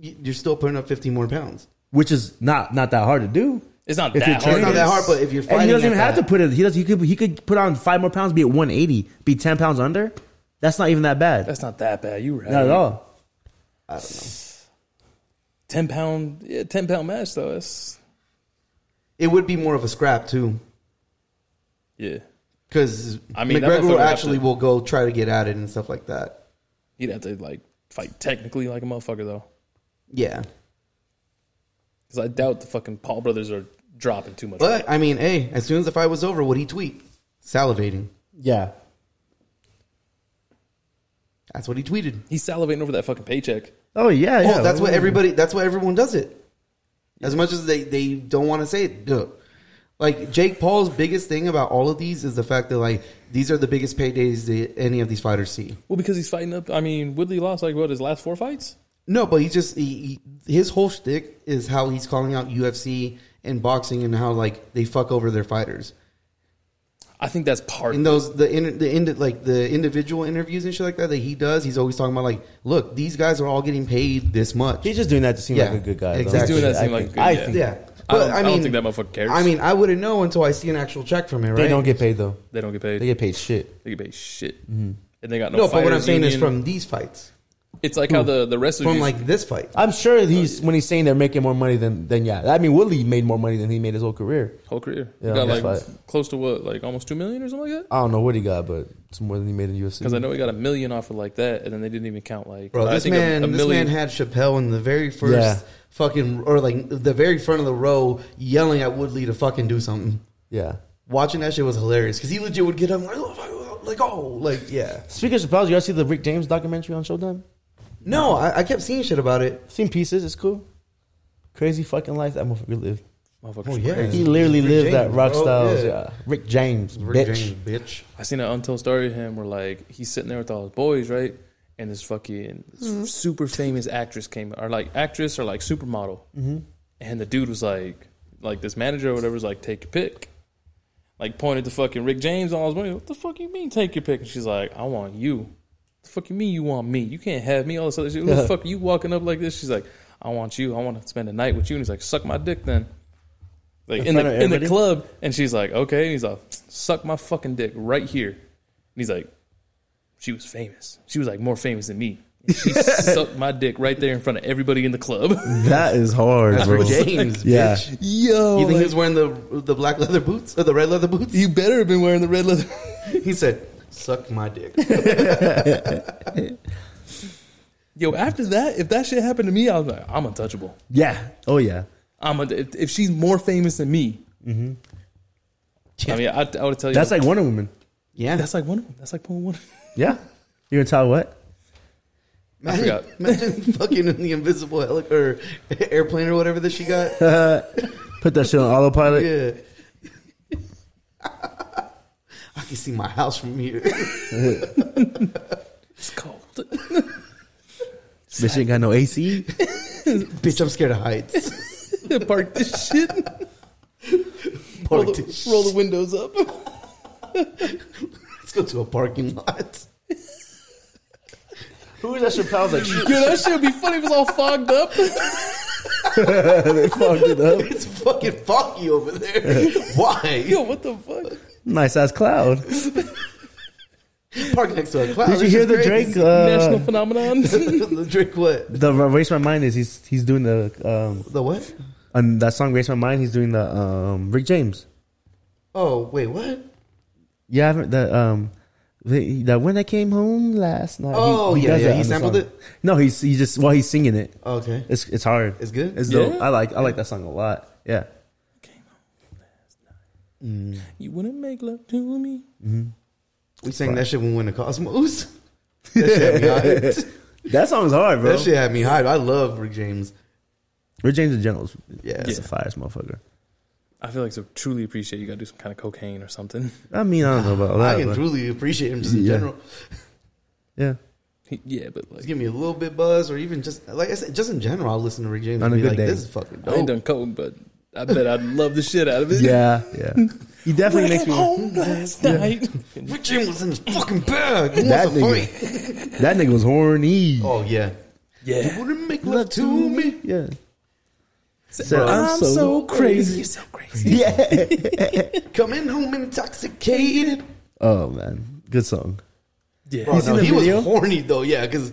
[SPEAKER 3] You- You're still putting up fifteen more pounds.
[SPEAKER 2] which is not not that hard to do.
[SPEAKER 4] It's not
[SPEAKER 2] If you're
[SPEAKER 4] that hard.
[SPEAKER 3] It's not
[SPEAKER 2] Yes.
[SPEAKER 3] that hard, but if you're fighting,
[SPEAKER 2] And he doesn't
[SPEAKER 3] at
[SPEAKER 2] even have
[SPEAKER 3] that-
[SPEAKER 2] to put it. He does. He could he could put on five more pounds, be at 180, be 10 pounds under. That's not even that bad.
[SPEAKER 4] That's not that bad. You were right.
[SPEAKER 2] not at all.
[SPEAKER 3] I don't know.
[SPEAKER 4] Ten pound yeah, ten pound match though. That's
[SPEAKER 3] It would be more of a scrap too.
[SPEAKER 4] yeah.
[SPEAKER 3] Because
[SPEAKER 4] I mean, that motherfucker
[SPEAKER 3] McGregor
[SPEAKER 4] would have
[SPEAKER 3] actually
[SPEAKER 4] to-
[SPEAKER 3] will go try to get at it and stuff like that.
[SPEAKER 4] He'd have to like fight technically like a motherfucker though.
[SPEAKER 3] Yeah,
[SPEAKER 4] Because I doubt the fucking Paul brothers are dropping too much.
[SPEAKER 3] but I mean, hey, as soon as the fight was over, what he tweet? Salivating.
[SPEAKER 2] Yeah.
[SPEAKER 3] That's what he tweeted.
[SPEAKER 4] He's salivating over that fucking paycheck.
[SPEAKER 2] Oh yeah. yeah.
[SPEAKER 3] oh, that's what everybody. That's what everyone does it. As much as they they don't want to say it, look, like Jake Paul's biggest thing about all of these is the fact that like these are the biggest paydays that any of these fighters see.
[SPEAKER 4] Well, because he's fighting up. I mean, Woodley lost like what his last four fights.
[SPEAKER 3] No, but he just he, he- his whole shtick is how he's calling out UFC and boxing and how like they fuck over their fighters.
[SPEAKER 4] I think that's part.
[SPEAKER 3] in those the in, the in, like the individual interviews and shit like that that he does, he's always talking about like, look, these guys are all getting paid this much.
[SPEAKER 2] He's just doing that to seem
[SPEAKER 3] Yeah,
[SPEAKER 2] like a good guy. though.
[SPEAKER 3] exactly. He's
[SPEAKER 4] doing that
[SPEAKER 2] I
[SPEAKER 4] to seem
[SPEAKER 2] think-
[SPEAKER 4] like a good
[SPEAKER 2] I
[SPEAKER 4] guy.
[SPEAKER 2] think
[SPEAKER 3] yeah,
[SPEAKER 4] I
[SPEAKER 3] but
[SPEAKER 4] don't-
[SPEAKER 3] I,
[SPEAKER 4] I
[SPEAKER 3] mean,
[SPEAKER 4] don't think that motherfucker cares.
[SPEAKER 3] I mean, I wouldn't know until I see an actual check from him, right?
[SPEAKER 2] they don't get paid though.
[SPEAKER 4] they don't get paid.
[SPEAKER 2] They
[SPEAKER 4] They
[SPEAKER 2] get
[SPEAKER 4] get,
[SPEAKER 2] paid shit.
[SPEAKER 4] paid shit, and they got no.
[SPEAKER 3] Mm-hmm. no, but what I'm
[SPEAKER 4] fighters
[SPEAKER 3] saying is
[SPEAKER 4] union.
[SPEAKER 3] from these fights,
[SPEAKER 4] It's like how the the wrestlers
[SPEAKER 3] from
[SPEAKER 4] used-
[SPEAKER 3] like this fight.
[SPEAKER 2] I'm sure he's when he's saying they're making more money than than yeah. I mean, Woodley made more money than he made his whole career.
[SPEAKER 4] whole career.
[SPEAKER 2] Yeah,
[SPEAKER 4] got
[SPEAKER 2] that's
[SPEAKER 4] like
[SPEAKER 2] right.
[SPEAKER 4] close to what like almost two million or something like that.
[SPEAKER 2] I don't know what he got, but it's more than he made in UFC.
[SPEAKER 4] Because I know he got a million off of like that, and then they didn't even count like
[SPEAKER 3] Bro,
[SPEAKER 4] I
[SPEAKER 3] this
[SPEAKER 4] think a-
[SPEAKER 3] man,
[SPEAKER 4] a
[SPEAKER 3] this man
[SPEAKER 4] million-
[SPEAKER 3] had Chappelle in the very first
[SPEAKER 2] Yeah.
[SPEAKER 3] fucking or like the very front of the row yelling at Woodley to fucking do something.
[SPEAKER 2] yeah.
[SPEAKER 3] Watching that shit was hilarious because he legit would get up like, oh, like oh, like yeah.
[SPEAKER 2] Speaking of Chappelle, you guys see the Rick James documentary on Showtime?
[SPEAKER 3] No, I, I kept seeing shit about it.
[SPEAKER 2] I've seen pieces. It's cool. Crazy fucking life that motherfucker lived.
[SPEAKER 4] Motherfuckers
[SPEAKER 3] Oh, yeah.
[SPEAKER 4] crazy.
[SPEAKER 2] He literally
[SPEAKER 3] Rick
[SPEAKER 2] lived that
[SPEAKER 3] James,
[SPEAKER 2] rock
[SPEAKER 3] bro,
[SPEAKER 2] styles.
[SPEAKER 3] yeah.
[SPEAKER 2] Yeah. Rick James,
[SPEAKER 3] Rick
[SPEAKER 2] bitch.
[SPEAKER 3] James, bitch.
[SPEAKER 4] I seen an untold story of him where like he's sitting there with all his boys, right? And this fucking super famous actress came, or like actress or like supermodel, and the dude was like, like this manager or whatever was like, take your pick. Like pointed to fucking Rick James on his money. What the fuck you mean take your pick? And she's like, I want you. The fuck you mean you want me? You can't have me. All this other shit. Who the fuck are you walking up like this? She's like, I want you. I want to spend a night with you. And he's like, suck my dick then. Like in
[SPEAKER 2] front of
[SPEAKER 4] the in the
[SPEAKER 2] everybody?
[SPEAKER 4] club, and she's like, okay. And he's like, suck my fucking dick right here. And he's like, she was famous. She was like more famous than me.
[SPEAKER 2] <laughs>
[SPEAKER 4] And she sucked my dick right there in front of everybody in the club.
[SPEAKER 5] That is hard,
[SPEAKER 3] That's Rick James,
[SPEAKER 5] Yeah.
[SPEAKER 3] bitch.
[SPEAKER 4] <laughs> Yo,
[SPEAKER 3] You think he was wearing the the black leather boots or the red leather boots? <laughs>
[SPEAKER 4] you better have been wearing the red leather. <laughs>
[SPEAKER 3] He said, "Suck my dick."
[SPEAKER 4] Yo, after that, if that shit happened to me, I was like, I'm untouchable.
[SPEAKER 2] Yeah. Oh yeah.
[SPEAKER 4] I'm a, if if she's more famous than me. I mean, I, I would tell you
[SPEAKER 2] Mm-hmm. That's like Wonder Woman.
[SPEAKER 3] Yeah,
[SPEAKER 4] that's like one. of them. That's like pulling one. <laughs>
[SPEAKER 2] Yeah. You gonna tell what? <laughs>
[SPEAKER 3] imagine,
[SPEAKER 4] I forgot.
[SPEAKER 3] imagine fucking in the invisible heli- or airplane or whatever that she got.
[SPEAKER 2] Put that shit on autopilot.
[SPEAKER 3] Yeah, <laughs> I can see my house from here. <laughs>
[SPEAKER 4] It's cold.
[SPEAKER 2] Bitch ain't got no AC. <laughs>
[SPEAKER 3] Bitch, I'm scared of heights.
[SPEAKER 4] Park this
[SPEAKER 2] <laughs>
[SPEAKER 4] shit. roll, the, roll the windows up. <laughs>
[SPEAKER 3] Let's go to a parking lot. <laughs>
[SPEAKER 6] Who is that? Your pal's like,
[SPEAKER 2] <laughs>
[SPEAKER 4] Dude, that shit would be funny if it's all fogged up. <laughs>
[SPEAKER 2] they fucked it up.
[SPEAKER 3] It's fucking foggy over there. Why?
[SPEAKER 4] Yo, what the fuck?
[SPEAKER 2] Nice ass cloud.
[SPEAKER 3] <laughs> Park next to a cloud.
[SPEAKER 2] Did you
[SPEAKER 3] This
[SPEAKER 2] hear
[SPEAKER 3] is
[SPEAKER 2] the
[SPEAKER 3] great.
[SPEAKER 2] Drake?
[SPEAKER 4] National
[SPEAKER 2] Uh, <laughs>
[SPEAKER 4] phenomenon.
[SPEAKER 3] <laughs>
[SPEAKER 4] <laughs>
[SPEAKER 3] the Drake what?
[SPEAKER 2] the race my mind is he's he's doing the um
[SPEAKER 3] The what?
[SPEAKER 2] on that song race my mind he's doing the um Rick James.
[SPEAKER 3] Oh wait, what?
[SPEAKER 2] Yeah, I haven't that um the, that when I came home last night.
[SPEAKER 3] Oh, yeah, yeah,
[SPEAKER 2] that
[SPEAKER 3] he
[SPEAKER 2] on the
[SPEAKER 3] sampled
[SPEAKER 2] song.
[SPEAKER 3] it?
[SPEAKER 2] No, he's he just while he's singing it.
[SPEAKER 3] Okay.
[SPEAKER 2] It's it's hard.
[SPEAKER 3] It's good?
[SPEAKER 2] It's
[SPEAKER 4] Yeah?
[SPEAKER 2] dope. I like I like that song a lot. Yeah.
[SPEAKER 4] You wouldn't make love to me.
[SPEAKER 3] We sang that shit when we went
[SPEAKER 2] <laughs>
[SPEAKER 3] to Cosmos. <laughs> That shit had me hyped.
[SPEAKER 2] That song's hard, bro.
[SPEAKER 3] That shit had me hyped. I love Rick James.
[SPEAKER 2] Rick James and Generals.
[SPEAKER 3] Yeah.
[SPEAKER 2] That's a
[SPEAKER 4] Yeah.
[SPEAKER 2] fire motherfucker.
[SPEAKER 4] I feel like to truly appreciate you gotta do some kind of cocaine or something. <laughs>
[SPEAKER 2] I mean, I don't know about all that.
[SPEAKER 3] I can
[SPEAKER 2] but-
[SPEAKER 3] truly appreciate him just in
[SPEAKER 2] Yeah.
[SPEAKER 3] general.
[SPEAKER 2] yeah.
[SPEAKER 4] Yeah, but like
[SPEAKER 3] Just give me a little bit buzz, or even just like I said, just in general, I'll listen to Rick James
[SPEAKER 2] On
[SPEAKER 3] and
[SPEAKER 2] a
[SPEAKER 3] be
[SPEAKER 2] good
[SPEAKER 3] like,
[SPEAKER 2] day.
[SPEAKER 3] "This is fucking
[SPEAKER 4] I
[SPEAKER 3] dope."
[SPEAKER 4] ain't done coke, but I bet I'd love the shit out of it.
[SPEAKER 2] Yeah. Yeah. He definitely
[SPEAKER 4] When I
[SPEAKER 2] makes
[SPEAKER 4] came
[SPEAKER 2] me.
[SPEAKER 4] home last night.
[SPEAKER 3] Rick James was in his fucking bag. He
[SPEAKER 2] That
[SPEAKER 3] wants to
[SPEAKER 2] nigga.
[SPEAKER 3] fight.
[SPEAKER 2] That nigga was horny.
[SPEAKER 3] Oh yeah.
[SPEAKER 4] <laughs> Yeah.
[SPEAKER 3] Wouldn't make love to me.
[SPEAKER 2] Yeah.
[SPEAKER 3] Bro.
[SPEAKER 2] uh,
[SPEAKER 4] I'm so, crazy. You're so crazy.
[SPEAKER 2] Yeah.
[SPEAKER 3] Coming home intoxicated.
[SPEAKER 2] <laughs> oh man, good song.
[SPEAKER 4] Yeah.
[SPEAKER 3] Bro, no,
[SPEAKER 2] the
[SPEAKER 3] he
[SPEAKER 2] video?
[SPEAKER 3] was horny though, yeah, because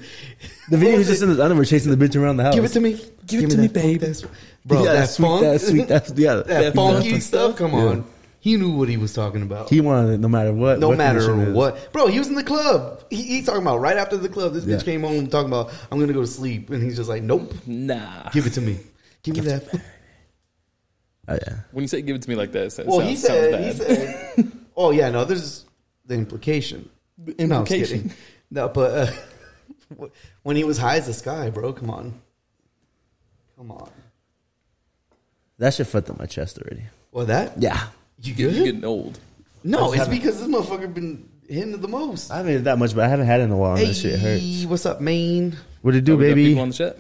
[SPEAKER 2] The video was just in his underwear chasing the bitch around the house.
[SPEAKER 3] Give it to me.
[SPEAKER 4] Give it to me,
[SPEAKER 3] that funk,
[SPEAKER 4] babe.
[SPEAKER 3] that's- Bro,
[SPEAKER 2] yeah,
[SPEAKER 3] that
[SPEAKER 2] that's sweet.
[SPEAKER 3] funk,
[SPEAKER 2] That sweet. That's yeah.
[SPEAKER 3] that funky
[SPEAKER 4] funk.
[SPEAKER 3] stuff. Come
[SPEAKER 2] Yeah.
[SPEAKER 3] on, he knew what he was talking about.
[SPEAKER 2] He wanted it no matter what.
[SPEAKER 3] no
[SPEAKER 2] what
[SPEAKER 3] matter
[SPEAKER 2] condition it is.
[SPEAKER 3] what, bro. He was in the club. He, he talking about right after the club. This
[SPEAKER 2] Yeah.
[SPEAKER 3] bitch came home talking about I'm gonna go to sleep, and he's just like, nope,
[SPEAKER 4] Nah.
[SPEAKER 3] give it to me, give me that. <laughs> funk."
[SPEAKER 2] Oh, yeah.
[SPEAKER 4] When you say give it to me like that, it sounds,
[SPEAKER 3] Well, he
[SPEAKER 4] sounds
[SPEAKER 3] said, he
[SPEAKER 4] bad.
[SPEAKER 3] said, oh yeah, no, there's the implication. No, I'm just
[SPEAKER 4] implication.
[SPEAKER 3] kidding. No, but uh, <laughs> when he was high as the sky, bro. Come on, come on.
[SPEAKER 2] That shit fucked up my chest already.
[SPEAKER 3] Well, that
[SPEAKER 2] Yeah.
[SPEAKER 3] you good?
[SPEAKER 4] You're getting old.
[SPEAKER 3] No,
[SPEAKER 2] I
[SPEAKER 3] it's
[SPEAKER 2] was having-
[SPEAKER 3] because this motherfucker been hitting it the most.
[SPEAKER 2] I haven't had that much, but I haven't had it in a while. And
[SPEAKER 3] Hey,
[SPEAKER 2] Oh, that shit hurt.
[SPEAKER 3] what's up, Maine?
[SPEAKER 2] What it do,
[SPEAKER 4] Oh, we got
[SPEAKER 2] baby?
[SPEAKER 4] People on the chat.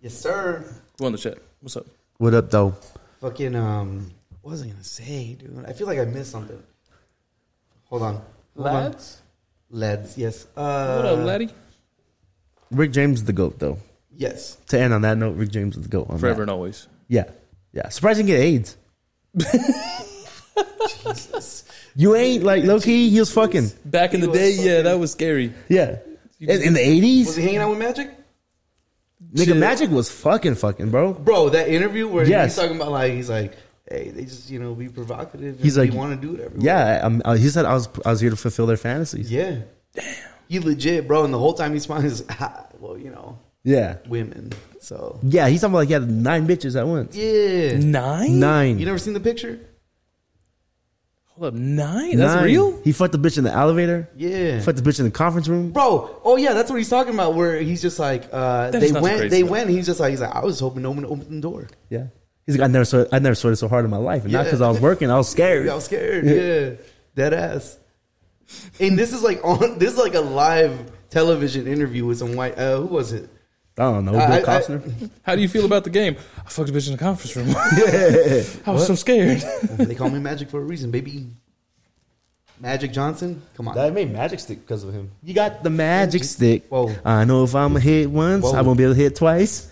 [SPEAKER 3] Yes, sir.
[SPEAKER 4] People on the chat. What's up?
[SPEAKER 2] what up, though?
[SPEAKER 3] Fucking um, what was I gonna say, dude? I feel like I missed something. Hold on, Hold on. lads. Yes. Uh,
[SPEAKER 4] What up, laddie?
[SPEAKER 2] Rick James is the goat, though.
[SPEAKER 3] Yes.
[SPEAKER 2] To end on that note, Rick James is the goat. On
[SPEAKER 4] Forever
[SPEAKER 2] that.
[SPEAKER 4] and always.
[SPEAKER 2] Yeah. Yeah. Surprised he didn't get AIDS.
[SPEAKER 3] <laughs>
[SPEAKER 2] You ain't like low key. He was fucking.
[SPEAKER 4] Back in
[SPEAKER 3] He
[SPEAKER 4] the
[SPEAKER 3] was
[SPEAKER 4] day, yeah,
[SPEAKER 3] fucking-
[SPEAKER 4] that was scary.
[SPEAKER 2] Yeah. In, in the eighties,
[SPEAKER 3] Was he hanging out with Magic?
[SPEAKER 2] nigga, Magic was fucking fucking, bro.
[SPEAKER 3] Bro, that interview where
[SPEAKER 2] Yes.
[SPEAKER 3] he's talking about like he's like, hey, they just you know be provocative. and
[SPEAKER 2] He's like,
[SPEAKER 3] we want to do it. Everywhere.
[SPEAKER 2] Yeah, I'm, uh, he said I was I was here to fulfill their fantasies.
[SPEAKER 3] Yeah. Damn. You legit, bro. And the whole time he's smiling is, ah, well, you know,
[SPEAKER 2] Yeah,
[SPEAKER 3] women. So
[SPEAKER 2] yeah. He's talking about like he had nine bitches at once.
[SPEAKER 3] yeah.
[SPEAKER 4] Nine?
[SPEAKER 2] Nine.
[SPEAKER 3] You never seen the picture?
[SPEAKER 4] Hold up, nine? That's
[SPEAKER 2] Nine.
[SPEAKER 4] real?
[SPEAKER 2] He fucked the bitch in the elevator.
[SPEAKER 3] Yeah.
[SPEAKER 2] Fucked the bitch in the conference room.
[SPEAKER 3] Bro, oh yeah, that's what he's talking about. Where he's just like, uh,
[SPEAKER 4] That's
[SPEAKER 3] they
[SPEAKER 4] not
[SPEAKER 3] went,
[SPEAKER 4] crazy,
[SPEAKER 3] they
[SPEAKER 4] though.
[SPEAKER 3] went. and He's just like, he's like, I was hoping no one opened the door.
[SPEAKER 2] Yeah. He's like I never saw I never sweated so hard in my life, and not
[SPEAKER 3] Yeah.
[SPEAKER 2] because I was working, I was scared.
[SPEAKER 3] Y'all scared? Yeah, dead ass. And this is like on. This is like a live television interview with some white. Uh, who was it?
[SPEAKER 2] I don't know.
[SPEAKER 3] I-
[SPEAKER 2] Bill
[SPEAKER 3] I-
[SPEAKER 2] Costner.
[SPEAKER 4] How do you feel about the game? I fucked a bitch in the conference <laughs> room. I was so scared.
[SPEAKER 3] <laughs> they call me Magic for a reason, baby. Magic Johnson. Come on.
[SPEAKER 2] made magic stick because of him. You got the magic stick.
[SPEAKER 3] Whoa.
[SPEAKER 2] I know if I'm a hit once, I
[SPEAKER 3] Whoa.
[SPEAKER 2] won't be able to hit twice.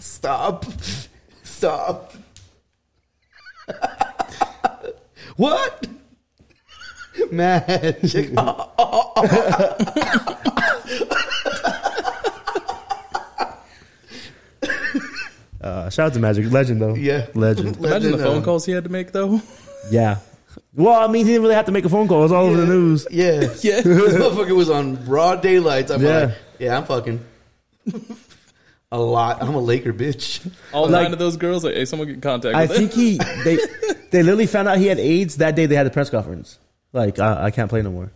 [SPEAKER 3] Stop. Stop. <laughs> what? <laughs> Magic.
[SPEAKER 2] Uh, shout out to Magic, legend though.
[SPEAKER 3] Yeah.
[SPEAKER 2] legend.
[SPEAKER 3] <laughs>
[SPEAKER 4] Imagine the
[SPEAKER 3] Legend,
[SPEAKER 4] phone
[SPEAKER 3] uh,
[SPEAKER 4] calls he had to make, though.
[SPEAKER 2] Yeah. Well, I mean, he didn't really have to make a phone call. It was all over the news.
[SPEAKER 3] <laughs> Yeah. this
[SPEAKER 4] <laughs> Yeah.
[SPEAKER 3] motherfucker was on broad daylight. I'm
[SPEAKER 2] Yeah.
[SPEAKER 3] like, yeah, I'm fucking <laughs> a lot. I'm a Laker bitch. <laughs>
[SPEAKER 4] All
[SPEAKER 2] Like-
[SPEAKER 4] nine of those girls, like, hey, someone get in contact
[SPEAKER 2] I
[SPEAKER 4] with
[SPEAKER 2] think
[SPEAKER 4] think
[SPEAKER 2] he they they literally found out he had AIDS that day. They had a press conference. Like I, I can't play no more.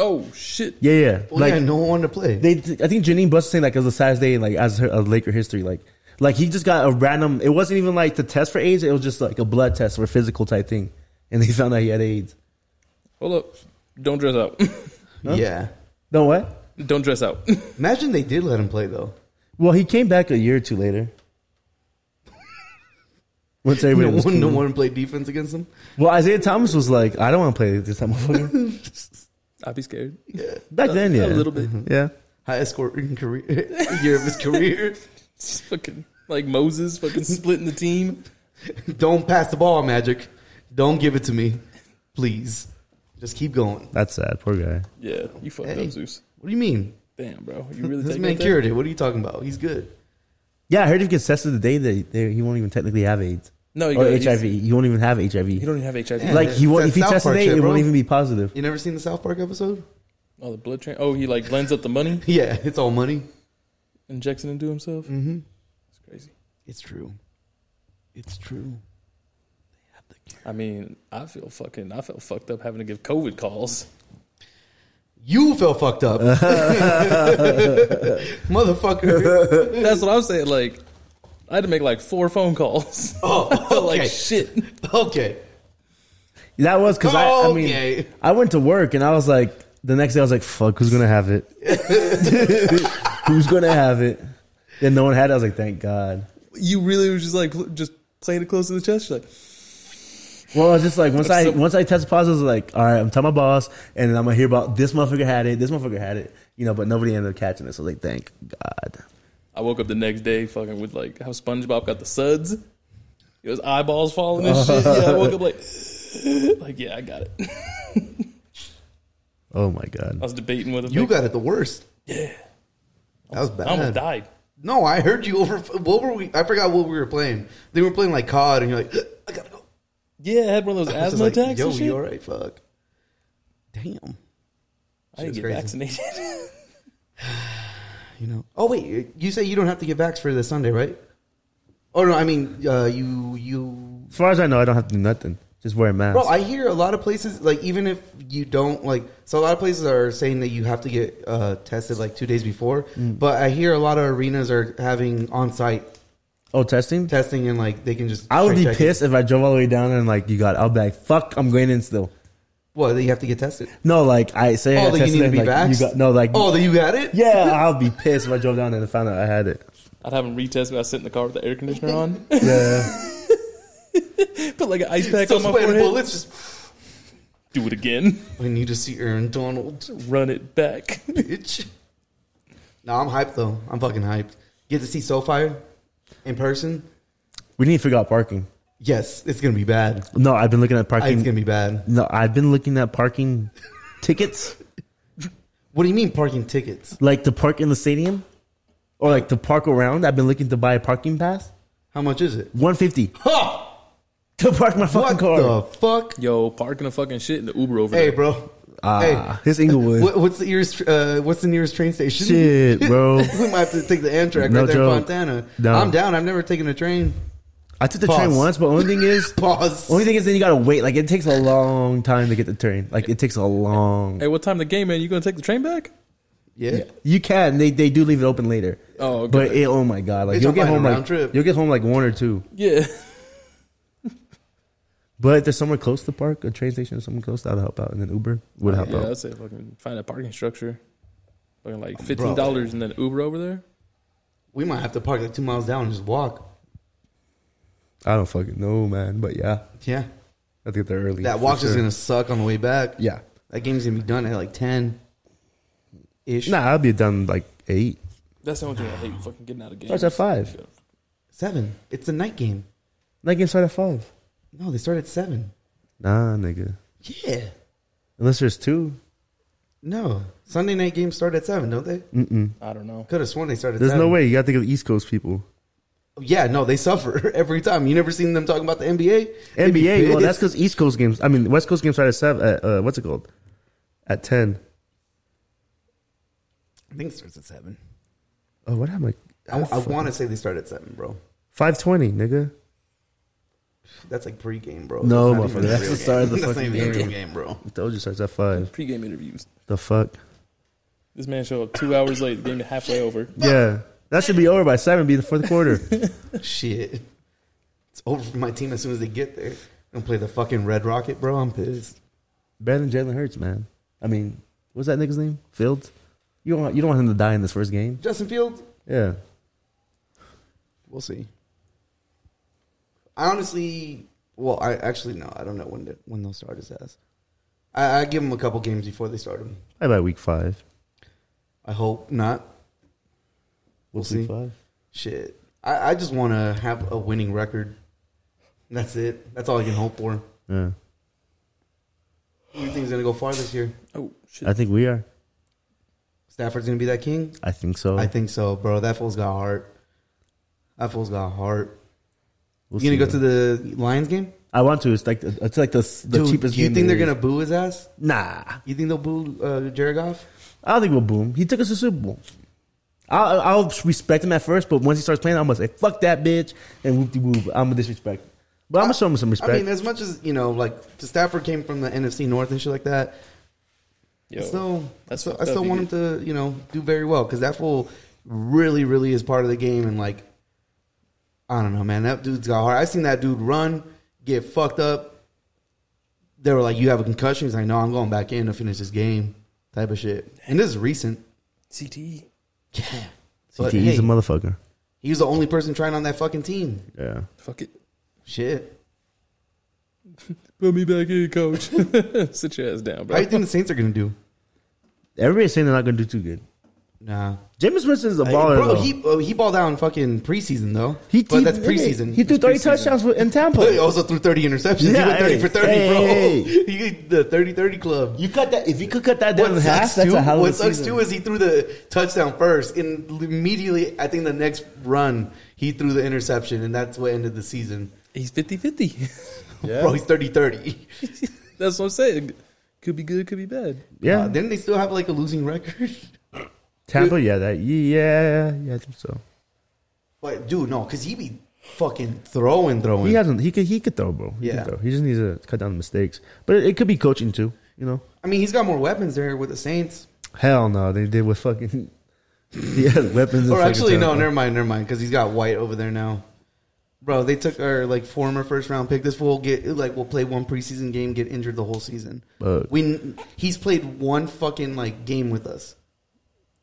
[SPEAKER 4] Oh, shit.
[SPEAKER 2] Yeah, yeah.
[SPEAKER 3] Well,
[SPEAKER 2] like
[SPEAKER 3] yeah, no one to play.
[SPEAKER 2] they, I think Janine Buss was saying like it was the saddest day in like as her, of Laker history. Like, like he just got a random. It wasn't even like the test for AIDS. It was just like a blood test or a physical type thing, and they <laughs> found out he had AIDS.
[SPEAKER 4] Hold up. Don't dress out.
[SPEAKER 3] Yeah.
[SPEAKER 2] No what?
[SPEAKER 4] <laughs> Don't dress out. <laughs>
[SPEAKER 3] Imagine they did let him play though.
[SPEAKER 2] Well, he came back a year or two later. Once everybody
[SPEAKER 3] No
[SPEAKER 2] was
[SPEAKER 3] one, no
[SPEAKER 2] cool.
[SPEAKER 3] one played defense against him.
[SPEAKER 2] Well, Isaiah Thomas was like, I don't want to play this type of fucker.
[SPEAKER 4] I'd be scared.
[SPEAKER 2] Back then, yeah. Mm-hmm.
[SPEAKER 4] A little bit.
[SPEAKER 2] Yeah.
[SPEAKER 3] Highest scoring career <laughs> year of his career. <laughs>
[SPEAKER 4] Just fucking like Moses fucking splitting the team.
[SPEAKER 3] Don't pass the ball, Magic. Don't give it to me, please. Just keep going.
[SPEAKER 2] That's sad. Poor guy.
[SPEAKER 4] Yeah, you fucked
[SPEAKER 3] Hey.
[SPEAKER 4] up, Zeus.
[SPEAKER 3] What do you mean?
[SPEAKER 4] Damn, bro. You really
[SPEAKER 3] <laughs> this
[SPEAKER 4] think
[SPEAKER 3] man
[SPEAKER 4] about that?
[SPEAKER 3] cured it. What are you talking about? He's good.
[SPEAKER 2] Yeah, I heard he gets tested the day that he, that he won't even technically have AIDS.
[SPEAKER 4] No, he
[SPEAKER 2] Or
[SPEAKER 4] got- he's-
[SPEAKER 2] HIV. He won't even have HIV.
[SPEAKER 4] He don't even have HIV.
[SPEAKER 2] like, he won't,
[SPEAKER 3] It's
[SPEAKER 2] if he
[SPEAKER 3] that South
[SPEAKER 2] tests
[SPEAKER 3] Park
[SPEAKER 2] today,
[SPEAKER 3] shit,
[SPEAKER 2] it won't
[SPEAKER 3] bro.
[SPEAKER 2] even be positive.
[SPEAKER 3] You never seen the South Park episode? <laughs>
[SPEAKER 4] Oh, the blood train. Oh, he like blends up the money,
[SPEAKER 3] Yeah, it's all money.
[SPEAKER 4] injects it into himself. Mm-hmm. It's crazy.
[SPEAKER 3] It's true. It's true.
[SPEAKER 4] I mean, I feel fucking. I felt fucked up having to give COVID calls.
[SPEAKER 3] You felt fucked
[SPEAKER 4] <laughs>
[SPEAKER 3] up, <laughs> motherfucker.
[SPEAKER 4] That's what I'm saying. Like, I had to make like four phone calls. <laughs>
[SPEAKER 3] Oh,
[SPEAKER 4] I felt like
[SPEAKER 3] okay.
[SPEAKER 4] shit.
[SPEAKER 3] Okay,
[SPEAKER 2] That was because I, I mean,
[SPEAKER 3] Oh, Okay.
[SPEAKER 2] I went to work and I was like, the next day I was like, fuck, who's going to have it? <laughs> who's going to have it? And no one had it. I was like, thank God.
[SPEAKER 4] You really was just like pl- just playing it close to the chest. You're like,
[SPEAKER 2] Well, I was just like, once I
[SPEAKER 4] So-
[SPEAKER 2] once I tested positive, I was like, all right, I'm telling my boss, and then I'm gonna hear about this motherfucker had it, this motherfucker had it, you know. But nobody ended up catching it, so I was like, thank God.
[SPEAKER 4] I woke up the next day fucking with like how SpongeBob got the suds. It was eyeballs falling and shit. Yeah, I woke up like, <laughs> like yeah, I got it. I
[SPEAKER 2] Oh my God.
[SPEAKER 4] was debating whether
[SPEAKER 3] you got it the worst.
[SPEAKER 4] Yeah,
[SPEAKER 3] That was
[SPEAKER 4] I
[SPEAKER 3] bad.
[SPEAKER 4] almost died.
[SPEAKER 3] No, I heard you over. What were we? I forgot what we were playing. They were playing like COD, and you're like, <gasps> I gotta go.
[SPEAKER 4] Yeah, I had one of those
[SPEAKER 3] I was
[SPEAKER 4] asthma
[SPEAKER 3] like,
[SPEAKER 4] attacks.
[SPEAKER 3] Yo,
[SPEAKER 4] and shit.
[SPEAKER 3] you all right? Fuck. Damn.
[SPEAKER 4] I didn't
[SPEAKER 3] Shit's
[SPEAKER 4] get
[SPEAKER 3] crazy.
[SPEAKER 4] vaccinated. <laughs>
[SPEAKER 3] You know. Oh wait, you say you don't have to get vaxxed for this Sunday, right? Oh no, I mean, uh, you you
[SPEAKER 2] As far as I know, I don't have to do nothing. Just wear a mask.
[SPEAKER 3] Bro, I hear a lot of places like even if you don't like, so a lot of places are saying that you have to get uh, tested like two days before.
[SPEAKER 2] Mm.
[SPEAKER 3] But I hear a lot of arenas are having on-site
[SPEAKER 2] oh, testing.
[SPEAKER 3] testing and like they can just.
[SPEAKER 2] I would be
[SPEAKER 3] straight check it.
[SPEAKER 2] pissed if I drove all the way down and like you got. it. I'll be like, fuck, I'm going in still.
[SPEAKER 3] What? That you have to get tested.
[SPEAKER 2] No, like I say, I
[SPEAKER 3] Oh, that you
[SPEAKER 2] tested
[SPEAKER 3] need to
[SPEAKER 2] and,
[SPEAKER 3] be
[SPEAKER 2] like,
[SPEAKER 3] vaxxed?
[SPEAKER 2] You got, no, like
[SPEAKER 3] oh, that you got it.
[SPEAKER 2] yeah, I'll be pissed if I drove down there and found out I had it.
[SPEAKER 4] I'd have him retest me. I was sitting in the car with the air
[SPEAKER 3] <laughs>
[SPEAKER 4] conditioner on. <laughs>
[SPEAKER 2] Yeah,
[SPEAKER 4] Put like an ice pack
[SPEAKER 3] So
[SPEAKER 4] on my
[SPEAKER 3] sweating
[SPEAKER 4] forehead.
[SPEAKER 3] bullets just.
[SPEAKER 4] Do it again. <laughs>
[SPEAKER 3] I need to see Aaron Donald, <laughs>
[SPEAKER 4] Run it back. <laughs>
[SPEAKER 3] bitch. no, I'm hyped though. I'm fucking hyped. Get to see Soulfire in person.
[SPEAKER 2] we need to figure out parking.
[SPEAKER 3] Yes, it's gonna be bad.
[SPEAKER 2] No, I've been looking at
[SPEAKER 3] It's
[SPEAKER 2] parking.
[SPEAKER 3] gonna be bad.
[SPEAKER 2] no, I've been looking at parking tickets.
[SPEAKER 3] What do you mean parking tickets?
[SPEAKER 2] like to park in the stadium or like to park around. I've been looking to buy a parking pass.
[SPEAKER 3] How much is it?
[SPEAKER 2] 150 <laughs> to park my fucking
[SPEAKER 3] What
[SPEAKER 2] car.
[SPEAKER 3] the fuck?
[SPEAKER 4] Yo, parking a fucking shit in the Uber over
[SPEAKER 3] Hey,
[SPEAKER 4] there.
[SPEAKER 3] bro.
[SPEAKER 2] Ah,
[SPEAKER 3] hey,
[SPEAKER 2] his Inglewood.
[SPEAKER 3] what, what's the nearest? Uh, what's the nearest train station?
[SPEAKER 2] Shit, bro.
[SPEAKER 3] we might have to take the Amtrak
[SPEAKER 2] No
[SPEAKER 3] right there
[SPEAKER 2] joke.
[SPEAKER 3] in Fontana.
[SPEAKER 2] No.
[SPEAKER 3] I'm down. I've never taken a train.
[SPEAKER 2] I took the
[SPEAKER 3] Pause.
[SPEAKER 2] train once, but only thing is,
[SPEAKER 3] Pause.
[SPEAKER 2] only thing is, then you gotta wait. Like it takes a long time to get the train. Like it takes a long.
[SPEAKER 4] Hey, what time the game man? You gonna take the train back?
[SPEAKER 3] yeah.
[SPEAKER 2] You can. They they do leave it open later.
[SPEAKER 4] Oh, okay.
[SPEAKER 2] but it, oh my god! Like
[SPEAKER 3] Bitch,
[SPEAKER 2] you'll
[SPEAKER 3] I'm
[SPEAKER 2] get
[SPEAKER 3] buying a
[SPEAKER 2] home
[SPEAKER 3] round
[SPEAKER 2] like
[SPEAKER 3] trip.
[SPEAKER 2] you'll get home like one or two.
[SPEAKER 4] Yeah. <laughs>
[SPEAKER 2] But if there's somewhere close to park, a train station, or something close, that'll help out. And then Uber would help
[SPEAKER 4] Yeah,
[SPEAKER 2] out.
[SPEAKER 4] I'd say fucking find a parking structure. Fucking like fifteen dollars and then Uber over there.
[SPEAKER 3] We might have to park like two miles down and just walk.
[SPEAKER 2] I don't fucking know, man. But yeah,
[SPEAKER 3] Yeah.
[SPEAKER 2] I think they're early.
[SPEAKER 3] That
[SPEAKER 2] for
[SPEAKER 3] walk is
[SPEAKER 2] sure.
[SPEAKER 3] gonna suck on the way back.
[SPEAKER 2] yeah.
[SPEAKER 3] That game's gonna be done at like ten. Ish.
[SPEAKER 2] Nah, I'll be done like eight.
[SPEAKER 4] That's the only thing I hate. Fucking getting out of games.
[SPEAKER 2] Starts at five.
[SPEAKER 3] Seven. It's a night game.
[SPEAKER 2] That game starts at five.
[SPEAKER 3] No, they start at seven.
[SPEAKER 2] Nah, nigga.
[SPEAKER 3] Yeah.
[SPEAKER 2] Unless there's two.
[SPEAKER 3] No. Sunday night games start at seven, don't they?
[SPEAKER 4] I don't know.
[SPEAKER 3] Could have sworn they started.
[SPEAKER 2] Mm. There's no
[SPEAKER 3] seven.
[SPEAKER 2] way. You gotta think of the East Coast people.
[SPEAKER 3] Yeah, no, they suffer <laughs> every time. You never seen them talking about the NBA? They be
[SPEAKER 2] NBA. Well,
[SPEAKER 3] pissed.
[SPEAKER 2] that's because East Coast games. I mean, West Coast games start at seven. At, uh, what's it called? At ten.
[SPEAKER 3] I think it starts at seven.
[SPEAKER 2] Oh, what happened?
[SPEAKER 3] I, I want to say they start at seven, bro.
[SPEAKER 2] Five twenty, nigga.
[SPEAKER 3] That's like pregame, bro.
[SPEAKER 2] No,
[SPEAKER 3] that's
[SPEAKER 2] motherfucker, that's the start of the fucking
[SPEAKER 3] game. <laughs>
[SPEAKER 2] game.
[SPEAKER 3] game, bro. <laughs>
[SPEAKER 2] I told you starts at five.
[SPEAKER 4] Pre-game interviews.
[SPEAKER 2] The fuck.
[SPEAKER 4] This man showed up two hours late. The game halfway over.
[SPEAKER 2] Yeah, that should be over by seven. Be the fourth quarter. <laughs>
[SPEAKER 3] Shit, it's over for my team as soon as they get there. And play the fucking Red Rocket, bro. I'm pissed.
[SPEAKER 2] Better than Jalen Hurts, man. I mean, what's that nigga's name? Fields. You don't. Want, you don't want him to die in this first game.
[SPEAKER 3] Justin Fields,
[SPEAKER 2] Yeah.
[SPEAKER 3] we'll see. I honestly, well, I actually no, I don't know when the, when they'll start his ass. I, I give him a couple games before they start him.
[SPEAKER 2] Probably by week five.
[SPEAKER 3] I hope not. We'll
[SPEAKER 2] What's
[SPEAKER 3] see.
[SPEAKER 2] Week five.
[SPEAKER 3] Shit, I, I just want to have a winning record. That's it. That's all I can hope for.
[SPEAKER 2] Yeah.
[SPEAKER 3] Who do you think's gonna go far this year?
[SPEAKER 4] Oh shit!
[SPEAKER 2] I think we are.
[SPEAKER 3] Stafford's gonna be that king.
[SPEAKER 2] I think so.
[SPEAKER 3] I think so, bro. That fool's got heart. That fool's got heart.
[SPEAKER 2] We'll
[SPEAKER 3] you gonna
[SPEAKER 2] see,
[SPEAKER 3] go to the Lions game?
[SPEAKER 2] I want to. It's like it's like the, the
[SPEAKER 3] Dude,
[SPEAKER 2] cheapest.
[SPEAKER 3] Do you
[SPEAKER 2] game
[SPEAKER 3] think they're
[SPEAKER 2] there
[SPEAKER 3] gonna boo his ass?
[SPEAKER 2] is. Nah,
[SPEAKER 3] You think they'll boo uh, Jared Goff?
[SPEAKER 2] I don't think we'll boom. He took us to the Super Bowl. I'll, I'll respect him at first, but once he starts playing, I'm gonna say fuck that bitch and whoop de whoop. I'm gonna disrespect. But I'm gonna show him some respect.
[SPEAKER 3] I mean, as much as you know, like 'cause Stafford came from the NFC North and shit like that.
[SPEAKER 4] Yo,
[SPEAKER 3] still,
[SPEAKER 4] that's
[SPEAKER 3] still, I
[SPEAKER 4] fucked
[SPEAKER 3] still
[SPEAKER 4] up,
[SPEAKER 3] want him
[SPEAKER 4] dude.
[SPEAKER 3] to, you know, do very well because that fool really, really is part of the game. And like, I don't know, man, that dude's got hard. I seen that dude run, get fucked up. They were like, "You have a concussion." He's like, "No, I'm going back in to finish this game." Type of shit. And this is recent.
[SPEAKER 4] CTE.
[SPEAKER 3] Yeah.
[SPEAKER 2] CTE
[SPEAKER 3] But,
[SPEAKER 2] is
[SPEAKER 3] hey,
[SPEAKER 2] a motherfucker.
[SPEAKER 3] he was the only person trying on that fucking team.
[SPEAKER 2] Yeah.
[SPEAKER 4] Fuck it.
[SPEAKER 3] Shit.
[SPEAKER 4] Put me back in, coach. <laughs> Sit your ass down,
[SPEAKER 3] How
[SPEAKER 4] bro.
[SPEAKER 3] you think the Saints are gonna do?
[SPEAKER 2] Everybody's saying they're not gonna do too good.
[SPEAKER 3] Nah.
[SPEAKER 2] Jameis Winston's a baller.
[SPEAKER 3] Bro,
[SPEAKER 2] though.
[SPEAKER 3] he uh, he balled out in fucking preseason though. but that's preseason.
[SPEAKER 2] He threw 30 touchdowns with- in
[SPEAKER 3] But he
[SPEAKER 2] Tampa.
[SPEAKER 3] also threw 30 interceptions. he
[SPEAKER 2] Yeah,
[SPEAKER 3] went 30
[SPEAKER 2] hey,
[SPEAKER 3] for 30,
[SPEAKER 2] hey,
[SPEAKER 3] bro.
[SPEAKER 2] hey, hey.
[SPEAKER 3] <laughs> He hit the 30 30 club.
[SPEAKER 2] You cut that if you could cut that down in half.
[SPEAKER 3] too,
[SPEAKER 2] That's a hell of a
[SPEAKER 3] what sucks
[SPEAKER 2] season.
[SPEAKER 3] too is he threw the touchdown first, and immediately, I think the next run, he threw the interception, and that's what ended the season.
[SPEAKER 4] He's 50-50.
[SPEAKER 3] Bro, he's 30 <laughs> 30.
[SPEAKER 4] <laughs> That's what I'm saying. Could be good, could be bad.
[SPEAKER 2] yeah,
[SPEAKER 3] Uh, didn't they still have like a losing record? <laughs>
[SPEAKER 2] Tampa. Yeah, that. Yeah, yeah, I think so.
[SPEAKER 3] but dude, no, because he be fucking throwing, throwing.
[SPEAKER 2] He hasn't. He could. He could throw, bro. He
[SPEAKER 3] Yeah.
[SPEAKER 2] yeah. Throw. He just needs to cut down the mistakes. But it, it could be coaching too. You know.
[SPEAKER 3] I mean, he's got more weapons there with the Saints.
[SPEAKER 2] Hell no, they did with fucking. <laughs> He has weapons.
[SPEAKER 3] Or
[SPEAKER 2] and
[SPEAKER 3] actually,
[SPEAKER 2] fucking
[SPEAKER 3] no,
[SPEAKER 2] Tampa.
[SPEAKER 3] never mind, never mind, because he's got White over there now. Bro, they took our like former first round pick. This will get like we'll play one preseason game, get injured the whole season.
[SPEAKER 2] But-
[SPEAKER 3] we he's played one fucking like game with us,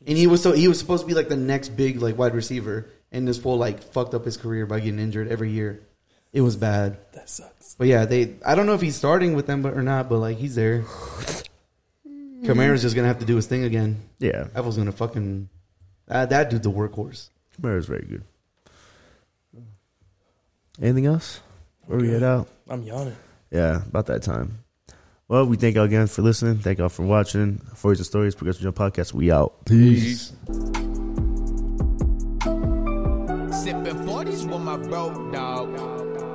[SPEAKER 3] and he was so he was supposed to be like the next big like wide receiver, and this fool like fucked up his career by getting injured every year. It was bad,
[SPEAKER 4] That sucks.
[SPEAKER 3] but yeah, they I don't know if he's starting with them but, or not, but like he's there. Kamara's just gonna have to do his thing again.
[SPEAKER 2] Yeah,
[SPEAKER 3] That was gonna fucking uh, that dude's a workhorse.
[SPEAKER 2] Kamara's very good. Anything else? Where we head out?
[SPEAKER 4] I'm yawning.
[SPEAKER 2] Yeah, about that time. Well, we thank y'all again for listening. Thank y'all for watching. Stories and Stories, Progressive Jump Podcast. We out.
[SPEAKER 1] Sipping 40s with my bro, dog.